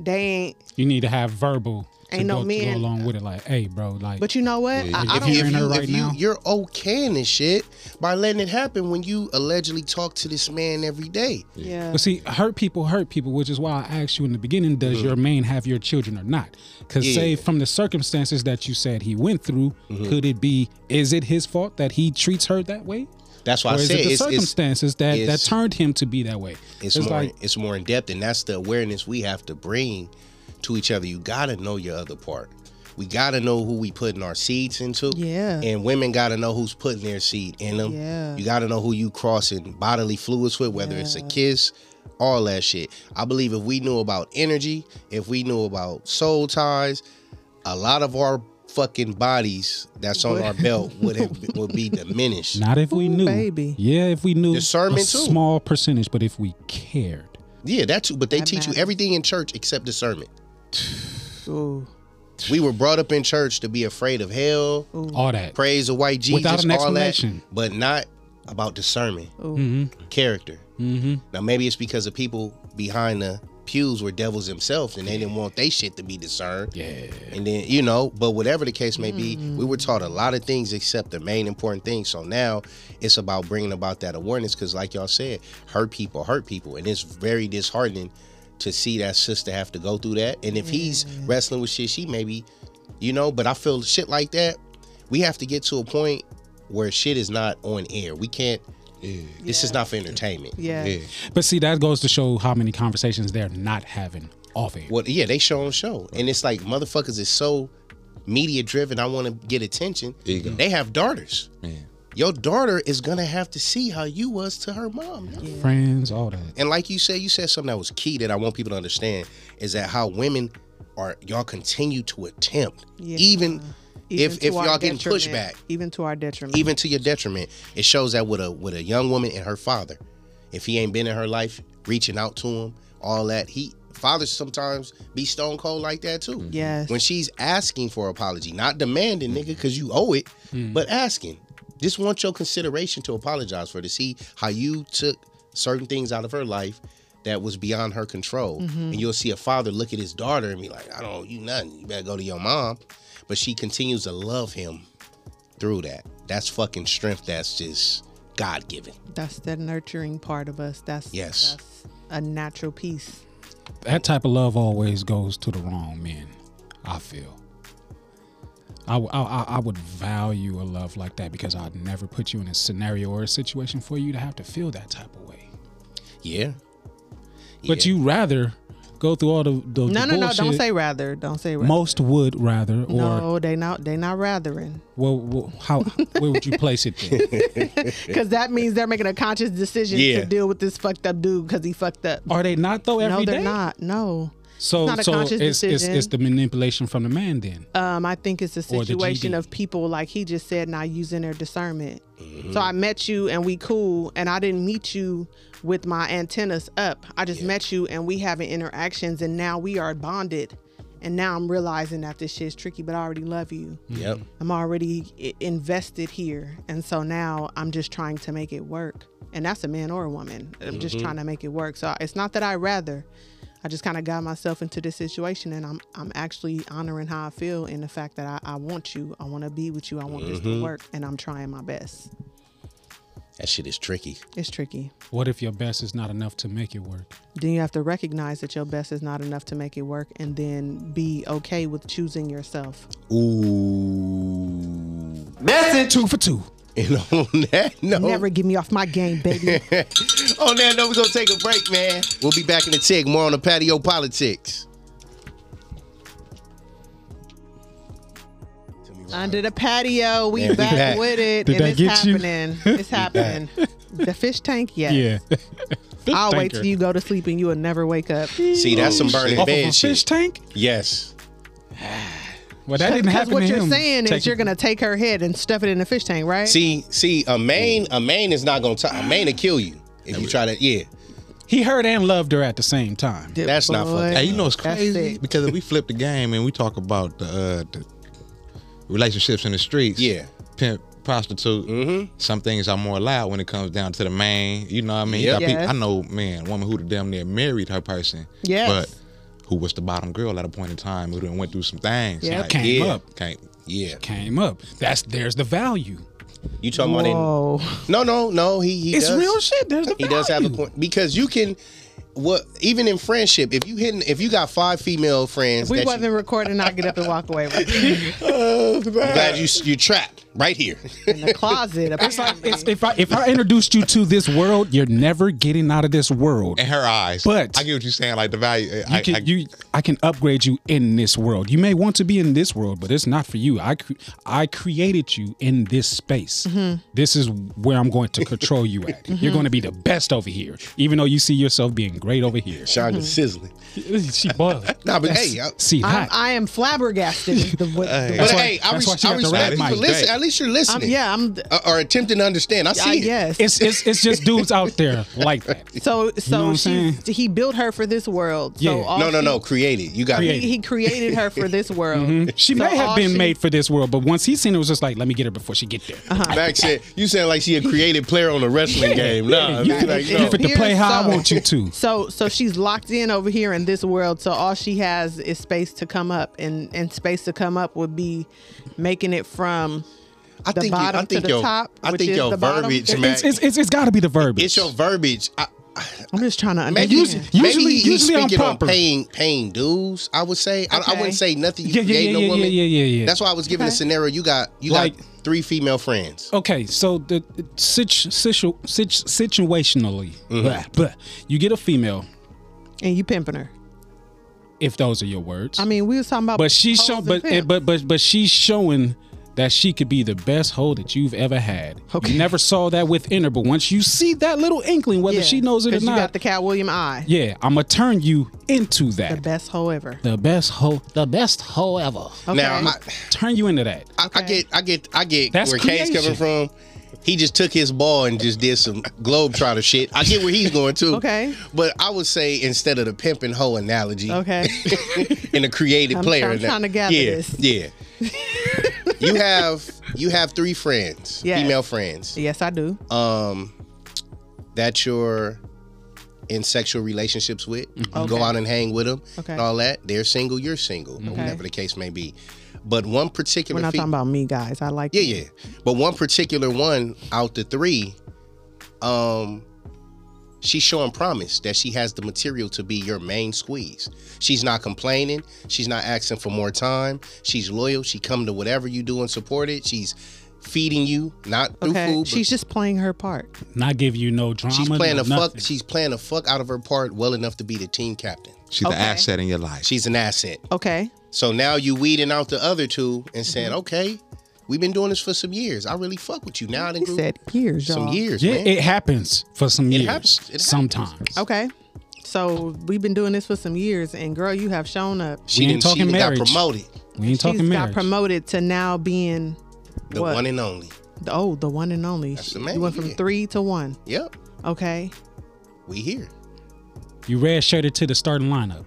Speaker 2: they ain't.
Speaker 1: You need to have verbal to
Speaker 2: Ain't no
Speaker 1: go, to go
Speaker 2: men-
Speaker 1: along with it. Like, hey, bro, like
Speaker 2: But you know what? I, I
Speaker 1: if
Speaker 2: don't.
Speaker 1: you- hearing her right
Speaker 4: if you,
Speaker 1: now.
Speaker 4: You're okaying this shit by letting it happen when you allegedly talk to this man every day.
Speaker 2: yeah.
Speaker 1: But see, hurt people hurt people, which is why I asked you in the beginning: Does your man have your children or not? Because
Speaker 4: Mm-hmm. Yeah. Mm-hmm.
Speaker 1: say from the circumstances that you said he went through, could it be? Is it his fault that he treats her that way,
Speaker 4: That's why
Speaker 1: or
Speaker 4: I
Speaker 1: is
Speaker 4: said
Speaker 1: it the
Speaker 4: it's, it's,
Speaker 1: circumstances that that
Speaker 4: it's-
Speaker 1: turned him to be that way?
Speaker 4: it's more it's more in depth, and that's the awareness we have to bring to each other. You gotta know your other part. We gotta know who we putting our seeds into.
Speaker 2: Yeah.
Speaker 4: And women gotta know who's putting their seed in them.
Speaker 2: Yeah.
Speaker 4: You gotta know who you crossing bodily fluids with, whether it's a kiss, all that shit. I believe if we knew about energy, if we knew about soul ties, a lot of our fucking bodies that's on our belt would have would be diminished.
Speaker 1: Not if we
Speaker 2: Ooh,
Speaker 1: knew,
Speaker 2: baby.
Speaker 1: Yeah, if we knew
Speaker 4: Discernment,
Speaker 1: a
Speaker 4: too.
Speaker 1: small percentage, but if we cared,
Speaker 4: Yeah, that too. But they
Speaker 2: That
Speaker 4: teach
Speaker 2: matters.
Speaker 4: you everything in church except discernment.
Speaker 2: Ooh.
Speaker 4: We were brought up in church to be afraid of hell,
Speaker 1: all that.
Speaker 4: praise the white Jesus,
Speaker 1: Without an
Speaker 4: all that,
Speaker 1: explanation. Mm-hmm.
Speaker 4: but not about discernment, character.
Speaker 1: hmm
Speaker 4: Now maybe it's because the people behind the pews were devils themselves, and they didn't want they shit to be discerned.
Speaker 1: Yeah.
Speaker 4: And then you know, but whatever the case may be, we were taught a lot of things except the main important thing. So now it's about bringing about that awareness because, like y'all said, hurt people hurt people, and it's very disheartening to see that sister have to go through that. And if he's wrestling with shit, she maybe, you know. But I feel shit like that. we have to get to a point where shit is not on air. We can't. This is not for entertainment.
Speaker 2: Yeah.
Speaker 6: Yeah.
Speaker 1: But see, that goes to show how many conversations they're not having off air.
Speaker 4: Well, yeah, they show on show, and it's like motherfuckers is so media driven. I want to get attention.
Speaker 6: Ego.
Speaker 4: They have daughters.
Speaker 6: Man.
Speaker 4: Your daughter is gonna have to see how you was to her mom.
Speaker 1: Friends, all that.
Speaker 4: And like you said, you said something that was key that I want people to understand is that how women are y'all continue to attempt
Speaker 2: Yeah.
Speaker 4: even, if
Speaker 2: to
Speaker 4: if
Speaker 2: our
Speaker 4: y'all getting
Speaker 2: detriment,
Speaker 4: pushback,
Speaker 2: even to our detriment.
Speaker 4: even to your detriment. It shows that with a with a young woman and her father, if he ain't been in her life, reaching out to him, all that he fathers sometimes be stone cold like that too.
Speaker 2: Yes.
Speaker 4: When she's asking for apology, not demanding, nigga,
Speaker 1: Mm-hmm.
Speaker 4: because you owe it, but asking. Just want your consideration to apologize for to see how you took certain things out of her life that was beyond her control. And you'll see a father look at his daughter and be like, I don't owe you nothing. You better go to your mom. But she continues to love him through that. That's fucking strength that's just God given.
Speaker 2: that's the nurturing part of us. That's
Speaker 4: Yes.
Speaker 2: that's a natural piece.
Speaker 1: That type of love always goes to the wrong men. I feel. I, w- I- I- I would value a love like that because I'd never put you in a scenario or a situation for you to have to feel that type of way.
Speaker 4: Yeah.
Speaker 1: But
Speaker 4: Yeah.
Speaker 1: you rather go through all the, the,
Speaker 2: No,
Speaker 1: the
Speaker 2: no, no.
Speaker 1: bullshit.
Speaker 2: Don't say rather. Don't say rather.
Speaker 1: most would rather or
Speaker 2: No, they not they not rathering
Speaker 1: well, well, how where would you place it then?
Speaker 2: because that means they're making a conscious decision
Speaker 4: Yeah.
Speaker 2: to deal with this fucked up dude because he fucked up.
Speaker 1: Are they not though?
Speaker 2: no,
Speaker 1: every
Speaker 2: they're
Speaker 1: day?
Speaker 2: not. No.
Speaker 1: So
Speaker 2: It's not a
Speaker 1: so
Speaker 2: conscious
Speaker 1: it's, it's
Speaker 2: decision.
Speaker 1: it's the manipulation from the man then.
Speaker 2: Um, I think it's a
Speaker 1: Or the
Speaker 2: situation
Speaker 1: GD.
Speaker 2: of people like he just said not using their discernment.
Speaker 1: Mm-hmm.
Speaker 2: So I met you and we cool, and I didn't meet you with my antennas up. I just met you and we having interactions, and now we are bonded. And now I'm realizing that this shit's tricky, but I already love you.
Speaker 4: Yep.
Speaker 2: I'm already i- invested here, and so now I'm just trying to make it work. And that's a man or a woman. I'm just trying to make it work. So it's not that I rather. I just kind of got myself into this situation, and I'm I'm actually honoring how I feel in the fact that I, I want you, I want to be with you, I want this to work, and I'm trying my best.
Speaker 4: That shit is tricky.
Speaker 2: It's tricky.
Speaker 1: What if your best is not enough to make it work?
Speaker 2: Then you have to recognize that your best is not enough to make it work, and then be okay with choosing yourself.
Speaker 4: Ooh.
Speaker 1: Two for two.
Speaker 4: And on that note,
Speaker 2: Never get me off my game, baby.
Speaker 4: on that note, we're gonna take a break, man. We'll be back in the tick, more on the patio politics. Tell me why.
Speaker 2: Under the patio, we
Speaker 4: Yeah, we
Speaker 2: back,
Speaker 4: back.
Speaker 2: with it,
Speaker 1: Did
Speaker 2: and
Speaker 1: that
Speaker 2: it's
Speaker 1: get you?
Speaker 2: happening. It's happening. The fish tank, yes.
Speaker 1: Yeah.
Speaker 2: I'll wait
Speaker 1: tanker.
Speaker 2: till you go to sleep and you will never wake up.
Speaker 4: See, that's some burning
Speaker 1: Oh, Off of a
Speaker 4: bed Oh, shit.
Speaker 1: fish tank?
Speaker 4: yes.
Speaker 1: Well, that didn't
Speaker 2: Because
Speaker 1: happen
Speaker 2: what
Speaker 1: to
Speaker 2: you're
Speaker 1: him.
Speaker 2: saying is
Speaker 1: Taking-
Speaker 2: you're gonna take her head and stuff it in the fish tank, right?
Speaker 4: See, see, a main, a main is not gonna. T- a main will kill you if you try to. Yeah,
Speaker 1: He heard and loved her at the same time.
Speaker 2: Good
Speaker 4: that's not
Speaker 2: boy.
Speaker 4: fucking-
Speaker 6: Hey, you know it's
Speaker 2: That's
Speaker 6: crazy
Speaker 2: it.
Speaker 6: because if we flip the game and we talk about the, uh, the relationships in the streets,
Speaker 4: Yeah.
Speaker 6: pimp, prostitute,
Speaker 1: Mm-hmm.
Speaker 6: some things are more allowed when it comes down to the man. You know what I mean? You
Speaker 4: Yep.
Speaker 6: got people-
Speaker 2: Yes.
Speaker 6: I know, man, woman who the damn near married her person,
Speaker 2: Yes.
Speaker 6: but who was the bottom girl at a point in time who done went through some things.
Speaker 2: Yep.
Speaker 6: Like,
Speaker 1: Came
Speaker 4: Yeah.
Speaker 1: up.
Speaker 6: can't-
Speaker 4: yeah.
Speaker 1: Came up. That's there's the value.
Speaker 4: You talking about
Speaker 2: Whoa.
Speaker 4: it? No, no, no. He, he
Speaker 1: it's
Speaker 4: does.
Speaker 1: real shit. There's the
Speaker 4: He
Speaker 1: value.
Speaker 4: does have a point because you can, what even in friendship, if you hitting, if you got five female friends,
Speaker 2: We
Speaker 4: that you-
Speaker 2: wasn't recording, I get up and walk away with it.
Speaker 4: I'm glad you you trapped right here.
Speaker 2: in the closet.
Speaker 1: It's like
Speaker 2: apparently.
Speaker 1: it's, if I if I introduced you to this world, you're never getting out of this world.
Speaker 6: In her eyes.
Speaker 1: But-
Speaker 6: I get what you're saying. Like the value.
Speaker 1: You
Speaker 6: I,
Speaker 1: can
Speaker 6: I,
Speaker 1: you I can upgrade you in this world. You may want to be in this world, but it's not for you. I cre- I created you in this space. This is where I'm going to control you at. You're going to be the best over here, even though you see yourself being great over here.
Speaker 4: Shonda sizzling.
Speaker 1: she boiled.
Speaker 4: Nah, but hey, I-
Speaker 1: see
Speaker 2: I'm,
Speaker 1: hot.
Speaker 2: I am flabbergasted. with the, with the-
Speaker 4: But
Speaker 1: why-
Speaker 4: hey, I,
Speaker 1: that's why
Speaker 4: res-
Speaker 1: she
Speaker 4: I
Speaker 1: got the red
Speaker 4: respect you.
Speaker 1: mic.
Speaker 4: Listen, at least you're
Speaker 2: I'm,
Speaker 4: listening.
Speaker 2: yeah, I'm.
Speaker 4: Or, Uh, or attempting to understand. I see
Speaker 2: I
Speaker 4: it.
Speaker 2: guess.
Speaker 1: it's, it's it's just dudes out there like that.
Speaker 2: So
Speaker 1: know what
Speaker 2: so
Speaker 1: I'm
Speaker 2: she he built her for this world. So
Speaker 1: Yeah.
Speaker 2: all
Speaker 4: No, no,
Speaker 2: she-
Speaker 4: no. Create it. You got
Speaker 2: He, he created her for this world.
Speaker 1: She
Speaker 2: So
Speaker 1: may have
Speaker 2: all
Speaker 1: been
Speaker 2: she-
Speaker 1: made for this world, but once he seen it, it was just like, let me get her before she get there.
Speaker 2: Uh-huh.
Speaker 4: it. Back said you sound like she a creative player on a wrestling game. Nah,
Speaker 1: you
Speaker 4: I mean,
Speaker 1: fit
Speaker 4: like,
Speaker 1: you
Speaker 4: no.
Speaker 1: fit to play
Speaker 2: Appears
Speaker 1: how I
Speaker 2: so.
Speaker 1: want you to.
Speaker 2: So so she's locked in over here in this world. So all she has is space to come up, and and space to come up would be making it from
Speaker 4: I
Speaker 2: the
Speaker 4: think you- I
Speaker 2: bottom
Speaker 4: think
Speaker 2: to the
Speaker 4: your
Speaker 2: top,
Speaker 4: I
Speaker 2: which
Speaker 4: think
Speaker 2: is
Speaker 4: your
Speaker 2: the bottom.
Speaker 4: verbiage, man.
Speaker 1: It's it's, it's, it's got to be the verbiage.
Speaker 4: It's your verbiage. I,
Speaker 2: I'm just trying to understand.
Speaker 4: Maybe,
Speaker 1: usually- usually-
Speaker 4: maybe he's
Speaker 1: usually I'm
Speaker 4: speaking on
Speaker 1: proper.
Speaker 4: paying paying dues. I would say I, I
Speaker 2: Okay.
Speaker 4: wouldn't say nothing. You
Speaker 1: Yeah, yeah,
Speaker 4: gave
Speaker 1: yeah,
Speaker 4: no
Speaker 1: yeah,
Speaker 4: woman.
Speaker 1: yeah, yeah, yeah.
Speaker 4: That's why I was giving
Speaker 2: Okay.
Speaker 4: a scenario. You got you
Speaker 1: Like-
Speaker 4: got three female friends.
Speaker 1: Okay, so the situ, situ, situ, situationally, blah, blah, you get a female
Speaker 2: and you pimping her.
Speaker 1: if those are your words.
Speaker 2: I mean, we was talking about.
Speaker 1: but she's
Speaker 2: hoes
Speaker 1: show,
Speaker 2: and
Speaker 1: but, eh,
Speaker 2: pimps.
Speaker 1: but but but she's showing that she could be the best hoe that you've ever had.
Speaker 2: Okay.
Speaker 1: You never saw that within her, but once you see that little inkling, whether
Speaker 2: Yeah,
Speaker 1: she knows it or
Speaker 2: 'cause
Speaker 1: not,
Speaker 2: You got the Cat William eye.
Speaker 1: yeah, I'm gonna turn you into that.
Speaker 2: The best hoe ever.
Speaker 1: The best hoe, the best hoe ever.
Speaker 2: Okay.
Speaker 4: Now I,
Speaker 1: Turn you into that.
Speaker 4: I, I get I get I get
Speaker 1: That's
Speaker 4: where Kane's coming
Speaker 1: creation.
Speaker 4: from. He just took his ball and just did some globetrotter shit. I get where he's going too.
Speaker 2: Okay.
Speaker 4: But I would say instead of the pimp and hoe analogy,
Speaker 2: okay.
Speaker 4: and a creative
Speaker 2: I'm
Speaker 4: player.
Speaker 2: try- I'm
Speaker 4: in that.
Speaker 2: trying to gather
Speaker 4: yeah,
Speaker 2: this.
Speaker 4: Yeah. you have you have three friends,
Speaker 2: Yes.
Speaker 4: female friends.
Speaker 2: yes, I do.
Speaker 4: um that you're in sexual relationships with. You
Speaker 2: Okay.
Speaker 4: go out and hang with them
Speaker 2: Okay.
Speaker 4: and all that. They're single, you're single, or whatever the case may be. But one particular
Speaker 2: We're not
Speaker 4: fe-
Speaker 2: talking about me, guys. I like.
Speaker 4: Yeah,
Speaker 2: you.
Speaker 4: yeah. But one particular one out the three, um, she's showing promise that she has the material to be your main squeeze. She's not complaining. She's not asking for more time. She's loyal. She come to whatever you do and support it. She's feeding you, not through
Speaker 2: Okay.
Speaker 4: food. but-
Speaker 2: She's just playing her part.
Speaker 1: Not give you no drama.
Speaker 4: She's playing
Speaker 1: no
Speaker 4: the
Speaker 1: nothing.
Speaker 4: fuck. She's playing the fuck out of her part well enough to be the team captain.
Speaker 6: She's
Speaker 2: Okay.
Speaker 6: the asset in your life.
Speaker 4: She's an asset.
Speaker 2: Okay.
Speaker 4: So now you weeding out the other two and saying,
Speaker 2: Mm-hmm.
Speaker 4: okay, we've been doing this for some years. I really fuck with you. Now I done
Speaker 2: He
Speaker 4: grew
Speaker 2: said years,
Speaker 4: some
Speaker 2: y'all.
Speaker 4: years,
Speaker 1: Yeah,
Speaker 4: man.
Speaker 1: it happens for some years.
Speaker 4: happens. It happens.
Speaker 1: Sometimes.
Speaker 2: Okay. So we've been doing this for some years, and girl, you have shown up.
Speaker 4: she
Speaker 1: ain't
Speaker 4: didn't. She
Speaker 1: talking
Speaker 4: done got
Speaker 1: marriage.
Speaker 4: promoted.
Speaker 1: We ain't talking
Speaker 2: She's
Speaker 1: marriage.
Speaker 2: got promoted to now being
Speaker 4: The
Speaker 2: What?
Speaker 4: one and only.
Speaker 2: oh the one and only.
Speaker 4: That's
Speaker 2: She-
Speaker 4: the
Speaker 2: you
Speaker 4: man,
Speaker 2: went from
Speaker 4: yeah.
Speaker 2: three to one.
Speaker 4: Yep,
Speaker 2: Okay.
Speaker 4: we here.
Speaker 1: you red shirted to the starting lineup.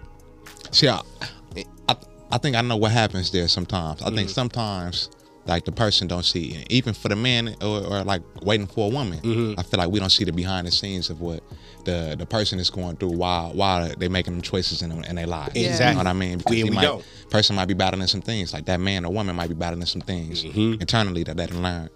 Speaker 6: See, I, I, I think I know what happens there sometimes. I
Speaker 4: Mm-hmm.
Speaker 6: think sometimes like the person don't see, and even for the man or, or like waiting for a woman,
Speaker 4: Mm-hmm.
Speaker 6: I feel like we don't see the behind the scenes of what the the person is going through. Why why they making them choices in in their lives? You know
Speaker 4: Exactly.
Speaker 6: what I mean? Because
Speaker 4: We-
Speaker 6: he
Speaker 4: we
Speaker 6: might-
Speaker 4: don't.
Speaker 6: person might be battling some things. Like that man or woman might be battling some things
Speaker 4: Mm-hmm.
Speaker 6: internally that they didn't learn.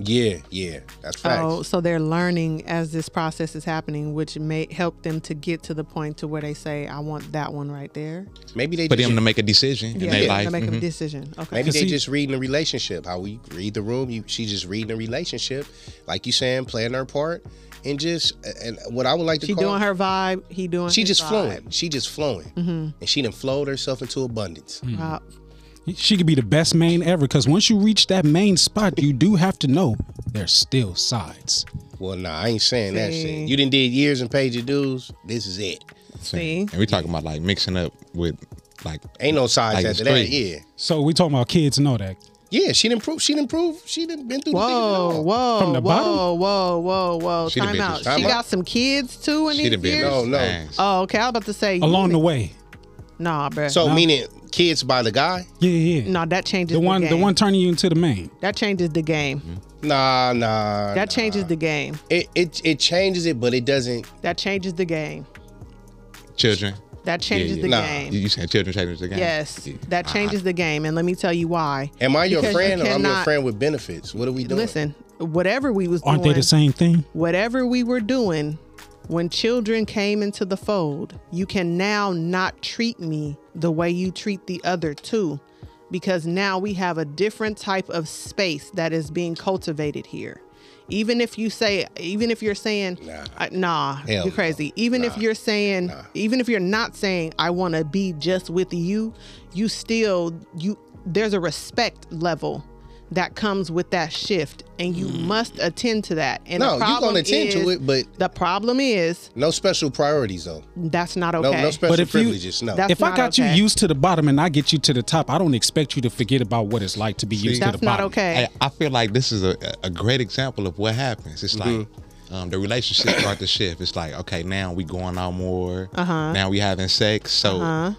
Speaker 4: Yeah, yeah. That's facts.
Speaker 2: Oh, so they're learning as this process is happening, which may help them to get to the point to where they say, "I want that one right there."
Speaker 4: Maybe they
Speaker 6: For
Speaker 4: just,
Speaker 6: them to make a decision in
Speaker 2: Yeah,
Speaker 6: their
Speaker 2: to
Speaker 6: life.
Speaker 2: make
Speaker 6: mhm.
Speaker 1: Mm-hmm.
Speaker 2: a decision. Okay.
Speaker 4: maybe they
Speaker 1: See-
Speaker 4: just reading the relationship. How we read the room. You, she just reading the relationship, like you saying, playing her part, and just and what I would like to
Speaker 2: she
Speaker 4: call
Speaker 2: doing her vibe. He doing.
Speaker 4: She
Speaker 2: his
Speaker 4: just
Speaker 2: vibe.
Speaker 4: flowing. She just flowing.
Speaker 2: Mm-hmm.
Speaker 4: And she done flowed herself into abundance.
Speaker 2: Wow.
Speaker 1: Hmm. She could be the best main ever because once you reach that main spot, you do have to know there's still sides.
Speaker 4: Well, nah, I ain't saying that
Speaker 2: See.
Speaker 4: shit. You done did years and paid your dues. This is it.
Speaker 2: See?
Speaker 6: And we talking about like mixing up with like
Speaker 4: Ain't no sides
Speaker 6: Like, it's
Speaker 4: after that.
Speaker 6: crazy.
Speaker 4: Yeah.
Speaker 1: So we talking about kids know that.
Speaker 4: Yeah, she done prove she done prove she done been through
Speaker 2: Whoa,
Speaker 4: the
Speaker 2: whoa,
Speaker 1: From the
Speaker 2: whoa,
Speaker 1: bottom?
Speaker 2: whoa, whoa, whoa!
Speaker 6: She done
Speaker 2: Time
Speaker 6: been
Speaker 2: out.
Speaker 6: just-
Speaker 4: Time
Speaker 2: She
Speaker 4: out.
Speaker 2: got some kids too in
Speaker 6: she
Speaker 2: these
Speaker 6: done been
Speaker 2: years.
Speaker 4: No, no.
Speaker 6: ass.
Speaker 2: Oh, okay. I was about to say.
Speaker 1: Along the way.
Speaker 2: Nah, bruh.
Speaker 4: So meaning kids by the guy?
Speaker 1: Yeah, yeah.
Speaker 2: nah, that changes
Speaker 1: the one
Speaker 2: game.
Speaker 1: the one turning you into the main.
Speaker 2: that changes the game.
Speaker 4: Mm-hmm. Nah, nah.
Speaker 2: That changes the game.
Speaker 4: it, it it changes it, but it doesn't
Speaker 2: That changes the game.
Speaker 6: Children.
Speaker 2: That changes
Speaker 6: yeah.
Speaker 2: the
Speaker 4: Nah.
Speaker 2: game.
Speaker 6: You, you saying children changes the game?
Speaker 2: Yes,
Speaker 6: Yeah.
Speaker 2: that
Speaker 6: I- I-
Speaker 2: changes the game, and let me tell you why.
Speaker 4: Am I your
Speaker 2: Because you
Speaker 4: friend or I'm your
Speaker 2: cannot-
Speaker 4: friend with benefits? What are we doing?
Speaker 2: Listen, whatever we was
Speaker 1: Aren't
Speaker 2: doing,
Speaker 1: they the same thing?
Speaker 2: whatever we were doing, when children came into the fold, you can now not treat me the way you treat the other two, because now we have a different type of space that is being cultivated here. Even if you say, even if you're saying,
Speaker 4: Nah.
Speaker 2: uh, nah
Speaker 4: Hell
Speaker 2: you're crazy. Even if you're saying, even if you're not saying, I want to be just with you, you still you. There's a respect level that comes with that shift, and
Speaker 4: Mm.
Speaker 2: you must attend to that. And
Speaker 4: No,
Speaker 2: the
Speaker 4: you gonna
Speaker 2: problem
Speaker 4: attend to
Speaker 2: is-
Speaker 4: it, but-
Speaker 2: the problem is
Speaker 4: No special priorities though.
Speaker 2: that's not
Speaker 4: No
Speaker 2: okay.
Speaker 4: no special
Speaker 1: But if you-
Speaker 4: privileges. no.
Speaker 2: That's
Speaker 1: if I
Speaker 2: not
Speaker 1: got
Speaker 2: okay.
Speaker 1: you used to the bottom and I get you to the top, I don't expect you to forget about what it's like to be used to
Speaker 2: that's
Speaker 1: the
Speaker 2: not
Speaker 1: bottom.
Speaker 2: okay.
Speaker 6: I, I feel like this is a, a great example of what happens. It's
Speaker 2: Mm-hmm.
Speaker 6: like um, the relationship start to shift. It's like, okay, now we going out more. Uh-huh. Now we having sex. So
Speaker 2: Uh-huh.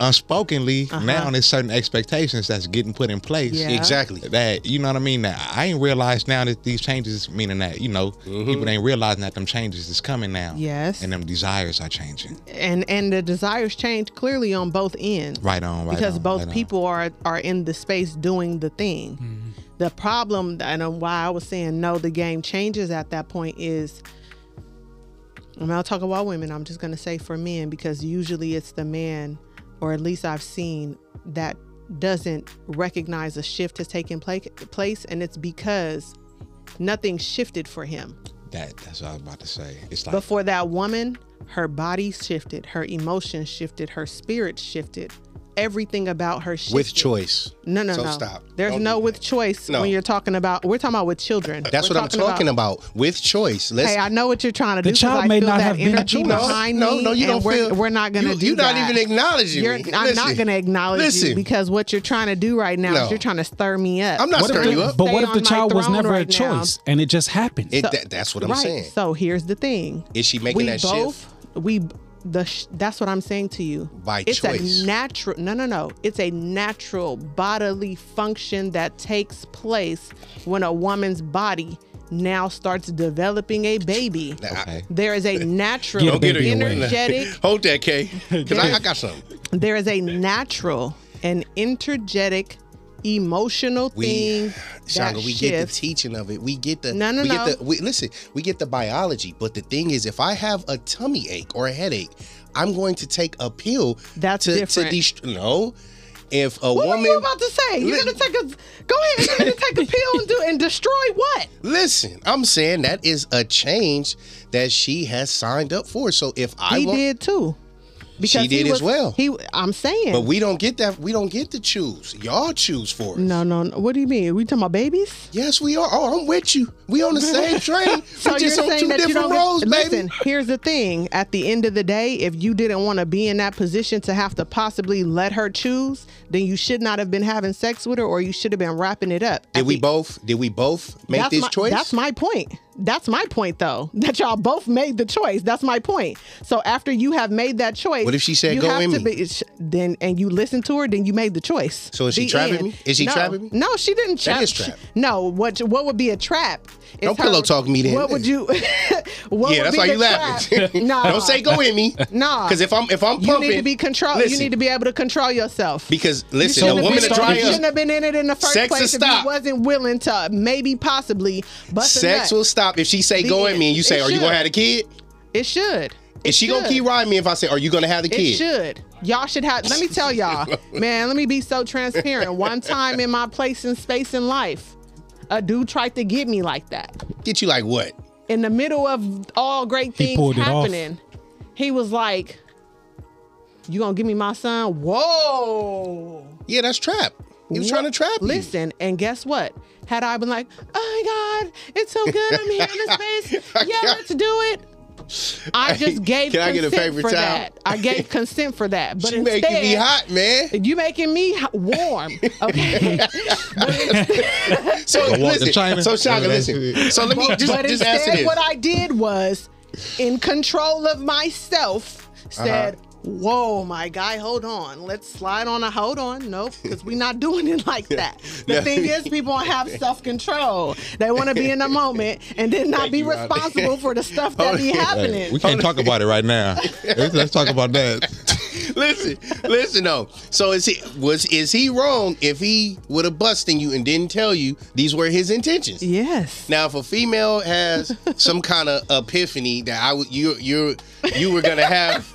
Speaker 6: unspokenly, now there's certain expectations that's getting put in place.
Speaker 2: Yeah.
Speaker 4: Exactly.
Speaker 6: That you know what I mean. That I ain't realized now that these changes, meaning that you know people ain't realizing that them changes is coming now.
Speaker 2: Yes.
Speaker 6: And them desires are changing.
Speaker 2: and and the desires change clearly on both ends.
Speaker 6: Right on. Right
Speaker 2: because
Speaker 6: on,
Speaker 2: both
Speaker 6: right on.
Speaker 2: people are are in the space doing the thing. The problem and uh, why I was saying no, the game changes at that point is I'm not talking about women. I'm just gonna say for men because usually it's the man, or at least I've seen that doesn't recognize a shift has taken pla- place, and it's because nothing shifted for him.
Speaker 6: That that's what I was about to say. It's like
Speaker 2: But for that woman, her body shifted, her emotions shifted, her spirit shifted, everything about her shifted.
Speaker 4: with choice.
Speaker 2: No, no,
Speaker 4: so
Speaker 2: no.
Speaker 4: stop.
Speaker 2: There's
Speaker 4: Don't
Speaker 2: no
Speaker 4: do
Speaker 2: with
Speaker 4: that.
Speaker 2: choice
Speaker 4: No.
Speaker 2: when you're talking about. We're talking about with children.
Speaker 4: That's
Speaker 2: We're
Speaker 4: what I'm talking about. With choice. Let's.
Speaker 2: Hey, I know what you're trying to do. 'cause
Speaker 1: child
Speaker 2: I
Speaker 1: may
Speaker 2: feel
Speaker 1: not
Speaker 2: that
Speaker 1: have been a
Speaker 2: energy
Speaker 1: choice.
Speaker 4: no,
Speaker 2: behind
Speaker 4: no,
Speaker 2: me,
Speaker 4: no, you
Speaker 2: and
Speaker 4: don't
Speaker 2: we're,
Speaker 4: feel.
Speaker 2: We're not gonna
Speaker 4: you,
Speaker 2: do
Speaker 4: You're
Speaker 2: that.
Speaker 4: not even acknowledging
Speaker 2: You're-
Speaker 4: me.
Speaker 2: I'm
Speaker 4: Listen.
Speaker 2: not gonna acknowledge
Speaker 4: Listen.
Speaker 2: you because what you're trying to do right now
Speaker 4: No.
Speaker 2: is you're trying to stir me up.
Speaker 4: I'm not
Speaker 1: What if
Speaker 4: stirring
Speaker 1: the-
Speaker 4: you up.
Speaker 1: But
Speaker 2: Stay
Speaker 1: what if
Speaker 2: on
Speaker 1: the
Speaker 2: my
Speaker 1: child was
Speaker 2: throne
Speaker 1: never
Speaker 2: right
Speaker 1: a
Speaker 2: now.
Speaker 1: choice and it just happened?
Speaker 4: It- that- that's what I'm
Speaker 2: right.
Speaker 4: saying.
Speaker 2: So here's the thing.
Speaker 4: Is she making
Speaker 2: we
Speaker 4: that
Speaker 2: both,
Speaker 4: shift?
Speaker 2: We the sh- that's what I'm saying to you.
Speaker 4: By
Speaker 2: it's
Speaker 4: choice.
Speaker 2: a natural. No, no, no. It's a natural bodily function that takes place when a woman's body now starts developing a baby.
Speaker 4: Nah, I-
Speaker 2: There is a natural,
Speaker 1: Don't get her your way.
Speaker 2: energetic.
Speaker 4: Hold that, K. Cause I, I got something.
Speaker 2: there is a natural and energetic, emotional
Speaker 4: We,
Speaker 2: thing that
Speaker 4: Shonda, we get the
Speaker 2: shifts.
Speaker 4: teaching of it. We get the.
Speaker 2: No, no,
Speaker 4: we
Speaker 2: no.
Speaker 4: Get the, we, listen, we get the biology. But the thing is, if I have a tummy ache or a headache, I'm going to take a pill.
Speaker 2: That's
Speaker 4: to,
Speaker 2: different.
Speaker 4: To dest- no, if a
Speaker 2: what
Speaker 4: woman.
Speaker 2: were you about to say? You're
Speaker 4: Li-
Speaker 2: gonna take a go ahead. You're gonna take a pill and do and destroy what?
Speaker 4: Listen, I'm saying that is a change that she has signed up for. So if I
Speaker 2: he
Speaker 4: want,
Speaker 2: did too. Because
Speaker 4: did
Speaker 2: he
Speaker 4: as
Speaker 2: was,
Speaker 4: well.
Speaker 2: He, I'm saying.
Speaker 4: but we don't get that. We don't get to choose. Y'all choose for us.
Speaker 2: no, no, no. What do you mean? we talking about babies?
Speaker 4: Yes, we are. Oh, I'm with you. We on the same train. we just on two different
Speaker 2: get-
Speaker 4: roads, baby.
Speaker 2: Listen, here's the thing. At the end of the day, if you didn't want to be in that position to have to possibly let her choose, then you should not have been having sex with her, or you should have been wrapping it up.
Speaker 4: Did
Speaker 2: At
Speaker 4: we
Speaker 2: the-
Speaker 4: both? Did we both make
Speaker 2: that's
Speaker 4: this
Speaker 2: my,
Speaker 4: choice?
Speaker 2: That's my point. That's my point, though. That y'all both made the choice. That's my point. So after you have made that choice,
Speaker 4: What if she said,
Speaker 2: you
Speaker 4: "Go
Speaker 2: have
Speaker 4: in
Speaker 2: to
Speaker 4: me"?
Speaker 2: Be, sh- then and you listen to her, then you made the choice.
Speaker 4: So is she
Speaker 2: The
Speaker 4: trapping
Speaker 2: end.
Speaker 4: me? Is she
Speaker 2: no,
Speaker 4: trapping me?
Speaker 2: No, she didn't trap.
Speaker 4: is trap.
Speaker 2: she- no, what what would be a trap? is
Speaker 4: Don't pillow talk me then.
Speaker 2: What would you? what would
Speaker 4: yeah, that's
Speaker 2: be
Speaker 4: why
Speaker 2: the
Speaker 4: you laughing.
Speaker 2: trap? no,
Speaker 4: Don't say go in me.
Speaker 2: Nah.
Speaker 4: Because if I'm if I'm
Speaker 2: You
Speaker 4: pumping,
Speaker 2: need to be control. You
Speaker 4: listen,
Speaker 2: need to be able to control yourself.
Speaker 4: Because
Speaker 2: You
Speaker 4: listen,
Speaker 2: shouldn't
Speaker 4: a
Speaker 2: have
Speaker 4: woman
Speaker 2: been-
Speaker 4: to dry
Speaker 2: You shouldn't
Speaker 4: up.
Speaker 2: have been in it in the first
Speaker 4: Sex will
Speaker 2: place if
Speaker 4: stop.
Speaker 2: you wasn't willing to maybe possibly bust a
Speaker 4: Sex
Speaker 2: nut.
Speaker 4: will stop if she say
Speaker 2: The
Speaker 4: go in
Speaker 2: end.
Speaker 4: me and you say,
Speaker 2: It
Speaker 4: are you gonna
Speaker 2: should.
Speaker 4: have a kid?
Speaker 2: It should. It
Speaker 4: Is she gonna
Speaker 2: should.
Speaker 4: keep riding me if I say, are you gonna have the
Speaker 2: It
Speaker 4: kid?
Speaker 2: should. Y'all should have. Let me tell y'all, man. Let me be so transparent. One time in my place and space in life, a dude tried to get me like that.
Speaker 4: Get you like what?
Speaker 2: In the middle of all great
Speaker 1: He
Speaker 2: things
Speaker 1: pulled it off.
Speaker 2: happening, he was like, "You gonna give me my son?" Whoa.
Speaker 4: Yeah, that's trap. He was
Speaker 2: What-
Speaker 4: trying to trap you.
Speaker 2: Listen, and guess what? Had I been like, "Oh my God, it's so good. I'm here in this space.
Speaker 4: I
Speaker 2: Yeah,
Speaker 4: can't-
Speaker 2: let's do it." I just gave
Speaker 4: Can I get a
Speaker 2: consent
Speaker 4: paper
Speaker 2: for
Speaker 4: towel?
Speaker 2: that. I gave consent for that. But
Speaker 4: She
Speaker 2: instead,
Speaker 4: making me hot, man.
Speaker 2: you making me h- warm. Okay.
Speaker 4: So
Speaker 6: Go walk to
Speaker 4: listen.
Speaker 6: China.
Speaker 4: So Shaka,
Speaker 6: Yeah, that's
Speaker 4: listen.
Speaker 6: it.
Speaker 4: So let me just,
Speaker 2: but
Speaker 4: just ask you
Speaker 2: instead,
Speaker 4: this.
Speaker 2: what I did was, in control of myself,
Speaker 4: Uh-huh.
Speaker 2: said, "Whoa, my guy, hold on. Let's slide on a hold on. Nope, because we're not doing it like that. The
Speaker 4: No.
Speaker 2: thing is, people don't have self control. They want to be in the moment and then not be
Speaker 4: you, Oh, Robin.
Speaker 2: responsible for the stuff that be
Speaker 6: Hey,
Speaker 2: happening.
Speaker 6: we can't talk about it right now. Let's let's talk about that.
Speaker 4: listen, listen though. So is he was is he wrong if he would have busting you and didn't tell you these were his intentions?
Speaker 2: yes.
Speaker 4: Now, if a female has some kind of epiphany that I would you you you were gonna have,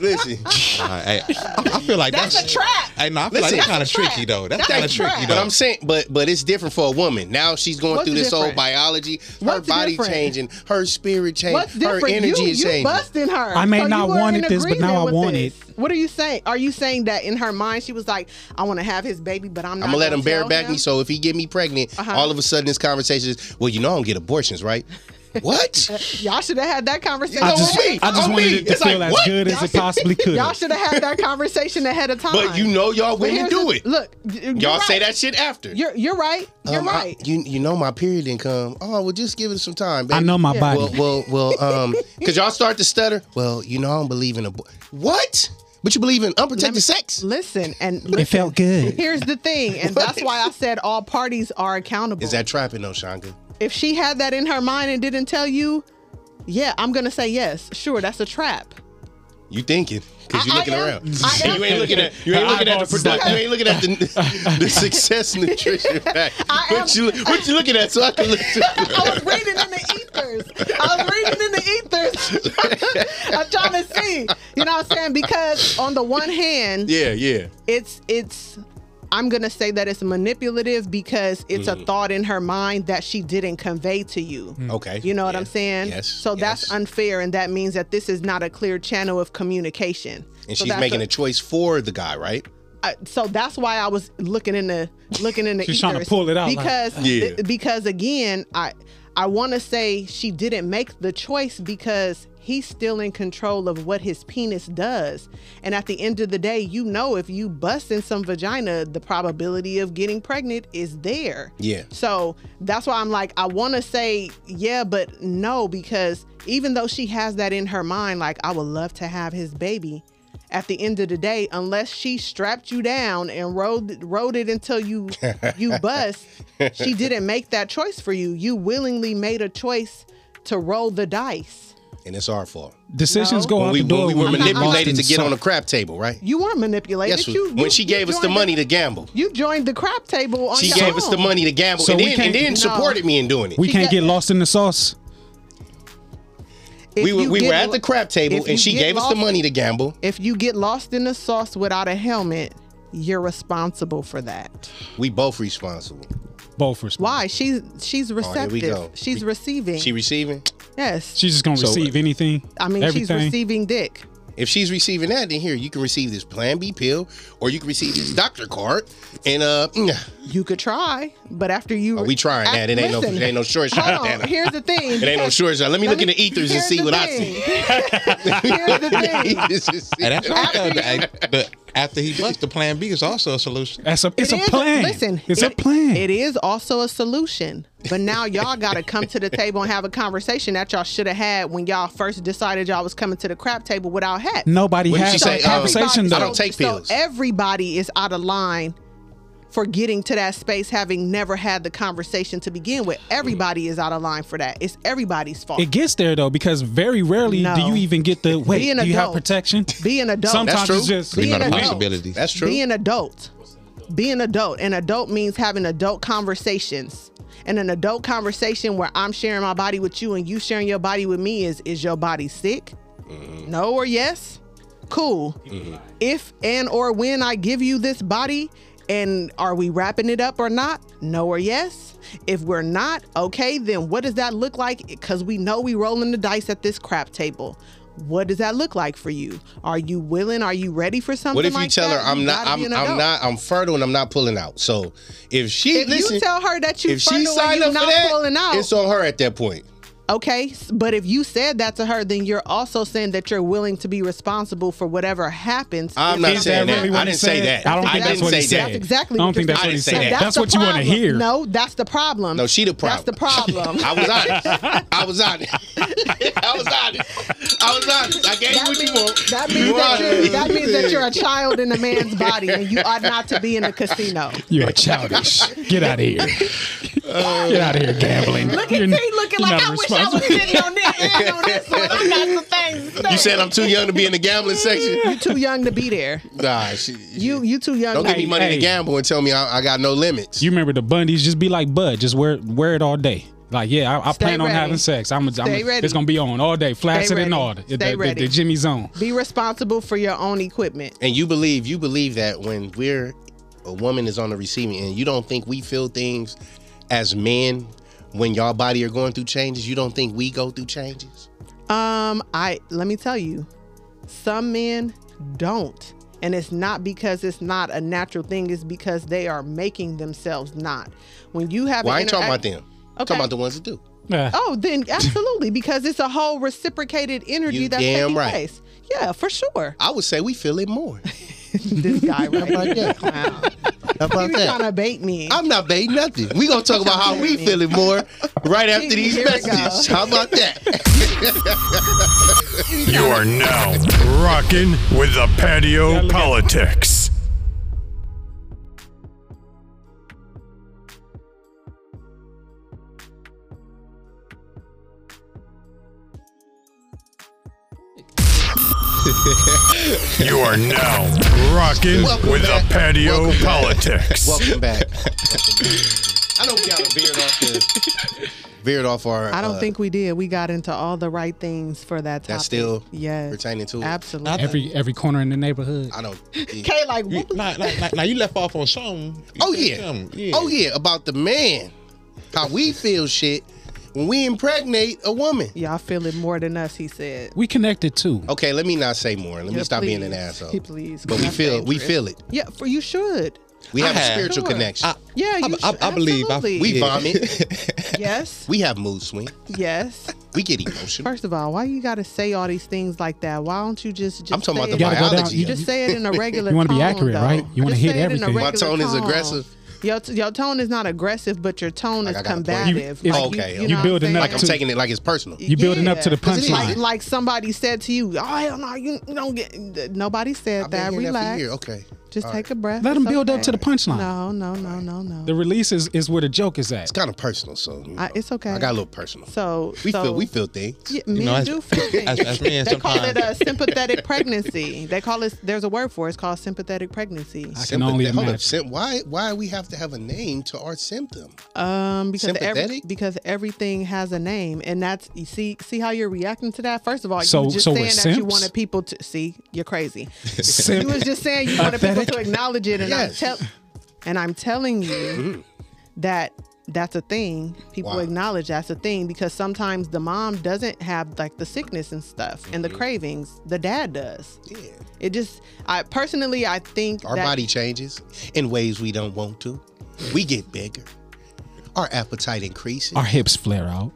Speaker 4: listen.
Speaker 6: Uh, hey, I, I feel like that's,
Speaker 2: That's a trap.
Speaker 6: Hey, no, I feel
Speaker 4: Listen,
Speaker 6: like that's kind of
Speaker 2: that's a trap.
Speaker 6: tricky though. That's
Speaker 2: That's
Speaker 6: kind
Speaker 2: a
Speaker 6: of tricky
Speaker 2: trap.
Speaker 4: But
Speaker 6: though.
Speaker 4: I'm saying, but but it's different for a woman. Now she's going
Speaker 2: What's
Speaker 4: through this
Speaker 2: different?
Speaker 4: old biology, her
Speaker 2: What's
Speaker 4: body
Speaker 2: different?
Speaker 4: changing, her spirit changing,
Speaker 2: What's
Speaker 4: her
Speaker 2: different?
Speaker 4: energy
Speaker 2: you,
Speaker 4: is
Speaker 2: you
Speaker 4: changing.
Speaker 2: busting her.
Speaker 1: I may
Speaker 2: you
Speaker 1: not
Speaker 2: were in
Speaker 1: wanted this, but now I
Speaker 2: agreement with
Speaker 1: want
Speaker 2: this. What are you saying? Are you saying that in her mind she was like, "I want to have his baby, but I'm not."
Speaker 4: I'm gonna let him bear
Speaker 2: tell
Speaker 4: back
Speaker 2: him?
Speaker 4: me. So if he get me pregnant,
Speaker 2: Uh-huh.
Speaker 4: all of a sudden this conversation is, well, you know I don't get abortions, right? what?
Speaker 2: Y'all should have had that conversation.
Speaker 1: I
Speaker 4: on
Speaker 1: just,
Speaker 4: me.
Speaker 1: I just
Speaker 4: On
Speaker 1: wanted
Speaker 4: me.
Speaker 1: it to
Speaker 4: It's
Speaker 1: feel
Speaker 4: like,
Speaker 1: as
Speaker 4: what?
Speaker 1: good as it possibly could.
Speaker 2: Y'all should have had that conversation ahead of time.
Speaker 4: But you know y'all
Speaker 2: But
Speaker 4: women
Speaker 2: here's
Speaker 4: do
Speaker 2: the-
Speaker 4: it.
Speaker 2: Look, y- you're
Speaker 4: Y'all say
Speaker 2: right.
Speaker 4: that shit after.
Speaker 2: You're you're right. You're
Speaker 4: Um, I-
Speaker 2: right.
Speaker 4: you you know my period didn't come. Oh well, just give it some time. Baby.
Speaker 1: I know my body.
Speaker 4: Well, well, well, um, because y'all start to stutter. Well, you know I don't believe in a what, but you believe in unprotected sex.
Speaker 2: listen and listen.
Speaker 1: it felt good.
Speaker 2: Here's the thing, and that's why I said all parties are accountable.
Speaker 4: Is that trapping though, Shanga?
Speaker 2: if she had that in her mind and didn't tell you, yeah, I'm gonna say yes. Sure, that's a trap.
Speaker 4: You thinking? Because you
Speaker 2: I- I
Speaker 4: looking
Speaker 2: am.
Speaker 4: around.
Speaker 2: I am.
Speaker 4: you ain't looking at you ain't
Speaker 1: Her
Speaker 4: looking at the
Speaker 1: eyeballs is like-
Speaker 4: product. You ain't looking at the, the success nutrition pack. What you what you looking at? So I can look.
Speaker 2: I was reading in the ethers. I was reading in the ethers. on the one hand,
Speaker 4: Yeah, yeah.
Speaker 2: it's it's I'm gonna say that it's manipulative because it's
Speaker 4: Mm.
Speaker 2: a thought in her mind that she didn't convey to you.
Speaker 4: Okay.
Speaker 2: You know what
Speaker 4: Yeah.
Speaker 2: I'm saying?
Speaker 4: Yes.
Speaker 2: So that's
Speaker 4: yes.
Speaker 2: unfair, and that means that this is not a clear channel of communication.
Speaker 4: And
Speaker 2: so
Speaker 4: she's
Speaker 2: that's
Speaker 4: making
Speaker 2: a-
Speaker 4: a choice for the guy, right?
Speaker 2: I- so that's why I was looking in the looking in the
Speaker 1: She's trying to
Speaker 2: ethers.
Speaker 1: pull it out, like-
Speaker 2: because
Speaker 4: Yeah.
Speaker 2: th- because again I I want to say she didn't make the choice because he's still in control of what his penis does and at the end of the day you know if you bust in some vagina the probability of getting pregnant is there
Speaker 4: Yeah.
Speaker 2: so that's why I'm like, I want to say yeah, but no, because even though she has that in her mind, like, I would love to have his baby. At the end of the day, unless she strapped you down and rode rode it until you you bust, she didn't make that choice for you. You willingly made a choice to roll the dice.
Speaker 4: And it's our fault.
Speaker 1: Decisions go
Speaker 4: When
Speaker 1: out
Speaker 4: we,
Speaker 1: the door.
Speaker 4: when we were
Speaker 1: when you lost
Speaker 4: manipulated
Speaker 1: in
Speaker 4: to get on
Speaker 1: something.
Speaker 4: a crap table, right?
Speaker 2: You weren't manipulated.
Speaker 4: Yes.
Speaker 2: you, you-
Speaker 4: when she
Speaker 2: you
Speaker 4: gave us the
Speaker 2: joined
Speaker 4: money to gamble.
Speaker 2: you joined the crap table on
Speaker 4: She
Speaker 2: your
Speaker 4: gave us the
Speaker 2: own.
Speaker 4: money to gamble
Speaker 1: So
Speaker 4: and
Speaker 1: we
Speaker 4: then,
Speaker 1: can't-
Speaker 4: and then
Speaker 1: No.
Speaker 4: supported me in doing it.
Speaker 1: We
Speaker 2: She
Speaker 1: can't
Speaker 2: got-
Speaker 1: get lost in the sauce.
Speaker 2: If
Speaker 4: we were,
Speaker 2: you
Speaker 4: we
Speaker 2: get
Speaker 4: were at
Speaker 2: lo-
Speaker 4: the crap table
Speaker 2: if
Speaker 4: and
Speaker 2: you
Speaker 4: she
Speaker 2: get
Speaker 4: gave us the
Speaker 2: lost-
Speaker 4: money to gamble.
Speaker 2: if you get lost in the sauce without a helmet, you're responsible for that.
Speaker 4: We both responsible.
Speaker 1: Both respond.
Speaker 2: Why? She's she's
Speaker 4: Oh, here we
Speaker 2: receptive.
Speaker 4: go.
Speaker 2: She's
Speaker 4: We-
Speaker 2: receiving.
Speaker 4: She receiving?
Speaker 2: yes.
Speaker 1: She's just gonna
Speaker 4: So, uh,
Speaker 1: receive anything.
Speaker 2: I mean,
Speaker 1: everything.
Speaker 2: she's receiving dick.
Speaker 4: If she's receiving that, then here, you can receive this Plan B pill or you can receive this doctor card. And uh, mm,
Speaker 2: You could try, but after you
Speaker 4: Are we trying
Speaker 2: I-
Speaker 4: that? It ain't no-
Speaker 2: listen,
Speaker 4: it ain't no short shot,
Speaker 2: Hold
Speaker 4: Anna.
Speaker 2: on. Here's the thing.
Speaker 4: it ain't no short shot. Let me look in the ethers and see what I see.
Speaker 2: see. here's the thing.
Speaker 4: This is-
Speaker 6: And that's not the, the, the- after he busts, the plan B is also a solution.
Speaker 1: That's a. It's
Speaker 2: It
Speaker 1: a
Speaker 2: is
Speaker 1: plan.
Speaker 2: listen,
Speaker 1: it's
Speaker 2: it-
Speaker 1: a plan.
Speaker 2: It is also a solution. But now y'all got to come to the table and have a conversation that y'all should have had when y'all first decided y'all was coming to the crap table without hats.
Speaker 1: Nobody
Speaker 4: What did
Speaker 1: has
Speaker 4: she
Speaker 1: that
Speaker 4: say? Um,
Speaker 1: conversation
Speaker 4: I
Speaker 1: though.
Speaker 4: don't take pills.
Speaker 2: So everybody is out of line for getting to that space having never had the conversation to begin with. Everybody is out of line for that. It's everybody's fault.
Speaker 1: It gets there though because very rarely
Speaker 2: No.
Speaker 1: do you even get the wait.
Speaker 2: an
Speaker 1: do you have
Speaker 2: adult.
Speaker 1: protection?
Speaker 2: Be an adult.
Speaker 1: Sometimes
Speaker 4: true.
Speaker 1: it's just
Speaker 2: Be
Speaker 6: It's not
Speaker 2: an
Speaker 6: a
Speaker 2: adult.
Speaker 6: possibility.
Speaker 4: That's true.
Speaker 2: Be an adult. Be an adult. An adult means having adult conversations. And an adult conversation where I'm sharing my body with you and you sharing your body with me is is your body sick?
Speaker 4: Mm-hmm.
Speaker 2: No or yes? Cool. If and or when I give you this body and are we wrapping it up or not? No or yes? If we're not, okay, then what does that look like? Cuz we know we rolling the dice at this crap table. What does that look like for you? Are you willing? Are you ready for something?
Speaker 4: What if you
Speaker 2: like
Speaker 4: tell
Speaker 2: that?
Speaker 4: her I'm
Speaker 2: You
Speaker 4: not
Speaker 2: gotta
Speaker 4: I'm
Speaker 2: be an
Speaker 4: I'm
Speaker 2: adult.
Speaker 4: not I'm fertile and I'm not pulling out. So if she
Speaker 2: If
Speaker 4: listen,
Speaker 2: you tell her that you
Speaker 4: if she
Speaker 2: fertile and
Speaker 4: signed
Speaker 2: you
Speaker 4: up
Speaker 2: not
Speaker 4: for
Speaker 2: pulling
Speaker 4: that,
Speaker 2: out,
Speaker 4: it's on her at that point.
Speaker 2: okay. s- But if you said that to her, then you're also saying that you're willing to be responsible for whatever happens.
Speaker 4: I'm
Speaker 2: if
Speaker 4: not
Speaker 2: it
Speaker 1: Is
Speaker 4: saying
Speaker 1: that
Speaker 4: that.
Speaker 1: really what
Speaker 4: I
Speaker 1: he
Speaker 4: didn't say
Speaker 1: said?
Speaker 4: that.
Speaker 1: I don't
Speaker 4: I
Speaker 1: think that's
Speaker 4: didn't
Speaker 1: what he
Speaker 4: say
Speaker 1: said.
Speaker 4: that.
Speaker 2: That's exactly.
Speaker 1: I don't
Speaker 2: what
Speaker 1: think
Speaker 2: you're
Speaker 1: that's
Speaker 4: I
Speaker 1: what he
Speaker 4: didn't say
Speaker 1: said.
Speaker 4: that.
Speaker 1: That's,
Speaker 2: the
Speaker 1: what you want to
Speaker 2: problem.
Speaker 1: hear.
Speaker 2: No, that's the problem.
Speaker 4: No, she the problem.
Speaker 2: That's the problem.
Speaker 4: I was honest. I was honest. I was honest. I was honest. I gave you what you want.
Speaker 2: That means
Speaker 4: You
Speaker 2: that, you're,
Speaker 4: honest.
Speaker 2: that means that you're a child in a man's body, and you ought not to be in a casino.
Speaker 1: You're childish. Get out of here. Get out of here gambling. Look
Speaker 2: He looking like I wish I was sitting on this and on this one. I got some things. to
Speaker 4: You
Speaker 2: say."
Speaker 4: said I'm too young to be in the gambling section.
Speaker 2: you too young to be there.
Speaker 4: Nah, she,
Speaker 2: You you too young.
Speaker 4: don't give
Speaker 2: to
Speaker 4: me money
Speaker 1: Hey,
Speaker 4: to
Speaker 1: hey.
Speaker 4: gamble and tell me I, I got no limits.
Speaker 1: You remember the Bundys? Just be like Bud. Just wear wear it all day. Like yeah, I, I
Speaker 2: Stay
Speaker 1: plan on
Speaker 2: ready.
Speaker 1: having sex. I'm, a, I'm
Speaker 2: Stay
Speaker 1: a,
Speaker 2: ready.
Speaker 1: It's gonna be on all day, flaccid
Speaker 2: ready.
Speaker 1: and all. The,
Speaker 2: Stay
Speaker 1: the, the,
Speaker 2: ready.
Speaker 1: the Jimmy's on.
Speaker 2: Be responsible for your own equipment.
Speaker 4: and you believe you believe that when we're a woman is on the receiving end, you don't think we feel things as men when y'all body are going through changes. You don't think we go through changes.
Speaker 2: Um, I let me tell you, some men don't. And it's not because it's not a natural thing, it's because they are making themselves not. When you have
Speaker 4: Well,
Speaker 2: an
Speaker 4: I ain't talking about
Speaker 2: interact-
Speaker 4: them. I'm
Speaker 2: Okay.
Speaker 4: talking about the ones that do.
Speaker 1: Yeah.
Speaker 2: Oh, then absolutely, because it's a whole reciprocated energy
Speaker 4: You
Speaker 2: that's
Speaker 4: damn
Speaker 2: taking
Speaker 4: right.
Speaker 2: place. Yeah, for sure.
Speaker 4: I would say we feel it more.
Speaker 2: This guy right
Speaker 4: about
Speaker 2: here.
Speaker 4: that?
Speaker 2: Wow.
Speaker 4: How
Speaker 2: You
Speaker 4: about
Speaker 2: trying
Speaker 4: that?
Speaker 2: to bait me?
Speaker 4: I'm not baiting nothing. We gonna talk about how we feel it more right after these
Speaker 2: Here we go.
Speaker 4: messages. How about that?
Speaker 8: You are now rocking with the patio politics. You are now rocking
Speaker 4: Welcome
Speaker 8: with
Speaker 4: back.
Speaker 8: the patio
Speaker 4: Welcome back.
Speaker 8: politics.
Speaker 4: Welcome back. I know we got a beard off the veered off our.
Speaker 2: I don't
Speaker 4: uh,
Speaker 2: think we did. We got into all the right things for that topic.
Speaker 4: that's still
Speaker 2: yes,
Speaker 4: pertaining to it.
Speaker 2: absolutely.
Speaker 1: Every every corner in the neighborhood.
Speaker 4: I don't. think-
Speaker 2: Kay, like,
Speaker 6: You,
Speaker 2: what the-
Speaker 6: nah, nah, nah, nah, you left off on something. You
Speaker 4: Oh
Speaker 6: said
Speaker 4: yeah.
Speaker 6: something.
Speaker 4: Oh yeah. About the man, how we feel shit when we impregnate a woman.
Speaker 2: y'all feel it more than us. He said.
Speaker 1: We connected too.
Speaker 4: Okay, let me not say more. Let me
Speaker 2: Yeah,
Speaker 4: stop being an
Speaker 2: please.
Speaker 4: asshole.
Speaker 2: Yeah, please,
Speaker 4: But we
Speaker 2: that's
Speaker 4: feel we
Speaker 2: dangerous.
Speaker 4: feel it.
Speaker 2: Yeah, for you should.
Speaker 4: We have,
Speaker 6: have.
Speaker 4: a spiritual
Speaker 2: Sure.
Speaker 4: connection.
Speaker 6: I-
Speaker 2: Yeah,
Speaker 6: I,
Speaker 2: you
Speaker 6: I,
Speaker 2: should-
Speaker 6: I believe I,
Speaker 2: absolutely.
Speaker 4: we
Speaker 6: yeah.
Speaker 4: vomit.
Speaker 2: Yes,
Speaker 4: we have mood swing.
Speaker 2: yes.
Speaker 4: We get emotional.
Speaker 2: First of all, why you got to say all these things like that? Why don't you just? just
Speaker 4: I'm talking
Speaker 2: say
Speaker 4: about the
Speaker 2: it-
Speaker 1: gotta go down-
Speaker 4: biology.
Speaker 1: you
Speaker 4: of
Speaker 2: Just
Speaker 4: it.
Speaker 2: say it in a regular.
Speaker 1: You wanna be
Speaker 2: tone,
Speaker 1: accurate,
Speaker 2: though.
Speaker 1: right? You wanna
Speaker 2: Just
Speaker 1: hit
Speaker 2: say it in a
Speaker 1: everything. My
Speaker 2: regular
Speaker 4: tone is aggressive.
Speaker 2: Your, t- your tone is not aggressive, but your tone
Speaker 4: Like I
Speaker 2: is
Speaker 4: got a plan.
Speaker 2: combative.
Speaker 1: You-
Speaker 2: Like,
Speaker 4: okay,
Speaker 2: know
Speaker 4: you
Speaker 2: what I'm
Speaker 1: building up
Speaker 2: saying?
Speaker 4: Like I'm
Speaker 1: to-
Speaker 4: taking it like it's personal.
Speaker 1: You building up to the
Speaker 2: 'Cause it's Like,
Speaker 1: punchline.
Speaker 2: like somebody said to you, oh hell no, you don't get. Nobody said
Speaker 4: I've been
Speaker 2: that.
Speaker 4: hearing
Speaker 2: Relax.
Speaker 4: that for a year. Okay.
Speaker 2: Just take a breath.
Speaker 1: Let
Speaker 2: It's
Speaker 1: them build up
Speaker 2: okay.
Speaker 1: to the punchline.
Speaker 2: No, no, no, no, no.
Speaker 1: The release is, is where the joke is at.
Speaker 4: It's kind of personal, so you
Speaker 2: I-
Speaker 4: know,
Speaker 2: it's okay.
Speaker 4: I got a little personal.
Speaker 2: so
Speaker 4: we
Speaker 2: so,
Speaker 4: feel we feel things.
Speaker 2: Yeah, men
Speaker 6: know, as-
Speaker 2: do feel things.
Speaker 6: as- as men,
Speaker 2: they call it uh, a
Speaker 6: sometimes-
Speaker 2: sympathetic pregnancy. They call it. There's a word for it. It's called sympathetic pregnancy.
Speaker 1: I can only
Speaker 4: Sympathet- hold up,
Speaker 1: imagine.
Speaker 4: sym- why why we have to have a name to our symptom?
Speaker 2: Um, because every,
Speaker 4: Sympathetic?
Speaker 2: because everything has a name, and that's you see see how you're reacting to that. First of all,
Speaker 1: So-
Speaker 2: you just
Speaker 1: so we're
Speaker 2: saying that you
Speaker 1: simps?
Speaker 2: wanted people to see you're crazy.
Speaker 1: Sim-
Speaker 2: you was just saying you wanted people to acknowledge it, and
Speaker 4: Yes.
Speaker 2: I'm tell and I'm telling you that that's a thing. People
Speaker 4: Wow.
Speaker 2: acknowledge that's a thing because sometimes the mom doesn't have like the sickness and stuff and the
Speaker 4: Mm-hmm.
Speaker 2: cravings. The dad does.
Speaker 4: Yeah.
Speaker 2: It just I personally I think
Speaker 4: Our
Speaker 2: that-
Speaker 4: body changes in ways we don't want to. We get bigger. Our appetite increases.
Speaker 1: Our hips flare out.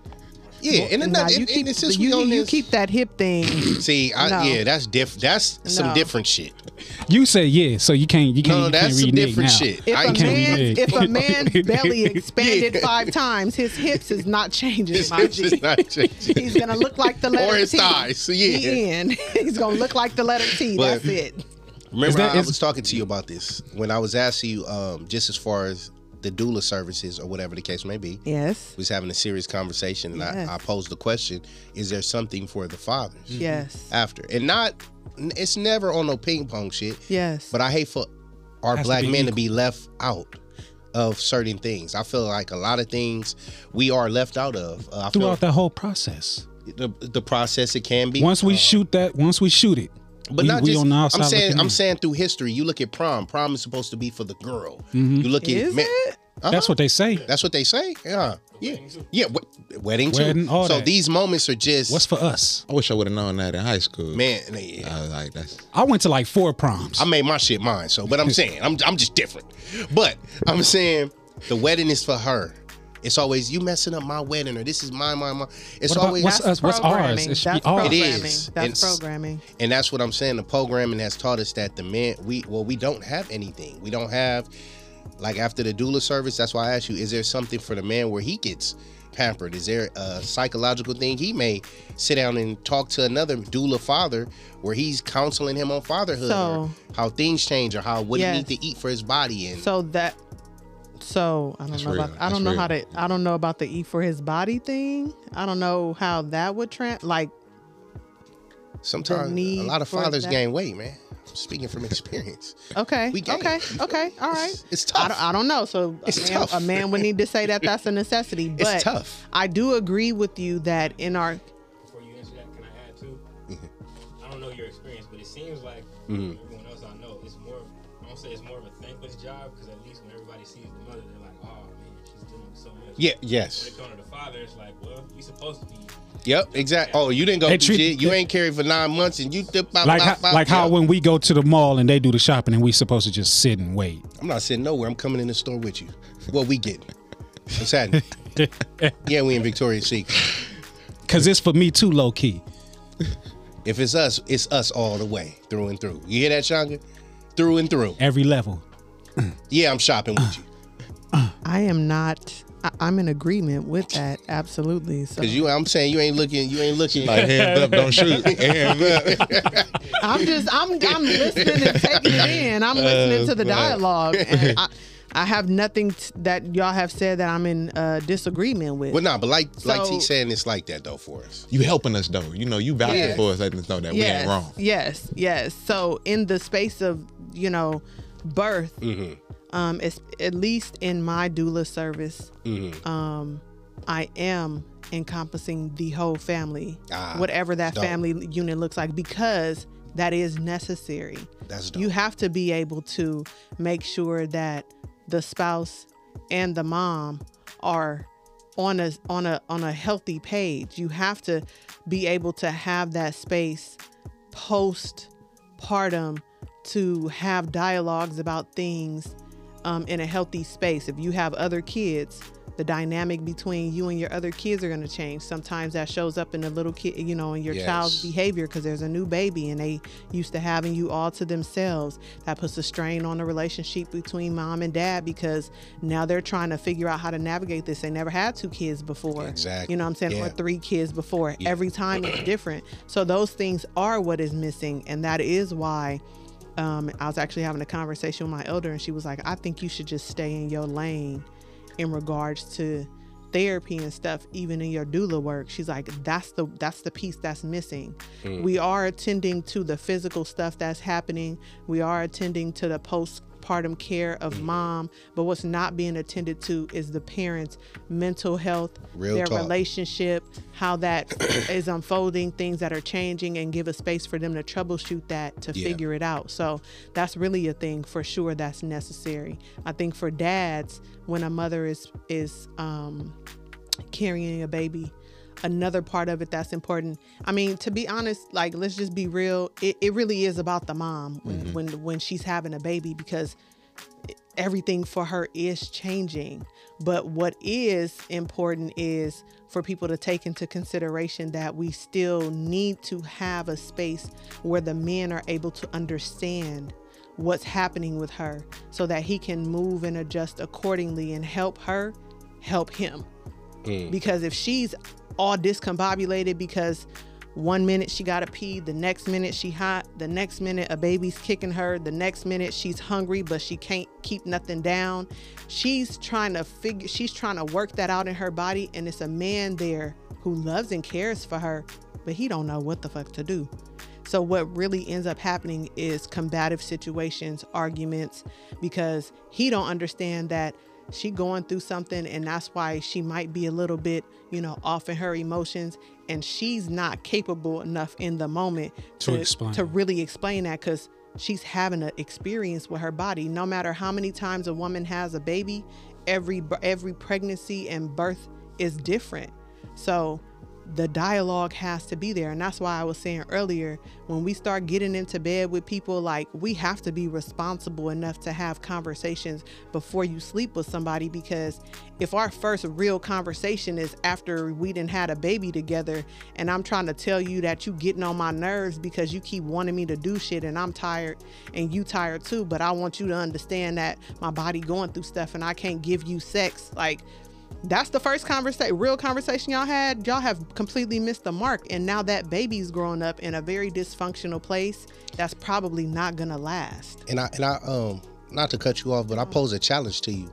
Speaker 4: yeah, and, and,
Speaker 2: Nah,
Speaker 4: that-
Speaker 2: you
Speaker 4: and-
Speaker 2: keep
Speaker 4: and since
Speaker 2: you,
Speaker 4: we on
Speaker 2: you
Speaker 4: this,
Speaker 2: keep that hip thing.
Speaker 4: see, I,
Speaker 2: No.
Speaker 4: yeah, that's diff. That's some
Speaker 2: No.
Speaker 4: different shit.
Speaker 1: You say yeah, so you can't you can't,
Speaker 4: No,
Speaker 1: you can't
Speaker 4: that's some
Speaker 1: renege
Speaker 4: different
Speaker 1: now.
Speaker 4: shit.
Speaker 2: If
Speaker 4: I
Speaker 2: a
Speaker 4: can't
Speaker 2: man,
Speaker 1: relate.
Speaker 2: if a man's belly expanded five times, his hips is not changing,
Speaker 4: It's,
Speaker 2: my
Speaker 4: it's
Speaker 2: G.
Speaker 4: just not changing.
Speaker 2: He's gonna look like the letter
Speaker 4: his
Speaker 2: T.
Speaker 4: thighs, yeah.
Speaker 2: He in. He's gonna look like the letter T.
Speaker 4: But-
Speaker 2: That's it.
Speaker 4: Remember,
Speaker 1: that-
Speaker 4: I
Speaker 1: is-
Speaker 4: was talking to you about this when I was asking you, um, just as far as the doula services or whatever the case may be.
Speaker 2: Yes.
Speaker 4: We was having a serious conversation, and
Speaker 2: Yes.
Speaker 4: I, I posed the question: Is there something for the fathers
Speaker 2: Yes.
Speaker 4: after? And not, it's never on no ping pong shit.
Speaker 2: Yes.
Speaker 4: But I hate for our
Speaker 1: Has to
Speaker 4: black
Speaker 1: be
Speaker 4: men to be left out of certain things. I feel like a lot of things we are left out of. Uh, I
Speaker 1: Throughout
Speaker 4: feel
Speaker 1: that whole process.
Speaker 4: the, the process it can be.
Speaker 1: Once we shoot that, once we shoot it,
Speaker 4: But
Speaker 1: we,
Speaker 4: not
Speaker 1: we
Speaker 4: just.
Speaker 1: on the outside
Speaker 4: I'm saying.
Speaker 1: looking
Speaker 4: I'm
Speaker 1: in.
Speaker 4: saying through history. You look at prom. Prom is supposed to be for the girl.
Speaker 1: Mm-hmm.
Speaker 4: You look
Speaker 2: Is
Speaker 4: at. men-
Speaker 2: it?
Speaker 4: Uh-huh.
Speaker 1: That's what they say.
Speaker 4: That's what they say. Yeah. Yeah. Yeah. we- Wedding too.
Speaker 1: Wedding, all
Speaker 4: so
Speaker 1: that.
Speaker 4: these moments are just.
Speaker 1: What's for us?
Speaker 6: I wish I would have known that in high school.
Speaker 4: man? yeah.
Speaker 6: I was like, that's
Speaker 1: I went to like four proms.
Speaker 4: I made my shit mine. So, but I'm saying I'm I'm just different. But I'm saying the wedding is for her. It's always you messing up my wedding or this is my my my. It's
Speaker 1: What about-
Speaker 4: always
Speaker 1: what's uh,
Speaker 2: That's
Speaker 1: us- what's ours?
Speaker 2: programming.
Speaker 1: It should be
Speaker 2: That's
Speaker 1: ours. It
Speaker 2: programming.
Speaker 4: is.
Speaker 2: That's
Speaker 4: It's-
Speaker 2: programming.
Speaker 4: and that's what I'm saying. The programming has taught us that the men we well we don't have anything. We don't have like after the doula service. That's why I asked you: Is there something for the man where he gets pampered? Is there a psychological thing he may sit down and talk to another doula father where he's counseling him on fatherhood,
Speaker 2: So-
Speaker 4: or how things change, or how what he
Speaker 2: Yes.
Speaker 4: needs to eat for his body and.
Speaker 2: So that. So I don't know.
Speaker 6: real.
Speaker 2: About, I
Speaker 6: That's
Speaker 2: don't know how
Speaker 6: real.
Speaker 2: to. I don't know about the E for his body thing. I don't know how that would trend. Like
Speaker 4: Sometimes a
Speaker 2: need
Speaker 4: lot of
Speaker 2: for
Speaker 4: fathers
Speaker 2: that-
Speaker 4: gain weight, man. I'm speaking from experience.
Speaker 2: Okay.
Speaker 4: We gay.
Speaker 2: okay. Okay. All right.
Speaker 4: It's- it's
Speaker 2: I
Speaker 4: tough.
Speaker 2: don't, I don't know. So a
Speaker 4: It's
Speaker 2: man,
Speaker 4: tough.
Speaker 2: a man would need to say that that's a necessity. But
Speaker 4: It's tough.
Speaker 2: I do agree with you that in our
Speaker 3: Before you answer that, can I add too?
Speaker 2: Mm-hmm.
Speaker 3: I don't know your experience, but it seems like everyone else I know, it's more. I don't say it's more of a thankless job because at least when everybody sees the mother, they're like, "Oh man, she's doing so much."
Speaker 4: Yeah.
Speaker 3: When
Speaker 4: Yes.
Speaker 3: it comes to the father, it's like, "Well, you supposed to be."
Speaker 4: Yep. Exactly. Oh, you didn't go
Speaker 1: They
Speaker 4: through
Speaker 1: treat-
Speaker 4: shit. You ain't carried for nine months, and you dip out.
Speaker 1: like
Speaker 4: blah,
Speaker 1: how,
Speaker 4: blah,
Speaker 1: like how
Speaker 4: yeah.
Speaker 1: when we go to the mall and they do the shopping and we supposed to just sit and wait.
Speaker 4: I'm not sitting nowhere. I'm coming in the store with you. What we getting? What's happening? yeah, we in Victoria's Secret.
Speaker 1: Cause it's for me too, low key.
Speaker 4: If it's us, it's us all the way through and through. You hear that, Shanga? Through and through.
Speaker 1: Every level.
Speaker 4: Yeah, I'm shopping with you
Speaker 2: I am not I, I'm in agreement with that. Absolutely. So
Speaker 4: because you. I'm saying you ain't looking. You ain't looking.
Speaker 6: like hands up, don't shoot. Hands up.
Speaker 2: I'm just I'm I'm listening and taking it in.
Speaker 4: Uh,
Speaker 2: I'm listening to the dialogue. And I, I have nothing t- that y'all have said that I'm in uh, disagreement with.
Speaker 4: well, nah, but like like
Speaker 2: So-
Speaker 4: T saying, it's like that though for us.
Speaker 6: You helping us though. You know, you vouching
Speaker 2: Yes.
Speaker 6: for us, letting us know that we ain't wrong.
Speaker 2: Yes, yes. So in the space of you know birth, um, it's at least in my doula service, um, I am encompassing the whole family,
Speaker 4: Ah,
Speaker 2: whatever that
Speaker 4: dope.
Speaker 2: family unit looks like, because that is necessary.
Speaker 4: That's dope.
Speaker 2: You have to be able to make sure that the spouse and the mom are on a on a on a healthy page. You have to be able to have that space postpartum to have dialogues about things um, in a healthy space. If you have other kids, the dynamic between you and your other kids are going to change. Sometimes that shows up in a little kid, you know, in your child's
Speaker 4: Yes.
Speaker 2: behavior because there's a new baby and they used to having you all to themselves. That puts a strain on the relationship between mom and dad because now they're trying to figure out how to navigate this. They never had two kids before.
Speaker 4: Exactly.
Speaker 2: You know what I'm saying?
Speaker 4: Yeah.
Speaker 2: Or three kids before. Every time it's different. So those things are what is missing. And that is why um, I was actually having a conversation with my elder, and she was like, I think you should just stay in your lane in regards to therapy and stuff, even in your doula work. She's like, that's the that's the piece that's missing.
Speaker 4: Mm.
Speaker 2: We are attending to the physical stuff that's happening. We are attending to the postpartum care
Speaker 4: Mm.
Speaker 2: of mom, but what's not being attended to is the parents' mental health,
Speaker 4: Real
Speaker 2: their
Speaker 4: talk.
Speaker 2: relationship, how that is unfolding, things that are changing, and give a space for them to troubleshoot that to
Speaker 4: Yeah.
Speaker 2: figure it out. So that's really a thing for sure that's necessary. I think for dads, when a mother is is um, carrying a baby, another part of it that's important. I mean, to be honest, like let's just be real. It, it really is about the mom when, when when she's having a baby because everything for her is changing. But what is important is for people to take into consideration that we still need to have a space where the men are able to understand what's happening with her so that he can move and adjust accordingly and help her help him. Because if she's all discombobulated because one minute she gotta pee, the next minute she hot, the next minute a baby's kicking her, the next minute she's hungry but she can't keep nothing down. She's trying to figure she's trying to work that out in her body and it's a man there who loves and cares for her, but he don't know what the fuck to do. So what really ends up happening is combative situations, arguments, because he don't understand that she going through something and that's why she might be a little bit, you know, off in her emotions and she's not capable enough in the moment
Speaker 1: To explain.
Speaker 2: to really explain that because she's having an experience with her body. No matter how many times a woman has a baby, every every pregnancy and birth is different. So the dialogue has to be there, and that's why I was saying earlier when we start getting into bed with people, like we have to be responsible enough to have conversations before you sleep with somebody because if our first real conversation is after we didn't had a baby together and I'm trying to tell you that you getting on my nerves because you keep wanting me to do shit and I'm tired and you tired too but I want you to understand that my body going through stuff and I can't give you sex like that's the first conversation real conversation y'all had y'all have completely missed the mark and now that baby's growing up in a very dysfunctional place that's probably not gonna last
Speaker 4: and I and I um not to cut you off, but I pose a challenge to you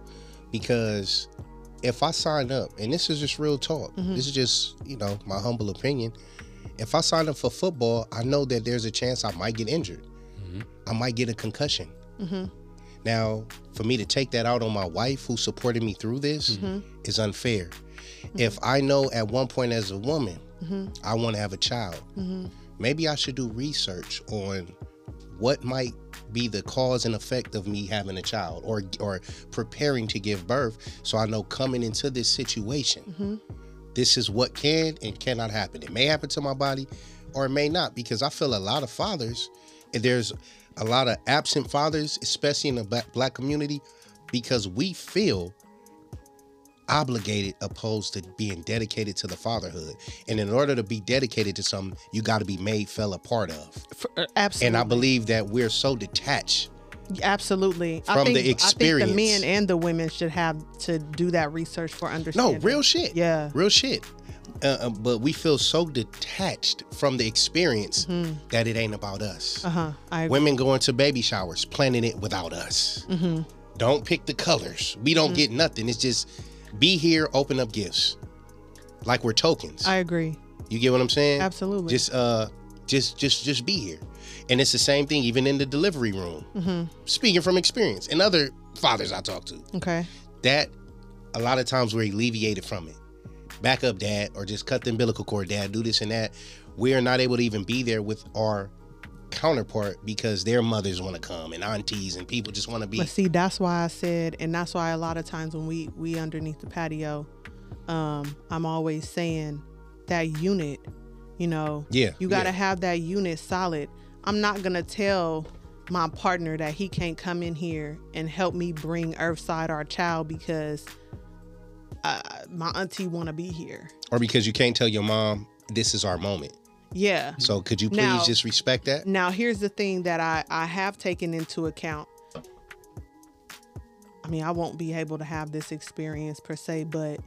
Speaker 4: because if I sign up, and this is just real talk, this is just you know my humble opinion. If I sign up for football, I know that there's a chance I might get injured. I might get a concussion. Now, for me to take that out on my wife who supported me through this is unfair. If I know at one point as a woman, I want to have a child, maybe I should do research on what might be the cause and effect of me having a child or or preparing to give birth so I know coming into this situation this is what can and cannot happen it may happen to my body or it may not because I feel a lot of fathers and there's a lot of absent fathers especially in the black, black community because we feel obligated opposed to being dedicated to the fatherhood and in order to be dedicated to something you got to be made fell a part of
Speaker 2: absolutely
Speaker 4: Uh, and I believe that we're so detached.
Speaker 2: Absolutely. I
Speaker 4: From
Speaker 2: think,
Speaker 4: the
Speaker 2: I think
Speaker 4: experience.
Speaker 2: the men and the women should have to do that research for understanding.
Speaker 4: No, real shit.
Speaker 2: Yeah.
Speaker 4: real shit. Uh, uh, but we feel so detached from the experience
Speaker 2: Mm-hmm.
Speaker 4: that it ain't about us.
Speaker 2: Uh huh. I agree.
Speaker 4: Women going to baby showers, planning it without us.
Speaker 2: Mm-hmm.
Speaker 4: Don't pick the colors. We don't get nothing. It's just be here, open up gifts, like we're tokens.
Speaker 2: I agree.
Speaker 4: You get what I'm saying?
Speaker 2: Absolutely.
Speaker 4: Just uh, just just just be here, and it's the same thing even in the delivery room.
Speaker 2: Mm-hmm.
Speaker 4: Speaking from experience and other fathers I talk to.
Speaker 2: Okay.
Speaker 4: that a lot of times we're alleviated from it back up, dad, or just cut the umbilical cord, dad, do this and that. We are not able to even be there with our counterpart because their mothers want to come and aunties and people just want to be.
Speaker 2: But see, that's why I said, and that's why a lot of times when we we underneath the patio, um, I'm always saying that unit. You know,
Speaker 4: Yeah,
Speaker 2: you got to
Speaker 4: yeah.
Speaker 2: have that unit solid. I'm not gonna tell my partner that he can't come in here and help me bring Earthside our child because uh, my auntie want to be here.
Speaker 4: or because you can't tell your mom this is our moment.
Speaker 2: Yeah.
Speaker 4: So could you please
Speaker 2: Now-
Speaker 4: just respect that?
Speaker 2: Now, here's the thing that I, I have taken into account. I mean, I won't be able to have this experience per se, but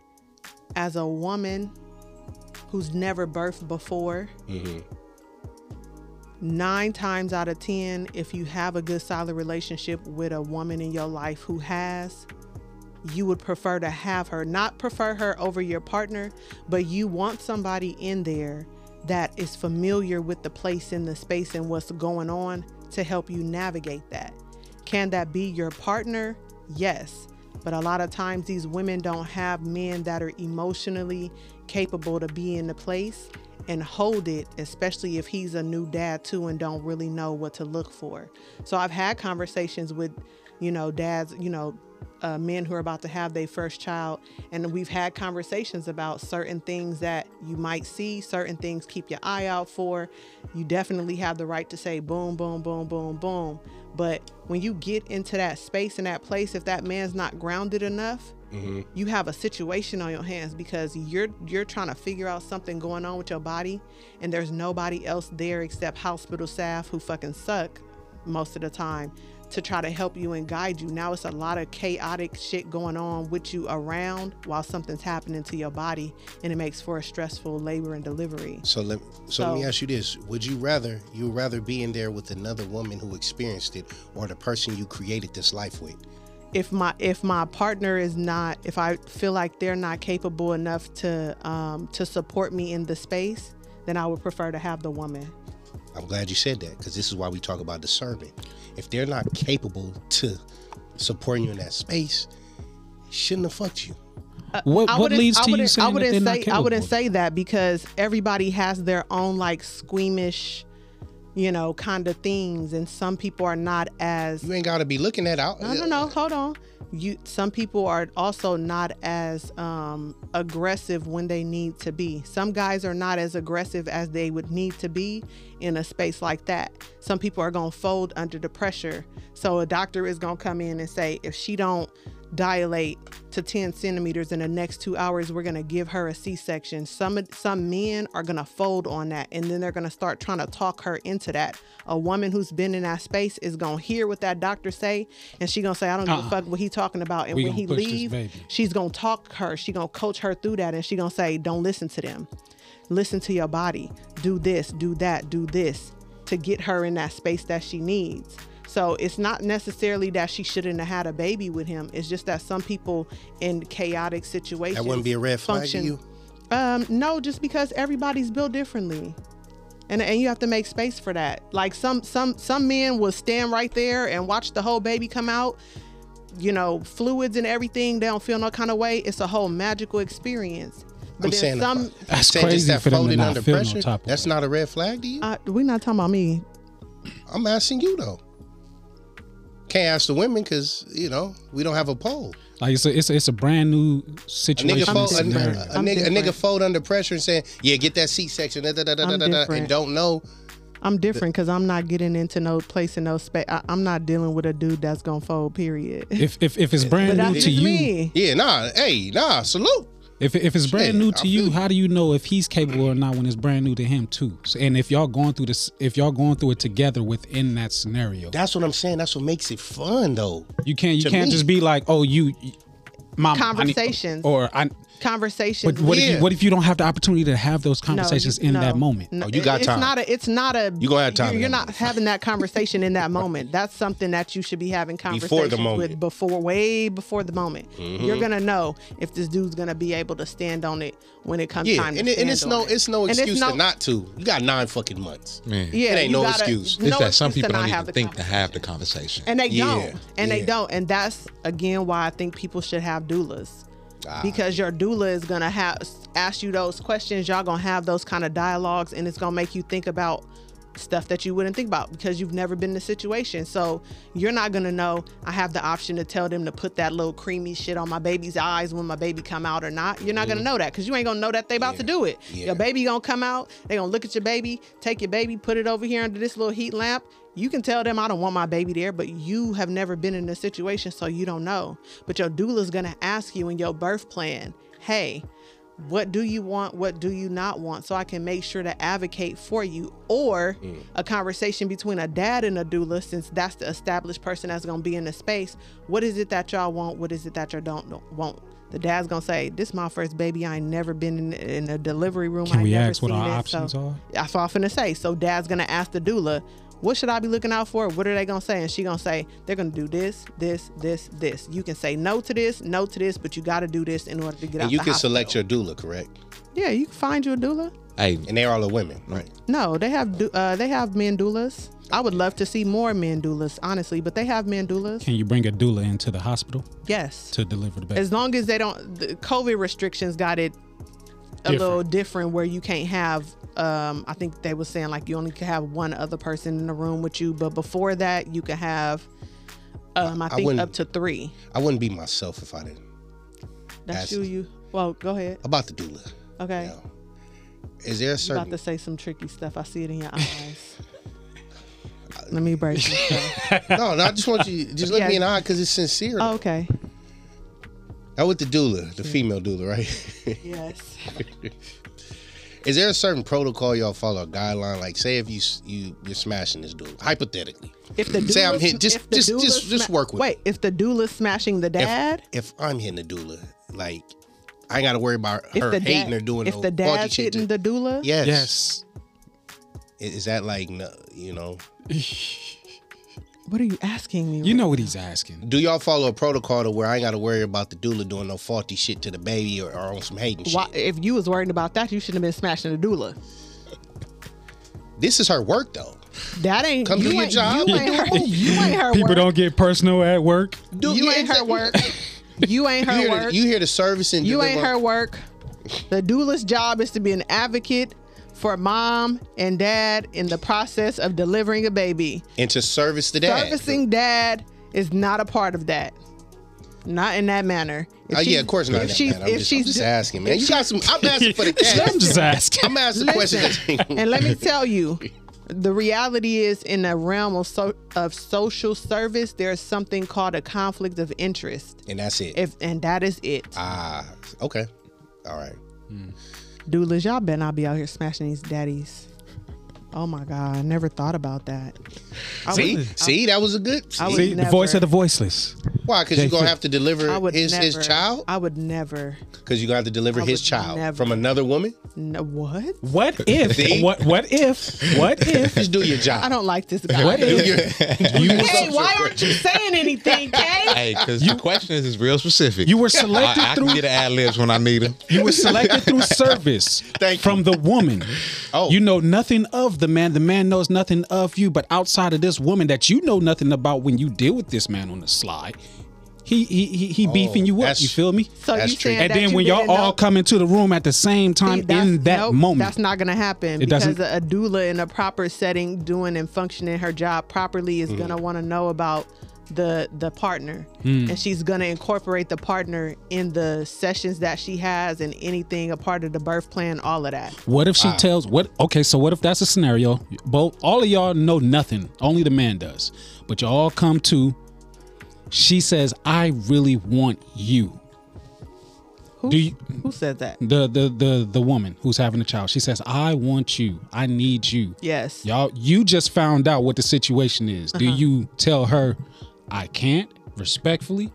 Speaker 2: as a woman who's never birthed before, nine times out of 10, if you have a good, solid relationship with a woman in your life who has, you would prefer to have her, not prefer her over your partner, but you want somebody in there that is familiar with the place and the space and what's going on to help you navigate that. Can that be your partner? Yes. But a lot of times these women don't have men that are emotionally capable to be in the place and hold it, especially if he's a new dad too and don't really know what to look for. So I've had conversations with, you know, dads, you know, uh, men who are about to have their first child, and we've had conversations about certain things that you might see, certain things keep your eye out for. You definitely have the right to say boom, boom, boom, boom, boom. But when you get into that space and that place, if that man's not grounded enough, you have a situation on your hands because you're you're trying to figure out something going on with your body, and there's nobody else there except hospital staff who fucking suck most of the time to try to help you and guide you. Now it's a lot of chaotic shit going on with you around while something's happening to your body and it makes for a stressful labor and delivery.
Speaker 4: So let so, let me
Speaker 2: So-
Speaker 4: ask you this: Would you rather you would rather be in there with another woman who experienced it, or the person you created this life with?
Speaker 2: If my if my partner is not if I feel like they're not capable enough to um to support me in the space, then I would prefer to have the woman.
Speaker 4: I'm glad you said that because this is why we talk about discernment. If they're not capable to supporting you in that space, shouldn't have fucked you.
Speaker 1: What,
Speaker 2: Uh, I
Speaker 1: what
Speaker 2: wouldn't-
Speaker 1: leads
Speaker 2: I
Speaker 1: to you
Speaker 2: wouldn't-
Speaker 1: saying
Speaker 2: I
Speaker 1: that
Speaker 2: wouldn't
Speaker 1: they're
Speaker 2: say
Speaker 1: not
Speaker 2: I wouldn't
Speaker 1: capable?
Speaker 2: say that because everybody has their own like squeamish, you know, kind of things, and some people are not as
Speaker 4: You ain't got to be looking that out.
Speaker 2: No, no, no. Hold on. You. Some people are also not as um, aggressive when they need to be. Some guys are not as aggressive as they would need to be in a space like that. Some people are gonna fold under the pressure. So a doctor is gonna come in and say, if she don't dilate to 10 centimeters in the next two hours, we're gonna give her a C-section. Some some men are gonna fold on that, and then they're gonna start trying to talk her into that. A woman who's been in that space is gonna hear what that doctor say, and she gonna say, I don't give a fuck what he talking about. And
Speaker 1: Uh-uh. We
Speaker 2: when
Speaker 1: gonna
Speaker 2: he
Speaker 1: push this
Speaker 2: leave,
Speaker 1: baby.
Speaker 2: she's gonna talk her, she gonna coach her through that, and she gonna say, don't listen to them, listen to your body, do this, do that, do this, to get her in that space that she needs. So it's not necessarily that she shouldn't have had a baby with him. It's just that some people in chaotic situations
Speaker 4: That wouldn't be a red flag
Speaker 2: function-
Speaker 4: to you.
Speaker 2: um, no, just because everybody's built differently. And, and you have to make space for that. Like some some some men will stand right there and watch the whole baby come out. You know, fluids and everything. They don't feel no kind of way. It's a whole magical experience. But
Speaker 4: I'm
Speaker 2: then
Speaker 4: saying
Speaker 2: some.
Speaker 1: That's
Speaker 4: saying
Speaker 1: crazy for them to
Speaker 4: folding
Speaker 1: not feel no
Speaker 4: pressure.
Speaker 1: type of
Speaker 4: that's
Speaker 1: way.
Speaker 4: not a red flag to you.
Speaker 2: Uh, we're not talking about me.
Speaker 4: I'm asking you though. Can't ask the women because you know we don't have a poll.
Speaker 1: Like it's a, it's a, it's a brand new
Speaker 4: A
Speaker 1: situation.
Speaker 4: nigga,
Speaker 1: and
Speaker 4: fold, a,
Speaker 2: I'm
Speaker 1: scenario.
Speaker 2: different.
Speaker 4: a nigga, a nigga
Speaker 2: different.
Speaker 4: fold under pressure and saying, "Yeah, get that C section," da, da, da, da,
Speaker 2: I'm
Speaker 4: da, da, and
Speaker 2: different.
Speaker 4: don't know.
Speaker 2: I'm different because I'm not getting into no place in no space. I'm not dealing with a dude that's gonna fold. Period.
Speaker 1: if, if if it's
Speaker 2: but
Speaker 1: brand
Speaker 2: that's
Speaker 1: new to
Speaker 2: just
Speaker 1: you,
Speaker 2: me.
Speaker 4: Yeah, nah, hey, nah, salute.
Speaker 1: if if it's brand
Speaker 4: Shit,
Speaker 1: new
Speaker 4: I
Speaker 1: to
Speaker 4: feel
Speaker 1: you,
Speaker 4: you.
Speaker 1: how do you know if he's capable or not when it's brand new to him too? So, and if y'all going through this, if y'all going through it together within that scenario,
Speaker 4: That's what I'm saying. That's what makes it fun though.
Speaker 1: you can't you
Speaker 4: to
Speaker 1: can't
Speaker 4: me.
Speaker 1: just be like, oh, you, my
Speaker 2: Conversations.
Speaker 1: or I.
Speaker 2: Conversations.
Speaker 1: But what if
Speaker 4: Yeah.
Speaker 1: you, what if you don't have the opportunity to have those
Speaker 2: No,
Speaker 1: conversations
Speaker 2: you-
Speaker 1: in
Speaker 2: no,
Speaker 1: that moment?
Speaker 2: no.
Speaker 4: Oh, you got
Speaker 2: it's
Speaker 4: time.
Speaker 2: Not a, it's not a.
Speaker 4: You gonna have time
Speaker 2: You're,
Speaker 4: in
Speaker 2: you're
Speaker 4: that
Speaker 2: not having that conversation in that moment. That's something that you should be having
Speaker 4: the
Speaker 2: conversations
Speaker 4: moment. Mm-hmm.
Speaker 2: with before, way before the moment. You're gonna know if this dude's gonna be able to stand on it when it comes
Speaker 4: Yeah,
Speaker 2: time. to
Speaker 4: and, it, and
Speaker 2: stand
Speaker 4: it's
Speaker 2: on
Speaker 4: no,
Speaker 2: it.
Speaker 4: it's no
Speaker 2: And
Speaker 4: excuse
Speaker 2: no-
Speaker 4: to not to. You got nine fucking months.
Speaker 6: Man,
Speaker 2: Yeah,
Speaker 4: it ain't
Speaker 2: you
Speaker 4: no
Speaker 2: gotta-
Speaker 4: excuse.
Speaker 6: it's
Speaker 2: no
Speaker 6: that some
Speaker 2: excuse to
Speaker 6: people don't
Speaker 2: not
Speaker 6: even
Speaker 2: have the
Speaker 6: think to have the conversation.
Speaker 2: And they
Speaker 4: Yeah,
Speaker 2: don't. And
Speaker 4: yeah.
Speaker 2: they don't. And
Speaker 4: Ah.
Speaker 2: that's again why I think people should have doulas. Because your doula is gonna have ask you those questions, y'all gonna have those kind of dialogues, and it's gonna make you think about stuff that you wouldn't think about because you've never been in the situation. So you're not gonna know. I have the option to tell them to put that little creamy shit on my baby's eyes when my baby come out or not. You're not gonna know that because you ain't gonna know that they about to do it.
Speaker 4: Mm. Yeah.
Speaker 2: Your baby gonna come out. They gonna look at your baby, take your baby, put it over here under this little heat lamp. You can tell them I don't want my baby there, but you have never been in this situation, so you don't know. But your doula's gonna ask you in your birth plan, hey, what do you want what do you not want so i can make sure to advocate for you or a conversation between a dad and a doula since that's the established person that's going to be in the space what is it that y'all want what is it that you all don't don't want the dad's going to say this my first baby i ain't never been in, in a delivery room
Speaker 1: Can
Speaker 2: I ain't
Speaker 1: we
Speaker 2: never
Speaker 1: ask what
Speaker 2: seen
Speaker 1: our
Speaker 2: this,
Speaker 1: options
Speaker 2: so.
Speaker 1: are?
Speaker 2: that's what i'm finna say so dad's going to ask the doula what should I be looking out for? What are they gonna say? And she gonna say they're gonna do this, this, this, this. You can say no to this, no to this, but you gotta do this in order to get out.
Speaker 4: And you
Speaker 2: the
Speaker 4: can
Speaker 2: hospital.
Speaker 4: select your doula, correct?
Speaker 2: Yeah, you can find your doula.
Speaker 6: Hey,
Speaker 4: And they're all the women, right?
Speaker 2: No, they have du- uh, they have men doulas. I would love to see more men doulas, honestly, but they have men doulas.
Speaker 1: Can you bring a doula into the hospital
Speaker 2: Yes,
Speaker 1: to deliver the baby?
Speaker 2: as long as they don't. The COVID restrictions got it a
Speaker 1: Different.
Speaker 2: little different, where you can't have. Um, I think they were saying like you only could have one other person in the room with you, but before that you could have. Um, I think
Speaker 4: wouldn't-
Speaker 2: up to three.
Speaker 4: I wouldn't be myself if I didn't.
Speaker 2: That's
Speaker 4: That's-
Speaker 2: you. You. Well, go ahead.
Speaker 4: About the doula.
Speaker 2: Okay.
Speaker 4: Now, is there a
Speaker 2: You about
Speaker 4: certain
Speaker 2: to say some tricky stuff. I see it in your eyes. Let me break. this down.
Speaker 4: no? no I just want you just look
Speaker 2: Yeah.
Speaker 4: me in the eye because it's sincere.
Speaker 2: Oh, okay. Oh.
Speaker 4: Now with the doula, the female doula, right?
Speaker 2: Yes.
Speaker 4: is there a certain protocol y'all follow, a guideline? Like, say if you s- you you're smashing this doula, hypothetically,
Speaker 2: If the doula,
Speaker 4: Say I'm hit- just-
Speaker 2: if the
Speaker 4: just-
Speaker 2: doula
Speaker 4: just- just work with
Speaker 2: Wait, if the doula's smashing the
Speaker 4: if,
Speaker 2: dad,
Speaker 4: if I'm hitting the doula, like I ain't got to worry about
Speaker 2: if,
Speaker 4: her
Speaker 2: the
Speaker 4: hating
Speaker 2: dad,
Speaker 4: or doing
Speaker 2: if
Speaker 4: no
Speaker 2: the
Speaker 4: funky
Speaker 2: dad's
Speaker 4: shit.
Speaker 2: hitting the doula,
Speaker 4: yes.
Speaker 1: yes.
Speaker 4: I- Is that like no, you know?
Speaker 2: what are you asking me?
Speaker 1: You know what he's asking.
Speaker 4: Do y'all follow a protocol to where I ain't got to worry about the doula doing no faulty shit to the baby or, or on some hating
Speaker 2: Why,
Speaker 4: shit?
Speaker 2: if you was worried about that, you shouldn't have been smashing the doula.
Speaker 4: This is her work though.
Speaker 2: That ain't
Speaker 4: Come
Speaker 2: you
Speaker 4: do your
Speaker 2: ain't,
Speaker 4: job.
Speaker 2: You ain't her, you ain't her
Speaker 1: People
Speaker 2: work.
Speaker 1: don't get personal at work.
Speaker 4: Do-
Speaker 2: you ain't her work. You ain't
Speaker 4: You
Speaker 2: her
Speaker 4: hear,
Speaker 2: work.
Speaker 4: the, you hear the service and
Speaker 2: You ain't
Speaker 4: deliver-
Speaker 2: her work. The doula's job is to be an advocate for mom and dad in the process of delivering a baby.
Speaker 4: and to service the dad.
Speaker 2: Servicing dad is not a part of that. Not in that manner. If
Speaker 4: Oh yeah,
Speaker 2: she's-
Speaker 4: of course not.
Speaker 2: If
Speaker 4: that
Speaker 2: she's,
Speaker 4: bad. I'm
Speaker 2: if
Speaker 4: just, I'm
Speaker 2: she's
Speaker 4: just
Speaker 2: do-
Speaker 4: asking, man. You got some. I'm asking for the cash.
Speaker 1: I'm just asking.
Speaker 4: I'm asking questions.
Speaker 2: and let me tell you, the reality is in the realm of so, of social service, there's something called a conflict of interest.
Speaker 4: and that's it.
Speaker 2: If and that is it.
Speaker 4: Ah, okay. All right.
Speaker 2: Doulas, y'all better not be out here smashing these daddies. Oh my God, I never thought about that. I
Speaker 4: See,
Speaker 2: would,
Speaker 4: see, that was a good.
Speaker 2: I would
Speaker 1: See,
Speaker 2: never,
Speaker 1: the voice of the voiceless.
Speaker 4: Why? Because you're gonna have to deliver
Speaker 2: I would
Speaker 4: Uh, his
Speaker 2: never,
Speaker 4: his child.
Speaker 2: I would never.
Speaker 4: Because you're gonna have to deliver
Speaker 2: I
Speaker 4: his
Speaker 2: would
Speaker 4: child
Speaker 2: never.
Speaker 4: from another woman.
Speaker 2: No, what?
Speaker 1: What if?
Speaker 4: See?
Speaker 1: what? What if? What if?
Speaker 4: Just do your job.
Speaker 2: I don't like this guy.
Speaker 1: What if you
Speaker 2: Hey, why aren't you saying anything, Kay?
Speaker 6: hey, because the question is, is real specific.
Speaker 1: you were
Speaker 6: I,
Speaker 1: selected
Speaker 6: I
Speaker 1: through
Speaker 6: can get ad libs when I need them.
Speaker 1: You were selected through service
Speaker 4: Thank you.
Speaker 1: from the woman.
Speaker 4: Oh.
Speaker 1: You know nothing of the man. The man knows nothing of you. But outside of this woman that you know nothing about when you deal with this man on the slide, he he he, he beefing you up.
Speaker 4: Oh, that's-
Speaker 1: You feel me?
Speaker 2: So
Speaker 4: That's
Speaker 2: you
Speaker 4: true.
Speaker 2: saying
Speaker 1: And
Speaker 2: that
Speaker 1: then
Speaker 2: you
Speaker 1: when y'all
Speaker 2: didn't
Speaker 1: all
Speaker 2: know-
Speaker 1: come into the room at the same
Speaker 2: See,
Speaker 1: time
Speaker 2: that's-
Speaker 1: in that
Speaker 2: nope,
Speaker 1: moment.
Speaker 2: That's not gonna happen
Speaker 1: It
Speaker 2: because
Speaker 1: doesn't-
Speaker 2: a, a doula in a proper setting, doing and functioning her job properly,
Speaker 1: Mm.
Speaker 2: is gonna want to know about the the partner,
Speaker 1: Mm.
Speaker 2: and she's gonna incorporate the partner in the sessions that she has and anything a part of the birth plan, all of that.
Speaker 1: What if she tells what? Okay, so what if that's a scenario? Both all of y'all know nothing. Only the man does. But y'all all come to. She says, "I really want you."
Speaker 2: Who,
Speaker 1: Do you-
Speaker 2: who said that?
Speaker 1: the the the the woman who's having a child she says i want you i need you
Speaker 2: Yes.
Speaker 1: y'all you just found out what the situation is do
Speaker 2: Uh-huh.
Speaker 1: you tell her i can't respectfully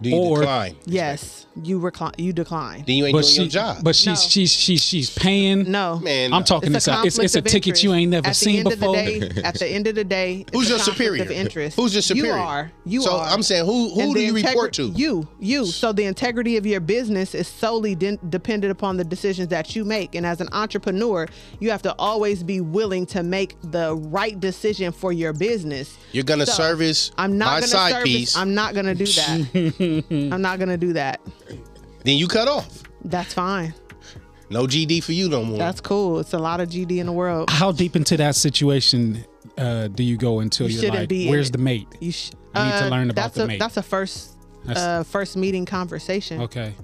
Speaker 4: Do you
Speaker 1: Or-
Speaker 4: decline?
Speaker 2: Yes. You recline. You decline.
Speaker 4: Then you ain't
Speaker 1: but
Speaker 4: doing
Speaker 1: she
Speaker 4: your job.
Speaker 1: but she's
Speaker 2: No.
Speaker 1: she's she's she's paying
Speaker 2: No.
Speaker 4: man,
Speaker 1: i'm talking
Speaker 2: It's
Speaker 1: this
Speaker 2: a
Speaker 1: out it's,
Speaker 2: conflict
Speaker 1: it's a
Speaker 2: of
Speaker 1: ticket you
Speaker 2: interest.
Speaker 1: ain't never
Speaker 2: At the
Speaker 1: seen
Speaker 2: end of the
Speaker 1: before
Speaker 2: day- at the end of the day, it's
Speaker 4: Who's
Speaker 2: a
Speaker 4: your
Speaker 2: conflict
Speaker 4: superior?
Speaker 2: Of interest.
Speaker 4: Who's your superior?
Speaker 2: You are. You
Speaker 4: So
Speaker 2: are.
Speaker 4: I'm saying, who- who
Speaker 2: And
Speaker 4: do
Speaker 2: the
Speaker 4: you report to?
Speaker 2: You. You. So the integrity of your business is solely de- dependent upon the decisions that you make. And as an entrepreneur, you have to always be willing to make the right decision for your business.
Speaker 4: You're gonna
Speaker 2: So,
Speaker 4: service
Speaker 2: I'm not
Speaker 4: my
Speaker 2: gonna
Speaker 4: side
Speaker 2: service,
Speaker 4: piece.
Speaker 2: I'm not gonna do that. I'm not gonna do that.
Speaker 4: then you cut off.
Speaker 2: That's fine.
Speaker 4: No GD for you no more.
Speaker 2: That's cool. It's a lot of GD in the world.
Speaker 1: How deep into that situation uh, do you go until
Speaker 2: You
Speaker 1: you are
Speaker 2: shouldn't
Speaker 1: like,
Speaker 2: be in
Speaker 1: where's
Speaker 2: it.
Speaker 1: the mate?
Speaker 2: You sh- uh,
Speaker 1: I need to learn about
Speaker 2: that's
Speaker 1: the
Speaker 2: a,
Speaker 1: mate.
Speaker 2: That's a first,
Speaker 1: That's-
Speaker 2: uh, first meeting conversation.
Speaker 1: Okay.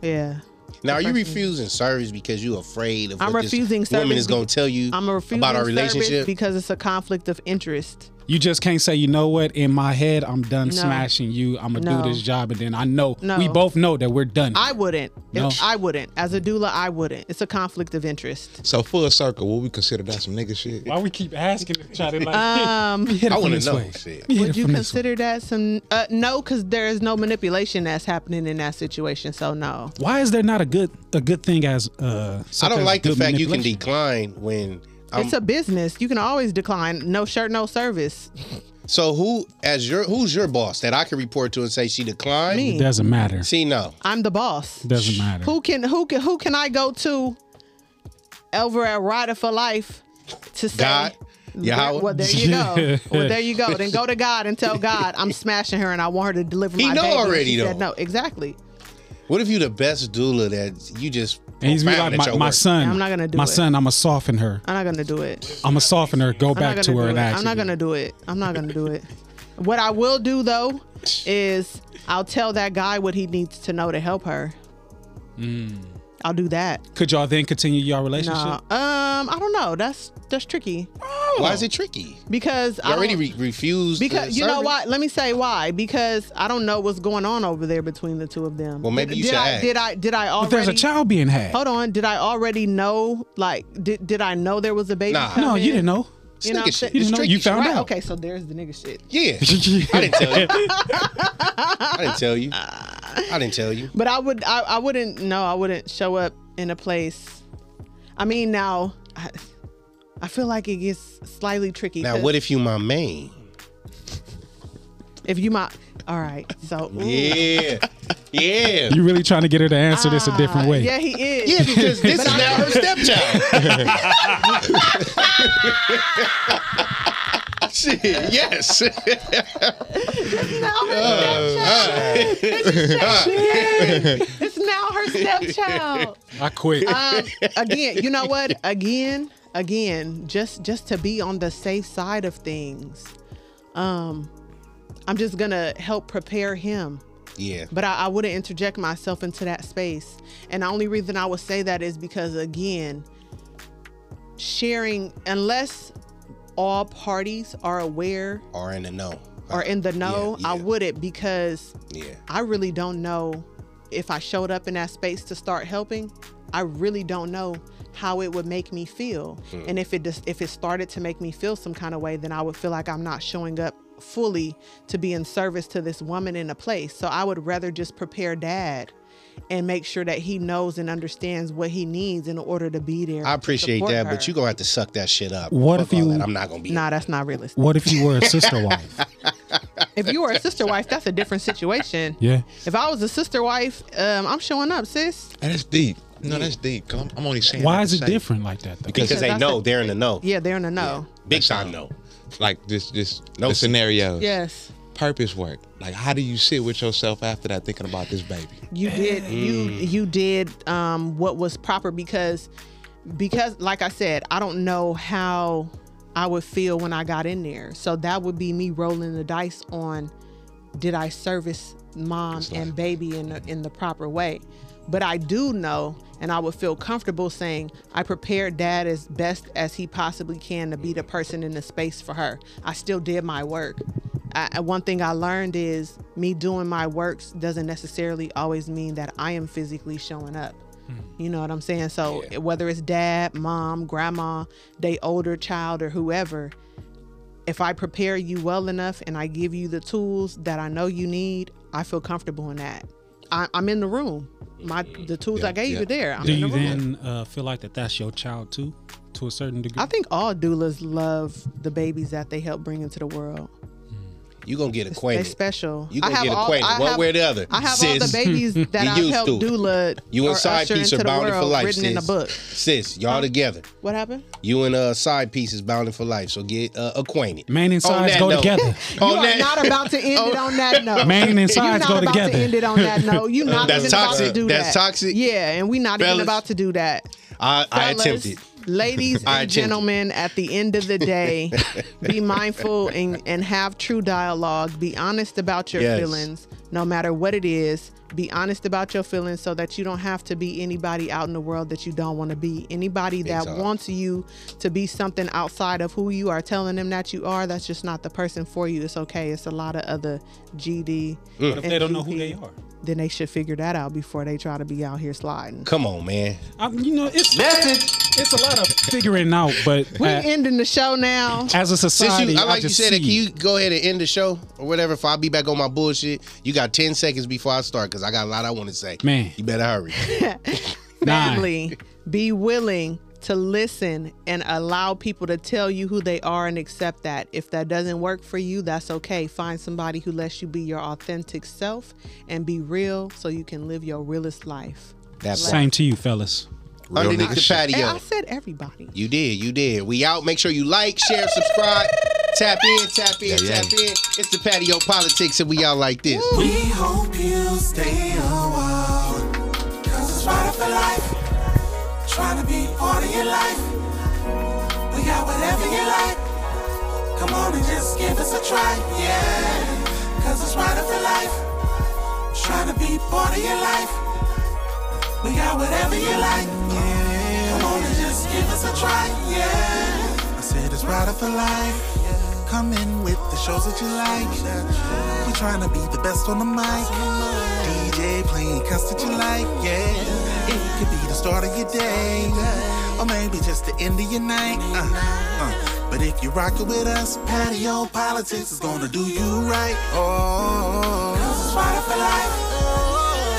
Speaker 2: Yeah.
Speaker 4: now, are you
Speaker 2: person-
Speaker 4: refusing service because you afraid of
Speaker 2: I'm
Speaker 4: what
Speaker 2: refusing
Speaker 4: this woman
Speaker 2: service
Speaker 4: is going
Speaker 2: be-
Speaker 4: to tell you
Speaker 2: I'm a refusing
Speaker 4: about our
Speaker 2: service
Speaker 4: relationship?
Speaker 2: because it's a conflict of interest.
Speaker 1: You just can't say, you know what? In my head, I'm done smashing you. I'm gonna
Speaker 2: No.
Speaker 1: do this job, and then I know
Speaker 2: No.
Speaker 1: we both know that we're done.
Speaker 2: I wouldn't.
Speaker 1: No.
Speaker 2: I wouldn't. As a doula, I wouldn't. It's a conflict of interest.
Speaker 6: So full circle, would we consider that some nigga shit?
Speaker 1: Why we keep asking to try to like?
Speaker 2: Um,
Speaker 1: hit it
Speaker 4: I
Speaker 1: from
Speaker 4: want
Speaker 1: this
Speaker 4: to know.
Speaker 1: way.
Speaker 4: Shit.
Speaker 1: Hit it
Speaker 2: Would you
Speaker 1: from this way.
Speaker 2: consider that some? Uh, no, because there is no manipulation that's happening in that situation. So no.
Speaker 1: Why is there not a good a good thing as uh?
Speaker 4: I
Speaker 1: such
Speaker 4: don't
Speaker 1: as
Speaker 4: like the
Speaker 1: good
Speaker 4: fact you can
Speaker 1: manipulation?
Speaker 4: decline when. um, I'm,
Speaker 2: it's a business. You can always decline. No shirt, no service.
Speaker 4: so who as your who's your boss that I can report to and say she declined?
Speaker 2: Me.
Speaker 1: It doesn't matter.
Speaker 4: See no.
Speaker 2: I'm the boss.
Speaker 1: It doesn't matter.
Speaker 2: Who can who can who can I go to over at Rider for Life to say
Speaker 4: God. Yahweh.
Speaker 2: Well, well, there you go.
Speaker 1: Yeah.
Speaker 2: Well, there you go. Then go to God and tell God I'm smashing her and I want her to deliver
Speaker 4: He
Speaker 2: my
Speaker 4: know
Speaker 2: baby. And
Speaker 4: already,
Speaker 2: she said
Speaker 4: though.
Speaker 2: No, exactly.
Speaker 4: What if you the best doula that you just
Speaker 1: And he's be
Speaker 4: profound
Speaker 1: like,
Speaker 4: at
Speaker 1: my,
Speaker 4: your
Speaker 1: my
Speaker 4: work?
Speaker 1: son.
Speaker 2: Yeah, I'm not gonna do
Speaker 1: My
Speaker 2: it.
Speaker 1: son, I'ma soften her.
Speaker 2: I'm not gonna do it.
Speaker 1: I'ma soften her. Go
Speaker 2: I'm not
Speaker 1: back to
Speaker 2: gonna
Speaker 1: her
Speaker 2: do
Speaker 1: and
Speaker 2: it.
Speaker 1: ask.
Speaker 2: I'm
Speaker 1: you.
Speaker 2: not gonna do it. I'm not gonna do it. What I will do though is I'll tell that guy what he needs to know to help her.
Speaker 1: Hmm.
Speaker 2: I'll do that.
Speaker 1: Could y'all then continue your
Speaker 2: No,
Speaker 1: relationship?
Speaker 2: um, I don't know. That's that's tricky
Speaker 4: Why is it tricky?
Speaker 2: because
Speaker 4: You
Speaker 2: I
Speaker 4: already
Speaker 2: don't-
Speaker 4: re- refused.
Speaker 2: because
Speaker 4: the
Speaker 2: you know
Speaker 4: service?
Speaker 2: why? Let me say why. Because I don't know what's going on over there between the two of them.
Speaker 4: Well, maybe you
Speaker 2: did
Speaker 4: should
Speaker 2: I,
Speaker 4: ask.
Speaker 2: Did I? Did I
Speaker 1: But
Speaker 2: already?
Speaker 1: there's a child being had.
Speaker 2: Hold on. Did I already know? Like, did did I know there was a baby?
Speaker 4: Nah.
Speaker 1: no,
Speaker 2: coming?
Speaker 1: you didn't know.
Speaker 4: It's
Speaker 2: you know
Speaker 4: nigga
Speaker 2: what I'm
Speaker 4: shit.
Speaker 2: saying?
Speaker 1: You
Speaker 4: It's
Speaker 1: didn't know.
Speaker 4: tricky
Speaker 1: You
Speaker 4: shit.
Speaker 1: found
Speaker 2: Right.
Speaker 1: out.
Speaker 2: Okay. So there's the nigga shit.
Speaker 4: Yeah. I didn't tell you. I didn't tell you. I didn't tell you.
Speaker 2: But I would. I, I wouldn't. No, I wouldn't show up in a place. I mean, now. I, I feel like it gets slightly tricky.
Speaker 4: Now
Speaker 2: 'cause
Speaker 4: what if you my main?
Speaker 2: if you might? All right, so mm.
Speaker 4: Yeah. Yeah.
Speaker 1: You really trying to get her to answer this a different way?
Speaker 2: Ah, Yeah, he is.
Speaker 4: Yeah, because this is
Speaker 2: I-
Speaker 4: now her stepchild. Shit, yes.
Speaker 2: now her stepchild. It's now her stepchild.
Speaker 1: I quit.
Speaker 2: Um, again, you know what? Again, again, just just to be on the safe side of things, um, I'm just gonna help prepare him.
Speaker 4: Yeah.
Speaker 2: But I, I wouldn't interject myself into that space. And the only reason I would say that is because, again, sharing, unless all parties are aware
Speaker 4: Or in the no.
Speaker 2: or in the know,
Speaker 4: Uh, Yeah,
Speaker 2: I
Speaker 4: yeah.
Speaker 2: wouldn't because
Speaker 4: Yeah.
Speaker 2: I really don't know if I showed up in that space to start helping. I really don't know how it would make me feel.
Speaker 4: Hmm.
Speaker 2: And if it just if it started to make me feel some kind of way, then I would feel like I'm not showing up fully to be in service to this woman in a place. So I would rather just prepare dad and make sure that he knows and understands what he needs in order to be there.
Speaker 4: I
Speaker 2: to
Speaker 4: appreciate
Speaker 2: support
Speaker 4: that,
Speaker 2: her.
Speaker 4: but you gonna have to suck that shit up.
Speaker 1: What
Speaker 4: Fuck
Speaker 1: if
Speaker 4: all
Speaker 1: you-
Speaker 4: that. I'm not gonna be
Speaker 2: Nah, that's not realistic.
Speaker 1: What if you were a sister wife?
Speaker 2: If you were a sister wife, that's a different situation.
Speaker 1: Yeah.
Speaker 2: If I was a sister wife, um, I'm showing up, sis.
Speaker 6: And that's deep. No, that's deep. 'cause I'm, I'm only saying.
Speaker 1: Why
Speaker 6: that
Speaker 1: is
Speaker 6: to
Speaker 1: it
Speaker 6: say-
Speaker 1: different like that though?
Speaker 4: because they
Speaker 2: that's
Speaker 4: know
Speaker 2: a-
Speaker 4: they're in the know.
Speaker 2: Yeah, they're in the know.
Speaker 4: Big time no.
Speaker 6: Like this, this
Speaker 4: No
Speaker 6: the scenario.
Speaker 2: Yes,
Speaker 6: Purpose work. Like, how do you sit with yourself after that, thinking about this baby?
Speaker 2: you did. You you did um, what was proper because because like I said, I don't know how I would feel when I got in there. So that would be me rolling the dice on did I service mom and baby in the, in the proper way. But I do know, and I would feel comfortable saying I prepared dad as best as he possibly can to be the person in the space for her. I still did my work. I, I- one thing I learned is me doing my works doesn't necessarily always mean that I am physically showing up. You know what I'm saying? So whether it's dad, mom, grandma, they older child or whoever, if I prepare you well enough and I give you the tools that I know you need, I feel comfortable in that. I, I'm in the room. My the tools I gave
Speaker 6: yeah.
Speaker 2: you there. I'm
Speaker 1: Do
Speaker 2: in the
Speaker 1: you
Speaker 2: room.
Speaker 1: then uh, feel like that that's your child too, to a certain degree?
Speaker 2: I think all doulas love the babies that they help bring into the world.
Speaker 4: You gonna get
Speaker 2: They
Speaker 4: acquainted.
Speaker 2: special.
Speaker 4: You gonna get acquainted
Speaker 2: I
Speaker 4: one
Speaker 2: have-
Speaker 4: way or the other.
Speaker 2: I have all
Speaker 4: sis.
Speaker 2: the babies that
Speaker 4: You
Speaker 2: I
Speaker 4: used
Speaker 2: helped
Speaker 4: to.
Speaker 2: doula.
Speaker 4: You
Speaker 2: or
Speaker 4: and side
Speaker 2: usher
Speaker 4: piece
Speaker 2: into
Speaker 4: are
Speaker 2: the
Speaker 4: bounded for
Speaker 2: world
Speaker 4: life,
Speaker 2: Written
Speaker 4: sis.
Speaker 2: in a book.
Speaker 4: Sis, y'all together.
Speaker 2: What happened?
Speaker 4: You and uh side piece is bounded for life. So get uh, acquainted.
Speaker 1: Man and
Speaker 4: On
Speaker 1: sides
Speaker 4: that
Speaker 1: go
Speaker 4: note.
Speaker 1: together.
Speaker 4: On
Speaker 2: you
Speaker 4: that- Oh.
Speaker 2: are not about to end it on that note.
Speaker 1: Man and
Speaker 2: You're
Speaker 1: sides
Speaker 2: not
Speaker 1: go
Speaker 2: about
Speaker 1: together.
Speaker 2: to end it on that note. You're not
Speaker 4: That's
Speaker 2: even
Speaker 4: toxic.
Speaker 2: about to do
Speaker 4: That's
Speaker 2: that.
Speaker 4: toxic.
Speaker 2: Yeah, and we're not
Speaker 4: Fellas.
Speaker 2: even about to do that.
Speaker 4: I, I
Speaker 2: Fellas,
Speaker 4: attempted.
Speaker 2: Ladies
Speaker 4: I
Speaker 2: and
Speaker 4: attempted.
Speaker 2: gentlemen, at the end of the day, be mindful and, and have true dialogue. Be honest about your
Speaker 4: Yes.
Speaker 2: feelings, no matter what it is. Be honest about your feelings so that you don't have to be anybody out in the world that you don't want to be. Anybody that
Speaker 4: time.
Speaker 2: wants you to be something outside of who you are telling them that you are, that's just not the person for you. It's okay. It's a lot of other GD.
Speaker 1: But if they don't know who they are,
Speaker 2: Then they should figure that out before they try to be out here sliding.
Speaker 4: Come on, man.
Speaker 1: I, you know, it's It's a lot of figuring out, but
Speaker 2: We
Speaker 1: uh,
Speaker 2: ending the show now.
Speaker 1: as a
Speaker 4: Since
Speaker 1: society,
Speaker 4: you, I like you
Speaker 1: just
Speaker 4: said,
Speaker 1: see-
Speaker 4: it, can you go ahead and end the show or whatever? If I be back on my bullshit, you got ten seconds before I start because I got a lot I want to say.
Speaker 1: Man.
Speaker 4: you better hurry.
Speaker 1: Nine.
Speaker 2: family be willing to listen and allow people to tell you who they are and accept that if that doesn't work for you that's okay find somebody who lets you be your authentic self and be real so you can live your realest life
Speaker 4: That part.
Speaker 1: Same to you, fellas.
Speaker 6: Real
Speaker 4: underneath
Speaker 6: nigga
Speaker 4: the
Speaker 6: shit.
Speaker 2: and
Speaker 4: patio.
Speaker 2: i said everybody
Speaker 4: You did, you did. We out. Make sure you like, share, subscribe, tap in, tap in,
Speaker 6: Yeah, yeah.
Speaker 4: tap in. It's the patio politics, and we out like this.
Speaker 7: We hope you stay a while. Cause it's right for life. Trying to be part of your life. We got whatever you like. Come on and just give us a try. Yeah. Cause it's right for life. Trying to be part of your life. We got whatever you like. Come on and just give us a try. Yeah. I said it's right for life. Come in with the shows that you like. We trying to be the best on the mic. DJ playing cuts that you like, yeah. It could be the start of your day, or maybe just the end of your night. Uh, uh. But if you rock it with us, patio politics is gonna do you right. Oh, it's right for life.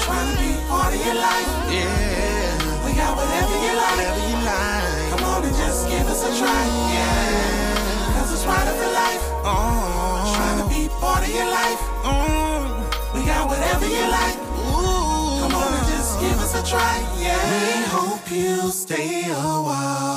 Speaker 7: Trying to be part of your life. Yeah, we got whatever you like. Whatever you like. Come on and just give us a try. Yeah. Cause it's right up your life. Oh. Trying to be part of your life. Uh-huh. We got whatever you like. Come on and just give us a try. Yeah. We hope you stay a while.